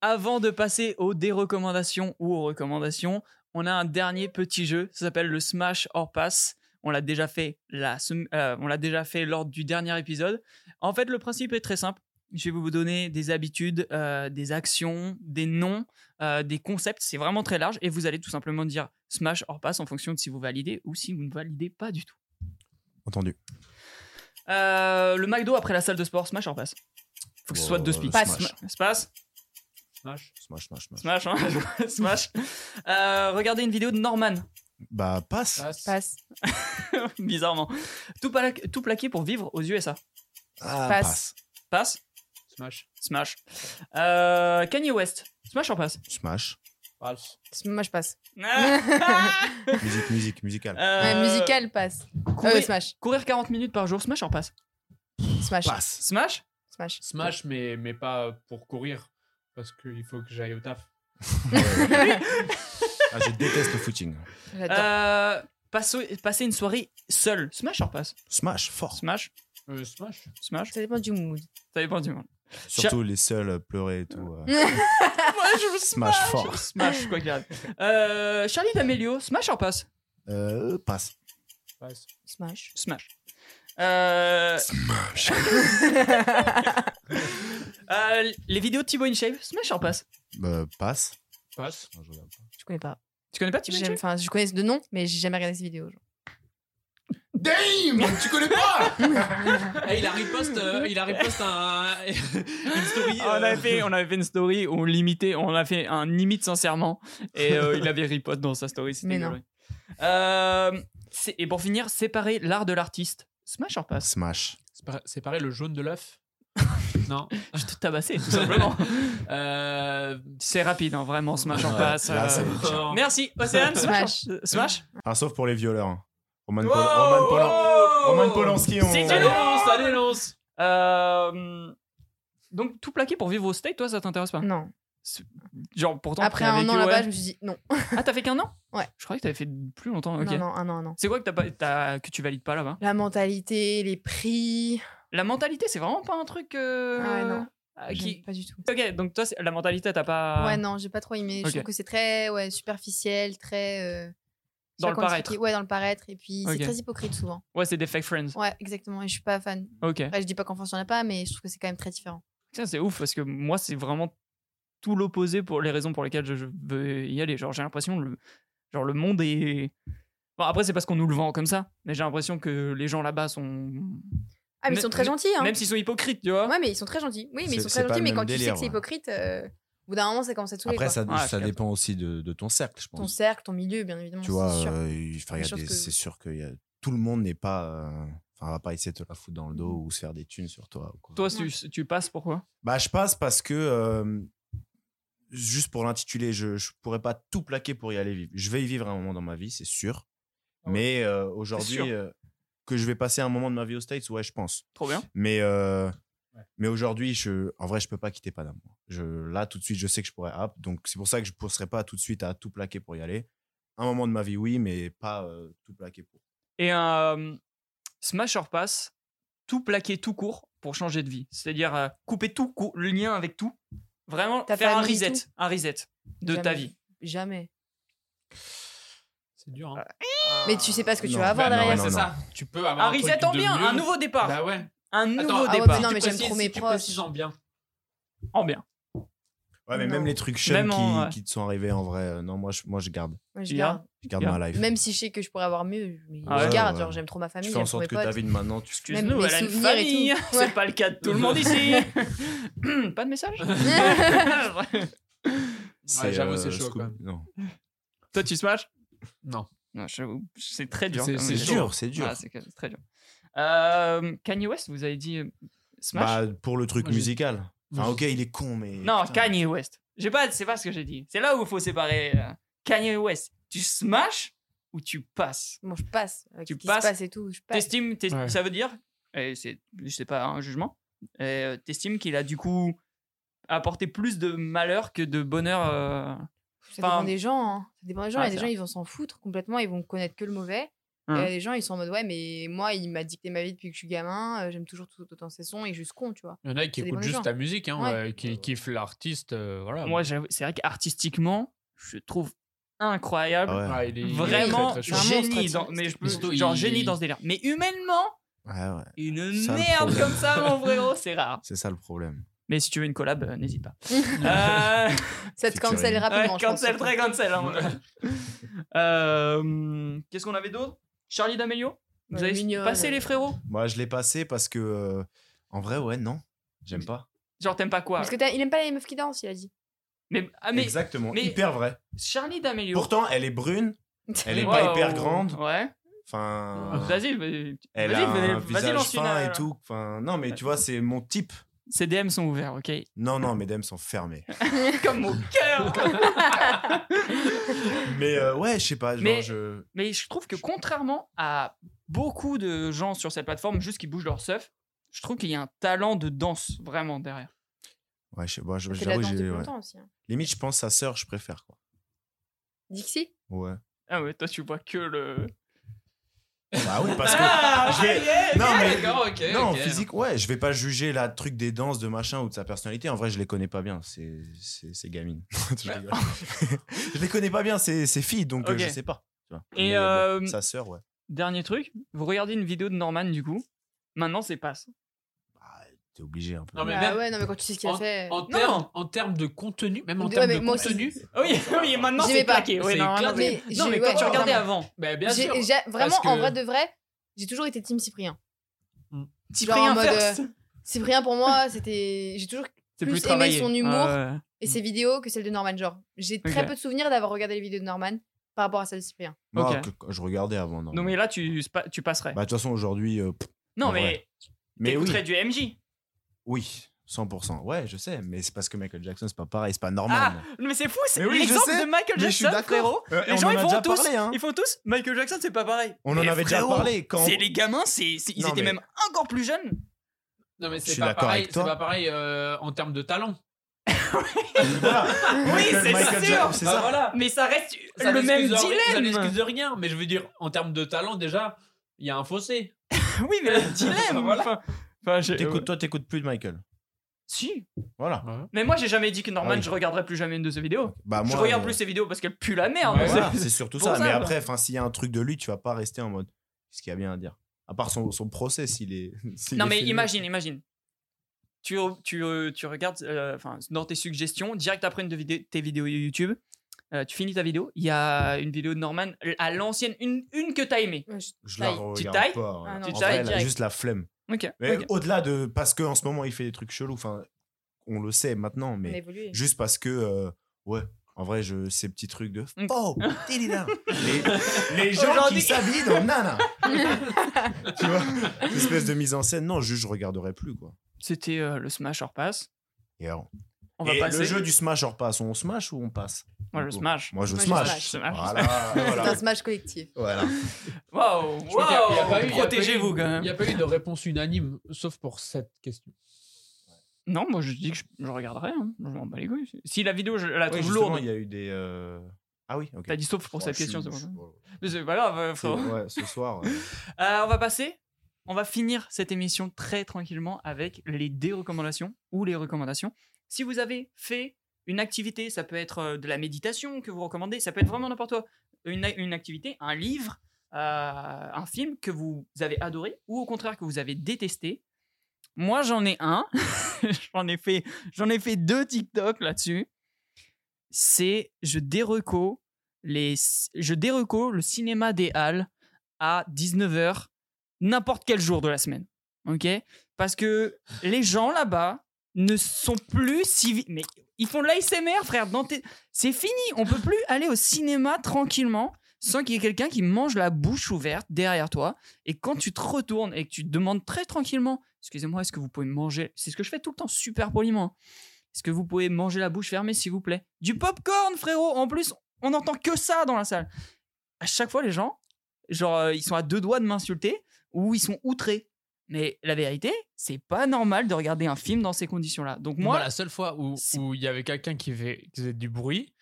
A: avant de passer aux dérocommandations ou aux recommandations, on a un dernier petit jeu. Ça s'appelle le Smash hors pass. On l'a déjà fait la sem- euh, on l'a déjà fait lors du dernier épisode. En fait, le principe est très simple. Je vais vous donner des habitudes, euh, des actions, des noms, euh, des concepts. C'est vraiment très large et vous allez tout simplement dire smash hors passe en fonction de si vous validez ou si vous ne validez pas du tout.
B: Entendu.
A: Euh, le McDo après la salle de sport, smash hors passe. Faut que ce soit
B: Oh,
A: deux speed.
D: Passe.
B: smash.
A: Sma- Passe.
C: Smash.
B: Smash, smash, smash.
A: Smash, hein Smash. Euh, regardez une vidéo de Norman,
B: Bah, passe.
C: Passe.
D: Passe.
A: bizarrement. Tout, pala- tout plaqué pour vivre aux USA.
B: Ah,
D: Passe.
A: Passe.
B: passe.
C: Smash.
A: Smash. Euh, Kanye West, smash hors passe.
B: Smash.
C: Passe.
D: Moi je passe.
B: Musique, musique, musicale.
A: Euh,
D: Ouais, musical passe.
A: courir-
D: Euh, smash.
A: ah Courir 40 minutes par jour, smash hors passe.
D: Smash.
B: Passe.
A: Smash
D: Smash.
C: Smash, mais, mais pas pour courir, parce qu'il faut que j'aille au taf.
B: Ah, je déteste le footing.
D: J'adore.
A: euh, passer, passer une soirée seule, smash hors passe.
B: Smash, fort.
A: Smash,
C: Euh, Smash.
A: smash,
D: Ça dépend du mood.
A: ça dépend du monde.
B: Surtout les seuls euh, pleurer et tout. euh,
A: Moi je
B: Smash, fort.
A: Smash, quoi qu'il arrive. Euh, Charlie D'Amelio, smash hors passe.
B: Euh, passe.
C: Passe.
D: Smash.
A: Smash. Euh,
B: Smash.
A: euh, les vidéos de Thibaut InShape, smash hors passe.
B: Euh, passe.
C: Passe.
B: Non, je regarde pas.
D: Je connais pas.
A: Tu connais pas Thibaut
D: J'aime-
A: InShape
D: Enfin, je connais de nom, mais j'ai jamais regardé ses vidéos. genre.
C: Damn Tu connais pas Eh, Il a riposte, euh, il a riposte un, une story.
A: Ah, on,
C: euh,
A: avait fait, on avait fait une story où on limitait, on a fait un limite sincèrement, et euh, il avait riposte dans sa story, c'était
D: Mais non.
A: rigolo. Euh, c'est- et pour finir, séparer l'art de l'artiste. Smash or passe
B: Smash.
C: sépar- Séparer le jaune de l'œuf. non.
A: Je te tabassais, tout simplement.
C: Euh,
A: C'est rapide, hein, vraiment, smash or
B: Ouais,
A: passe. euh,
B: là,
C: Ah,
B: ça va.
C: non.
A: Merci, Océane, smash. or- Smash
B: Ah, sauf pour les violeurs. hein. Roman,
A: Wow,
B: Pol- Roman, Polan-
A: wow.
B: Roman Polanski, on...
A: C'est
C: Ça
A: du lourd.
C: dénonce, ça dénonce
A: Euh, Donc, tout plaqué pour vivre au state, toi, ça t'intéresse pas
D: Non.
A: Genre, pourtant,
D: Mm. Après
A: t'as
D: un
A: vécu,
D: an là-bas,
A: ouais.
D: je me suis dit non.
A: Ah, t'as fait qu'un an
D: Ouais.
A: Je croyais que t'avais fait plus longtemps, ok.
D: Non, non, un an, un an.
A: C'est quoi que, t'as pas, t'as- que tu valides pas là-bas
D: La mentalité, les prix.
A: La mentalité, c'est vraiment pas un truc. euh,
D: Ah ouais, non.
A: euh,
D: j'aime
A: qui...
D: Pas du tout.
A: Ok, donc toi, c'est- la mentalité, t'as pas.
D: Ouais, non, j'ai pas trop aimé.
A: Ah. Ok.
D: Je trouve que c'est très ouais, superficiel, très. euh, je
A: Dans
D: sais pas
A: le
D: comment
A: paraître.
D: expliquer. Ouais, dans le paraître. Et puis,
A: Ok.
D: c'est très hypocrite souvent.
A: Ouais, c'est des fake friends.
D: Ouais, exactement. Et je suis pas fan.
A: Ok.
D: Après, je dis pas qu'en France, il y en a pas, mais je trouve que c'est quand même très différent.
A: Ça, c'est ouf parce que moi, c'est vraiment tout l'opposé pour les raisons pour lesquelles je je veux y aller. Genre, j'ai l'impression le... genre le monde est. Bon, après, c'est parce qu'on nous le vend comme ça, mais j'ai l'impression que les gens là-bas sont.
D: Ah, mais
A: Mais-
D: ils sont très gentils. Hein.
A: Même s'ils sont hypocrites, tu vois.
D: Ouais, mais ils sont très gentils. Oui, mais ils
B: C'est-
D: sont
B: c'est
D: très
B: pas
D: gentils,
B: le
D: mais
B: même
D: quand tu sais
B: délire,
D: que c'est
B: ouais.
D: hypocrite, euh, au bout d'un moment, ça commence à te saouler.
B: Après,
D: quoi.
B: ça,
A: Ouais,
B: ça
A: je
B: dépend aussi de, de ton cercle, je pense.
D: Ton cercle, ton milieu, bien évidemment.
B: tu vois,
D: c'est sûr.
B: euh, il- enfin, il y a
D: Bien sûr
B: des-
D: que-
B: c'est sûr que y a- tout le monde n'est pas. euh, Enfin, va pas essayer de te la foutre dans le dos ou se faire des thunes sur toi. ou quoi.
A: Toi, tu, tu passes pourquoi
B: Bah, je passe parce que. euh, juste pour l'intitulé, je, je pourrais pas tout plaquer pour y aller vivre. Je vais y vivre un moment dans ma vie, c'est sûr.
C: Ah ouais.
B: Mais euh,
A: C'est sûr.
B: aujourd'hui, euh, que je vais passer un moment de ma vie aux States, ouais, je pense.
A: Trop bien.
B: Mais, euh,
C: Ouais.
B: mais aujourd'hui, je, en vrai, je peux pas quitter Paname. moi. Je, là, tout de suite, je sais que je pourrais. hop, donc, c'est pour ça que je ne pousserai pas tout de suite à tout plaquer pour y aller. Un moment de ma vie, oui, mais pas euh, tout plaquer pour.
A: et un euh, smash or pass, tout plaquer tout court pour changer de vie. C'est-à-dire euh, couper tout cou- le lien avec tout. Vraiment
D: Ta
A: faire un
D: famille,
A: reset,
D: tout.
A: un reset de ta
D: Jamais.
A: vie.
D: Jamais.
C: C'est dur, hein.
D: Mais tu sais pas ce que tu
B: Non.
D: vas avoir
B: Bah non,
D: derrière.
B: non,
C: c'est ça. Tu peux avoir
A: Un
C: un truc
A: reset en
C: de
A: bien,
C: mieux.
A: un nouveau départ,
C: Bah ouais.
A: un nouveau
C: Attends, ah ouais,
A: départ
D: mais non,
C: tu
D: j'aime
C: précises,
D: trop mes
C: tu
D: proches.
C: précises en bien.
A: en bien.
B: Ouais, mais même
D: Non.
B: les trucs chums
A: Même
B: qui,
A: en, ouais.
B: qui te sont arrivés en vrai, euh, non, moi je, moi, je garde.
D: Moi, je
A: Tu gardes
D: garde.
B: Je garde
A: Yeah.
B: ma life.
D: Même si je sais que je pourrais avoir mieux, mais
A: Ah
D: je
A: ouais,
D: garde.
B: ouais.
D: Genre, j'aime trop ma famille,
B: Tu fais en
D: j'aime trop mes
B: sorte que
D: potes.
B: ta vie de maintenant, tu
D: Même
A: Excuse-nous,
D: mes
A: elle a une
D: souvenirs et
A: famille.
D: tout. Ouais.
A: C'est pas le cas de tout le monde ici. pas de message
B: c'est,
C: j'avoue, c'est
B: euh,
C: chaud,
B: Scoop-
C: quand même.
B: Non.
A: Toi, tu smashes
C: Non.
A: Non, j'avoue, c'est très dur.
C: C'est-
A: comme
C: c'est
B: C'est
A: question.
C: chaud.
B: dur, c'est dur.
A: Ah, c'est que- c'est très dur. Euh, Kanye West, vous avez dit euh, smash
B: Bah, pour le truc
C: Moi, j'ai-
B: musical. Enfin,
C: Moi,
B: Ah, ok, il est con, mais.
A: Non,
B: putain.
A: Kanye West. J'ai pas, c'est pas ce que j'ai dit. C'est là où il faut séparer euh, Kanye West. Tu smash ou tu passes
D: Bon, je passe. Avec
A: Tu
D: ce qui
A: passes.
D: se passe et tout, je passe.
A: T'estimes, t'es-
C: Ouais.
A: ça veut dire, et c'est, je sais pas, un jugement, et, euh, t'estimes qu'il a du coup apporté plus de malheur que de bonheur. euh,
D: Ça
A: Enfin,
D: dépend des gens. hein. Ça dépend des gens.
A: ah,
D: il y a des
A: c'est
D: gens, ils vont s'en foutre complètement. Ils vont connaître que le mauvais. Et
A: Hum.
D: il y a des gens, ils sont en mode Ouais, mais moi, il m'a dicté ma vie depuis que je suis gamin. euh, J'aime toujours tout autant ses sons et juste con, tu vois.
C: Il y en a qui
D: Ça dépend
C: écoutent
D: des
C: juste
D: gens.
C: ta musique, hein,
D: Ouais.
C: euh, qui kiffent l'artiste. euh, voilà.
A: Moi, j'avoue- c'est vrai qu'artistiquement, je trouve incroyable.
B: Ah ouais.
C: Ah, il est- il est
A: Vraiment
C: très, très chaud.
D: un monstre,
A: génie,
D: artiste.
A: dans, mais je peux-
C: Surtout,
A: genre
C: il-
A: génie dans ce délire. Mais humainement,
B: Ah Ouais, ouais.
A: une
B: Ça, le
A: merde
B: problème.
A: comme ça, mon frérot, c'est rare.
B: C'est ça le problème.
A: Mais si tu veux une collab, euh, n'hésite pas. euh,
D: Ça te
B: Featuring.
D: cancel
A: ouais,
D: rapidement. je pense,
A: cancel,
D: surtout.
A: très cancel. hein, mon gars. Euh, Qu'est-ce qu'on avait d'autre Charlie D'Amelio Vous
D: Ouais,
A: avez
D: Euh, mignonne.
A: passé les frérots
B: Moi, je l'ai passé parce que. euh, en vrai, ouais, non. J'aime pas.
A: Genre, t'aimes pas quoi
D: Parce que t'as- il aime pas les meufs qui dansent, il a dit.
A: mais, ah, mais
B: Exactement.
A: mais-
B: Hyper vrai.
A: Charlie D'Amelio.
B: Pourtant, elle est brune. Elle est
A: Ouais,
B: pas hyper
A: oh,
B: grande.
A: Ouais.
B: Enfin.
A: Ah, Vas-y, vas-y,
B: Elle
A: vas-y,
B: a un
A: vas-y, vas-y,
B: visage
A: lance une.
B: fin
A: euh,
B: et tout. Enfin, non, mais tu vois, c'est mon type.
A: Ces DM sont ouverts, ok
B: Non, non, mesdames sont fermées.
A: Comme mon cœur
B: Mais euh, ouais, je sais pas. Genre,
A: Mais-
B: je...
A: Mais je trouve que contrairement à beaucoup de gens sur cette plateforme, juste qui bougent leur seuf, je trouve qu'il y a un talent de danse vraiment derrière.
B: Ouais, je sais pas. je-
D: Elle fait de la
B: J'avoue,
D: danse
B: j'ai.
D: depuis
B: ouais.
D: longtemps aussi. hein.
B: Limite, je pense sa sœur, je préfère. Quoi.
D: Dixie
B: Ouais.
A: Ah ouais, toi tu vois que le.
B: Bah oui, parce que.
A: Ah,
B: je vais-
A: yeah,
B: Non,
A: yeah.
B: mais-
C: D'accord, ok.
B: non,
C: ok.
B: physique, ouais, je vais pas juger la truc des danses de machin ou de sa personnalité. En vrai, je les connais pas bien, c'est c'est ces gamines. je, rigole. Je les connais pas bien, ces ces filles, donc euh,
A: Ok.
B: je sais pas. tu vois.
A: Et,
B: Mais, bon,
A: euh,
B: sa sœur, ouais.
A: Dernier truc, vous regardez une vidéo de Norman du coup. Maintenant c'est passe.
B: Bah, t'es obligé un peu.
C: Non, mais
D: Ah
C: même-
D: ouais, non, mais quand tu sais ce qu'il a fait. euh,
C: En
D: Non,
C: termes en termes de contenu, même en
D: Ouais,
C: termes
D: mais
C: de
D: moi aussi.
C: contenu.
A: Ah Oui, oui, maintenant
D: J'y
A: c'est
D: vais pas.
A: claqué. Ouais,
C: C'est
A: non,
C: claqué.
A: mais-
D: Mais
A: non,
D: j'ai-
A: mais quand
D: ouais,
A: tu
D: ouais,
A: regardais
D: non,
A: avant,
C: Bah, bien
D: j'ai-
C: sûr.
D: j'ai- Vraiment,
C: que-
D: en vrai de vrai, j'ai toujours été team Cyprien. Genre en
A: Cyprien
D: mode,
A: First,
D: Cyprien, pour moi, c'était. J'ai toujours
A: c'est
D: plus
A: plus
D: aimé
A: travaillé.
D: son humour.
A: Ah ouais.
D: et ses vidéos que celles de Norman. Genre, j'ai très
A: Ok.
D: peu de souvenirs d'avoir regardé les vidéos de Norman par rapport à celles de Cyprien.
B: Moi,
A: ok.
B: que- que- je regardais avant. Non.
A: Non mais là tu, spa- tu passerais.
B: Bah, de toute façon, aujourd'hui. euh, pff,
A: non
B: en
A: mais
B: vrai. mais oui,
A: t'écouterais du MJ.
B: oui, 100%. Ouais, je sais, mais c'est parce que Michael Jackson, c'est pas pareil, c'est pas normal.
A: Mais c'est fou, c'est
B: Mais oui, je
A: l'exemple
B: sais,
A: de Michael
B: mais je suis
A: Ah, Jackson,
B: d'accord.
A: frérot.
B: Euh, et
A: Les
B: on
A: gens,
B: en
A: ils
B: a
A: font
B: déjà
A: tous.
B: parlé, hein.
A: Ils font tous. Michael Jackson, c'est pas pareil.
B: On en
A: Mais
B: avait déjà
A: frérot,
B: parlé quand.
A: C'est les gamins, c'est, c'est- ils
B: Non,
A: étaient
B: mais-
A: même encore plus jeunes.
C: Non, mais
B: Je
C: c'est
B: suis
C: pas
B: d'accord
C: pareil,
B: avec
C: c'est
B: toi.
C: pas pareil euh, en termes de talent.
B: Voilà.
A: c'est
B: Michael
A: sûr.
B: Jackson, c'est
C: Bah,
B: ça.
C: voilà.
A: Mais ça reste
C: Ça
A: le
C: n'excuse
A: même
C: en- Ça
A: dilemme.
C: n'excuse rien, mais je veux dire, en termes de talent, déjà, il y a un fossé.
A: oui, mais le dilemme.
C: Voilà.
A: Enfin, enfin, j'ai-
B: T'écoutes-
A: euh,
B: Toi, t'écoutes plus de Michael.
A: Si.
B: Voilà.
A: Mais moi, j'ai jamais dit que Norman,
B: Ah oui.
A: je regarderai plus jamais une de ses vidéos.
B: Bah,
A: je
B: moi,
A: regarde
B: euh,
A: plus ses vidéos parce qu'elles puent la merde.
C: Ouais,
A: C'est-
B: Voilà, c'est surtout
A: pour
B: ça.
A: ça,
B: Mais
A: quoi.
B: après, enfin, s'il y a un truc de lui, tu vas pas rester en mode qu'est-ce qu'il y a bien à dire. À part son, son procès, s'il est. s'il
A: Non,
B: est
A: mais
B: filmé.
A: imagine, imagine. Tu, euh, tu, tu regardes euh, enfin, dans tes suggestions, direct après une de vidé- tes vidéos YouTube, euh, tu finis ta vidéo, il y a une vidéo de Norman à l'ancienne, une, une que t'as aimée.
B: Je la
D: Taille.
A: Tu
B: regarde
A: tailles
B: pas. ouais.
D: Ah non,
A: tu
B: En
A: tailles
B: vrai, elle a
D: direct.
B: juste la flemme.
A: Ok.
B: Mais
A: ok.
B: au-delà de. Parce qu'en ce moment, il fait des trucs chelous. Enfin, on le sait maintenant,
D: On a
B: mais
D: évolué.
B: juste parce que. euh, ouais. En vrai, je, ces petits trucs de.
A: Mm.
B: Oh, il est là. Les, les gens
A: Aujourd'hui.
B: qui s'habillent dans Nana. tu vois Une espèce de mise en scène. Non, juste, je regarderai plus, quoi.
A: C'était euh, le Smash or Pass.
B: Et, alors-
A: On va
B: Et
A: passer.
B: le jeu du smash, on repasse. On smash ou on passe
A: Ouais, le
B: Du coup,
A: Smash.
B: Moi, je
D: Moi, je
B: smash.
D: smash.
A: Smash.
B: Voilà,
D: C'est un
B: voilà.
D: smash collectif.
B: Voilà.
A: Waouh,
C: Je crois qu'il y a- il y a
A: waouh,
C: pas eu- il y a pas eu-
A: protégez-vous quand
C: Il
A: même.
C: n'y a pas eu de réponse unanime, sauf pour cette question.
A: Non, moi je dis que je, je regarderai. hein. Je m'en bats les couilles. Si la vidéo, je la
B: Oui,
A: trouve
B: justement,
A: lourde.
B: il y a eu des. euh, Ah oui, ok.
A: T'as dit sauf pour
B: Oh,
A: cette
B: je suis-
A: question, c'est pour
B: je
A: ça.
B: suis-
A: Mais c'est pas grave, euh,
B: C'est-
A: frérot.
B: Ouais, ce soir. ouais.
A: Euh, on va passer. On va finir cette émission très tranquillement avec les dé-recommandations ou les recommandations. Si vous avez fait une activité, ça peut être euh, de la méditation que vous recommandez, ça peut être vraiment n'importe quoi. Une, a- une activité, un livre, euh, un film que vous avez adoré ou au contraire que vous avez détesté. Moi, j'en ai un. j'en ai fait, j'en ai fait deux TikTok là-dessus. c'est je déreco les je déreco le cinéma des Halles à 19h n'importe quel jour de la semaine. OK Parce que les gens là-bas ne sont plus civiles mais ils font de l'ASMR frère dans tes- c'est fini, on peut plus aller au cinéma tranquillement sans qu'il y ait quelqu'un qui mange la bouche ouverte derrière toi et quand tu te retournes et que tu te demandes très tranquillement excusez-moi, est-ce que vous pouvez manger C'est ce que je fais tout le temps, super poliment. hein. Est-ce que vous pouvez manger la bouche fermée, s'il vous plaît Du popcorn, frérot En plus, on n'entend que ça dans la salle. À chaque fois, les gens, genre, euh, ils sont à deux doigts de m'insulter ou ils sont outrés. Mais la vérité, c'est pas normal de regarder un film dans ces conditions-là. Donc
C: Moi,
A: moi,
C: la seule fois où
A: c'est-
C: où il y avait quelqu'un qui fait- qui faisait du bruit,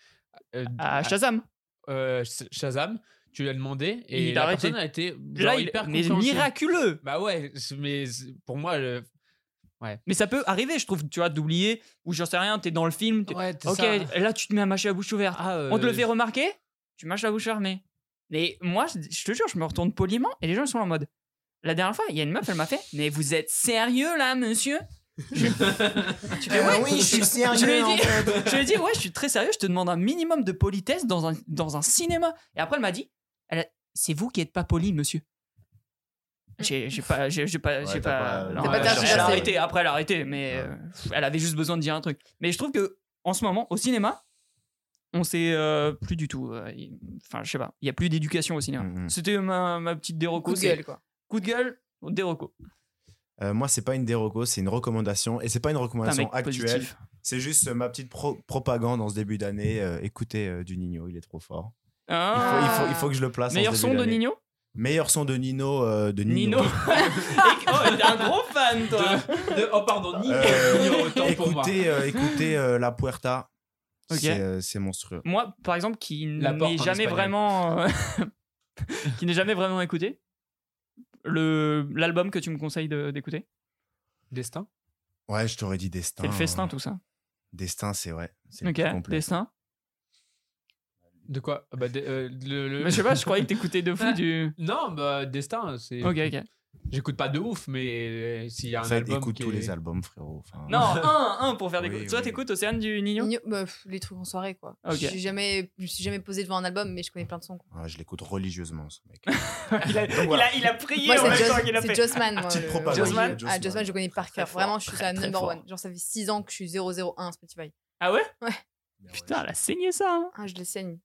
C: euh,
A: à Shazam,
C: euh, Sh- Shazam, tu lui as demandé
A: Il
C: et
A: a
C: la
A: arrêté.
C: personne a été genre,
A: là, il
C: hyper
A: mais
C: compréhensive.
A: miraculeux.
C: Bah ouais, c'est- mais c'est- pour moi, euh,
A: Mais ça peut arriver, je trouve, tu vois, d'oublier ou j'en sais rien, t'es dans le film. t'es-
C: ouais, t'es
A: ok,
C: ça.
A: là, tu te mets à mâcher la bouche ouverte.
C: Ah, euh,
A: On te le fait remarquer, tu mâches la bouche fermée. Mais moi, je, je te jure, je me retourne poliment et les gens ils sont en mode. La dernière fois, il y a une meuf, elle m'a fait Mais vous êtes sérieux là, monsieur Je- Tu fais,
B: Euh,
A: ouais.
B: oui, je suis
A: Je lui ai
B: sérieux. en
A: dit-
B: fait.
A: Je lui ai dit Ouais, je suis très sérieux, je te demande un minimum de politesse dans un, dans un cinéma. Et après, elle m'a dit elle a- C'est vous qui êtes pas poli, monsieur. J'ai j'ai pas. J'ai j'ai pas.
B: Ouais,
A: j'ai pas,
B: t'as pas-
A: non,
D: T'as pas
A: elle-
D: tergiversé.
A: elle a arrêté, après, elle a arrêté, mais
B: Ouais.
A: euh, pff, elle avait juste besoin de dire un truc. Mais je trouve que en ce moment, au cinéma, on sait euh, plus du tout. euh, y- Enfin, je sais pas, il y a plus d'éducation au cinéma.
B: Mhm.
A: C'était ma, ma petite déroco.
D: Coup de
A: c'est-
D: gueule, quoi.
A: Coup de gueule, déroco.
B: Euh, moi, c'est pas une déroco, c'est une recommandation. Et c'est pas une
A: Putain,
B: recommandation
A: mec
B: actuelle.
A: positif.
B: C'est juste euh, ma petite pro- propagande en ce début d'année. Euh, écoutez euh, du Nino, il est trop fort. Il faut, il,
A: Ah.
B: faut, il faut que je le place. en ce
A: Meilleur
B: début
A: son de
B: d'année.
A: Nino
B: Meilleur son de Nino. euh, de
A: Nino.
B: Nino.
A: Et- oh, t'es un gros fan, toi.
C: de- de- oh pardon, ni
B: Euh,
C: autant pour moi.
B: écoutez euh, écoutez euh, La Puerta.
A: Ok.
B: C'est, euh, c'est monstrueux.
A: Moi, par exemple, qui
C: La porte
A: n'ai
C: en
A: jamais
C: espagnol.
A: vraiment, euh, qui n'ai jamais vraiment écouté le l'album que tu me conseilles de- d'écouter.
C: Destin.
B: Ouais, je t'aurais dit Destin.
A: C'est le festin,
B: hein.
A: tout ça.
B: Destin, c'est vrai. C'est le
A: Ok.
B: plus complet.
A: Destin.
C: De quoi bah, de- euh, le, le-
A: Mais je sais pas, je croyais que t'écoutais de fou du.
C: Non, bah, Destin, c'est.
A: Ok, ok.
C: J'écoute pas de ouf, mais euh, s'il y a
B: En
C: un
B: fait,
C: album.
B: écoute
C: qui
B: tous
C: est-
B: les albums, frérot. Enfin,
A: Non, un, un pour faire des
B: Oui,
A: coups. Toi,
B: oui.
A: t'écoutes Océane du Nino
D: Igno- bah, pff, les trucs en soirée, quoi.
A: Ok.
D: Je suis jamais- je me suis jamais posée devant un album, mais je connais plein de sons. quoi.
B: ah, je l'écoute religieusement, ce mec.
A: il, a, il,
B: voilà.
A: a, il a prié
D: Moi,
A: en même
D: c'est
A: temps qu'il a
D: Joss- c'est
A: fait.
D: Jossman. moi,
B: Petite
D: le-
B: propagande.
A: Jossman
D: Ah,
B: Jossman.
D: Jossman, je connais par cœur.
A: fort.
D: Vraiment, je suis
A: Très,
D: sa
A: très
D: number
A: fort.
D: one. Genre, ça fait 6 ans que je suis 001 Spotify.
A: Ah ouais
B: Mais ouais,
A: Putain, elle a saigné ça. Hein.
D: Ah, je le saigne.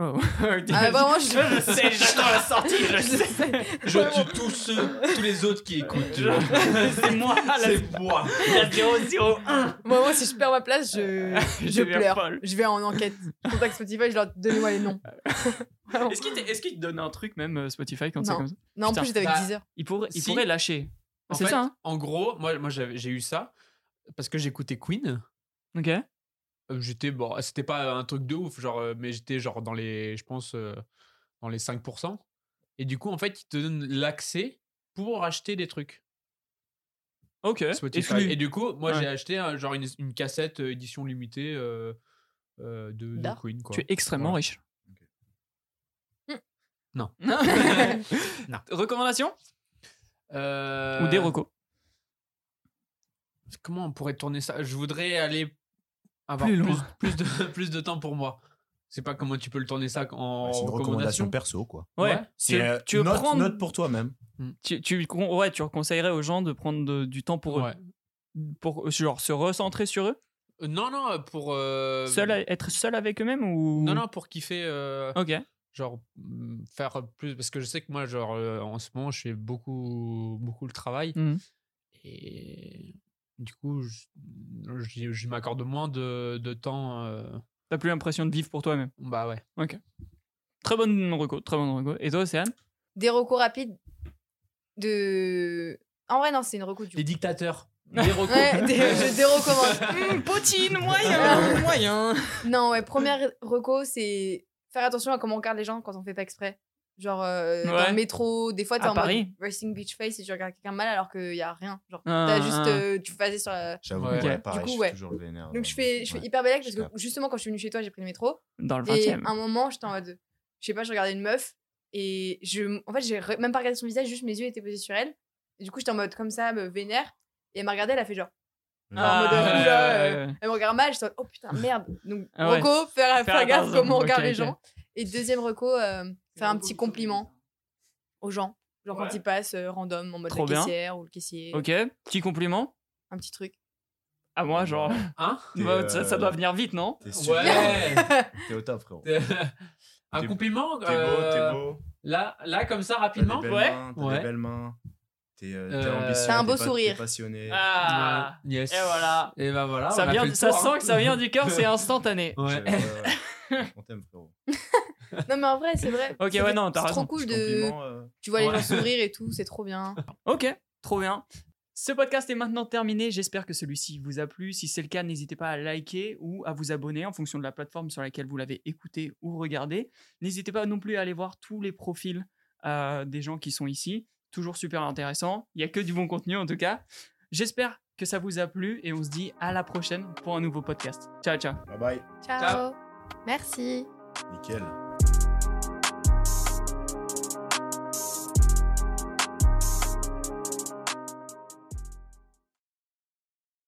A: Oh.
D: Ah, vraiment, je-
A: Tu vois, je sais, j'attends la sortie, je
D: Je
A: sais.
C: Je tue tous ceux, tous les autres qui écoutent.
A: C'est moi, la,
C: Ah, c'est moi.
A: la 001.
D: Moi, moi, si je perds ma place, je,
A: Je
D: je
A: deviens
D: pleure.
A: folle.
D: Je vais en enquête. Contact Spotify, je leur donne moi les noms. Vraiment.
A: Est-ce qu'il te, est-ce qu'il te donne un truc, même euh, Spotify, quand c'est
D: Non.
A: comme ça
D: non, en plus, j'étais avec
C: Bah,
D: 10 heures.
A: Il pourrait, il
C: Si.
A: pourrait lâcher.
C: En
A: C'est
C: fait,
A: ça, hein
C: En gros, moi, moi j'avais- j'ai eu ça parce que j'écoutais Queen.
A: Ok.
C: Euh, J'étais bon, c'était pas un truc de ouf, genre, euh, mais j'étais genre dans les, je pense, euh, dans les 5%. Et du coup, en fait, ils te donnent l'accès pour acheter des trucs.
A: Ok.
C: Spotify.
A: Exclu.
C: Et du coup, moi,
A: Ouais.
C: j'ai acheté un- genre une, une cassette euh, édition limitée euh, euh, de, de
D: D'art.
C: Queen. Quoi.
A: Tu es extrêmement
C: Voilà.
A: riche.
D: Hmm.
C: Non. Non.
A: Recommandation
C: Euh,
A: Ou des recos
C: Comment on pourrait tourner ça Je voudrais aller avoir
A: Plus
C: plus,
A: loin.
C: plus de, plus de temps pour moi. C'est pas comment tu peux le tourner ça en
B: C'est une
C: recommandation.
B: recommandation perso, quoi.
A: Ouais.
C: Ouais.
A: Tu,
B: C'est euh,
A: tu veux
B: note,
A: prendre.
B: note pour toi-même.
A: Tu, tu, con- ouais, tu conseillerais aux gens de prendre de- du temps pour eux.
C: Ouais.
A: Pour genre, se recentrer sur eux
C: Euh, Non, non, pour. euh,
A: seul, à- Être seul avec eux-mêmes ou...
C: Non, non, pour kiffer. euh,
A: Ok.
C: genre mm, faire plus parce que je sais que moi genre euh, en ce moment je fais beaucoup beaucoup le travail
A: Mhm.
C: et du coup je, je- je m'accorde moins de, de temps euh,
A: T'as plus l'impression de vivre pour toi-même.
C: bah ouais
A: Très bonne reco, très bonne reco. Et toi, Océane
D: Des recours rapides de. En vrai, non, c'est une recours du coup.
C: dictateurs les recours
D: Ouais, des- je dérecommande.
A: Potine,
D: moyen,
A: Ah, moyen.
D: Non, ouais, première reco, c'est faire attention à comment on regarde les gens quand on fait pas exprès. Genre, euh, dans
A: Ouais.
D: le métro, des fois, t'es
A: À
D: en mode
A: Paris.
D: resting beach face et tu regardes quelqu'un mal alors qu'il y a rien. Genre,
A: Ah,
D: t'as juste.
A: ah.
D: euh, tu fasais sur la-
B: J'avoue,
C: Ouais.
B: ouais.
A: Ok.
B: pareil,
D: Du coup,
B: je suis
D: ouais.
B: toujours le vénère. hein.
D: Donc, je fais, je fais
B: Ouais.
D: hyper belle parce
B: Je
D: que
B: capte.
D: justement, quand je suis venue chez toi, j'ai pris le métro.
A: Dans le 20
D: Et
A: e
D: à un moment, j'étais en mode, je sais pas, je regardais une meuf et je, en fait, j'ai re- même pas regardé son visage, juste mes yeux étaient posés sur elle. Et du coup, j'étais en mode comme ça, me vénère. Et elle m'a regardé, elle a fait genre, en mode,
A: Ah,
D: oula,
A: ouais, ouais, ouais.
D: Elle me regarde mal, je suis en mode, oh putain, merde. Donc,
A: Ah ouais.
D: reco, faire, faire
A: Faire
D: gaffe
A: attention.
D: comment on regarde
A: Ok,
D: les
A: ok.
D: gens. Et deuxième reco, euh, faire un petit compliment aux gens. Genre quand
C: Ouais.
D: ils passent euh, random en mode
A: Trop
D: la
A: bien.
D: caissière ou le caissier,
A: Ok, petit compliment
D: un petit truc.
A: à moi, genre.
C: Hein
B: T'es,
A: bah, ça, ça
B: euh,
A: doit venir vite, non
B: T'es super.
C: Ouais
B: T'es au top, frérot. T'es
C: Un
B: T'es-
C: compliment
B: beau,
C: euh,
B: t'es beau. Ah,
C: Là, là, comme ça,
B: T'as des
C: rapidement
B: belles
A: ouais.
B: mains, T'as
C: Ouais.
B: des belles mains. T'es euh, t'es
C: Euh,
B: ambitieux.
C: T'as
D: un
B: t'es
D: beau
B: pas- t'es
D: sourire.
B: passionné.
A: Ah
C: Ouais. Yes.
A: Et voilà.
C: Et ben voilà.
A: Ça,
C: on a
A: vient,
C: fait le
A: ça
C: tour,
A: sent
C: hein.
A: que ça vient du cœur, c'est instantané.
B: Je-
C: Ouais.
B: ouais. On t'aime, frérot.
D: Non, mais en vrai, c'est vrai.
A: Ok,
D: C'est-
A: ouais, non, t'as
D: C'est trop
A: raison.
D: cool
B: Petit
D: de.
B: compliment, euh,
D: Tu vois les
C: Ouais.
D: gens sourire et tout, c'est trop bien.
A: Ok, trop bien. Ce podcast est maintenant terminé. J'espère que celui-ci vous a plu. Si c'est le cas, n'hésitez pas à liker ou à vous abonner en fonction de la plateforme sur laquelle vous l'avez écouté ou regardé. N'hésitez pas non plus à aller voir tous les profils euh, des gens qui sont ici. Toujours super intéressant. Il n'y a que du bon contenu en tout cas. J'espère que ça vous a plu et on se dit à la prochaine pour un nouveau podcast. Ciao, ciao.
B: Bye bye.
D: Ciao.
C: Ciao.
D: Merci.
B: euh. Nickel.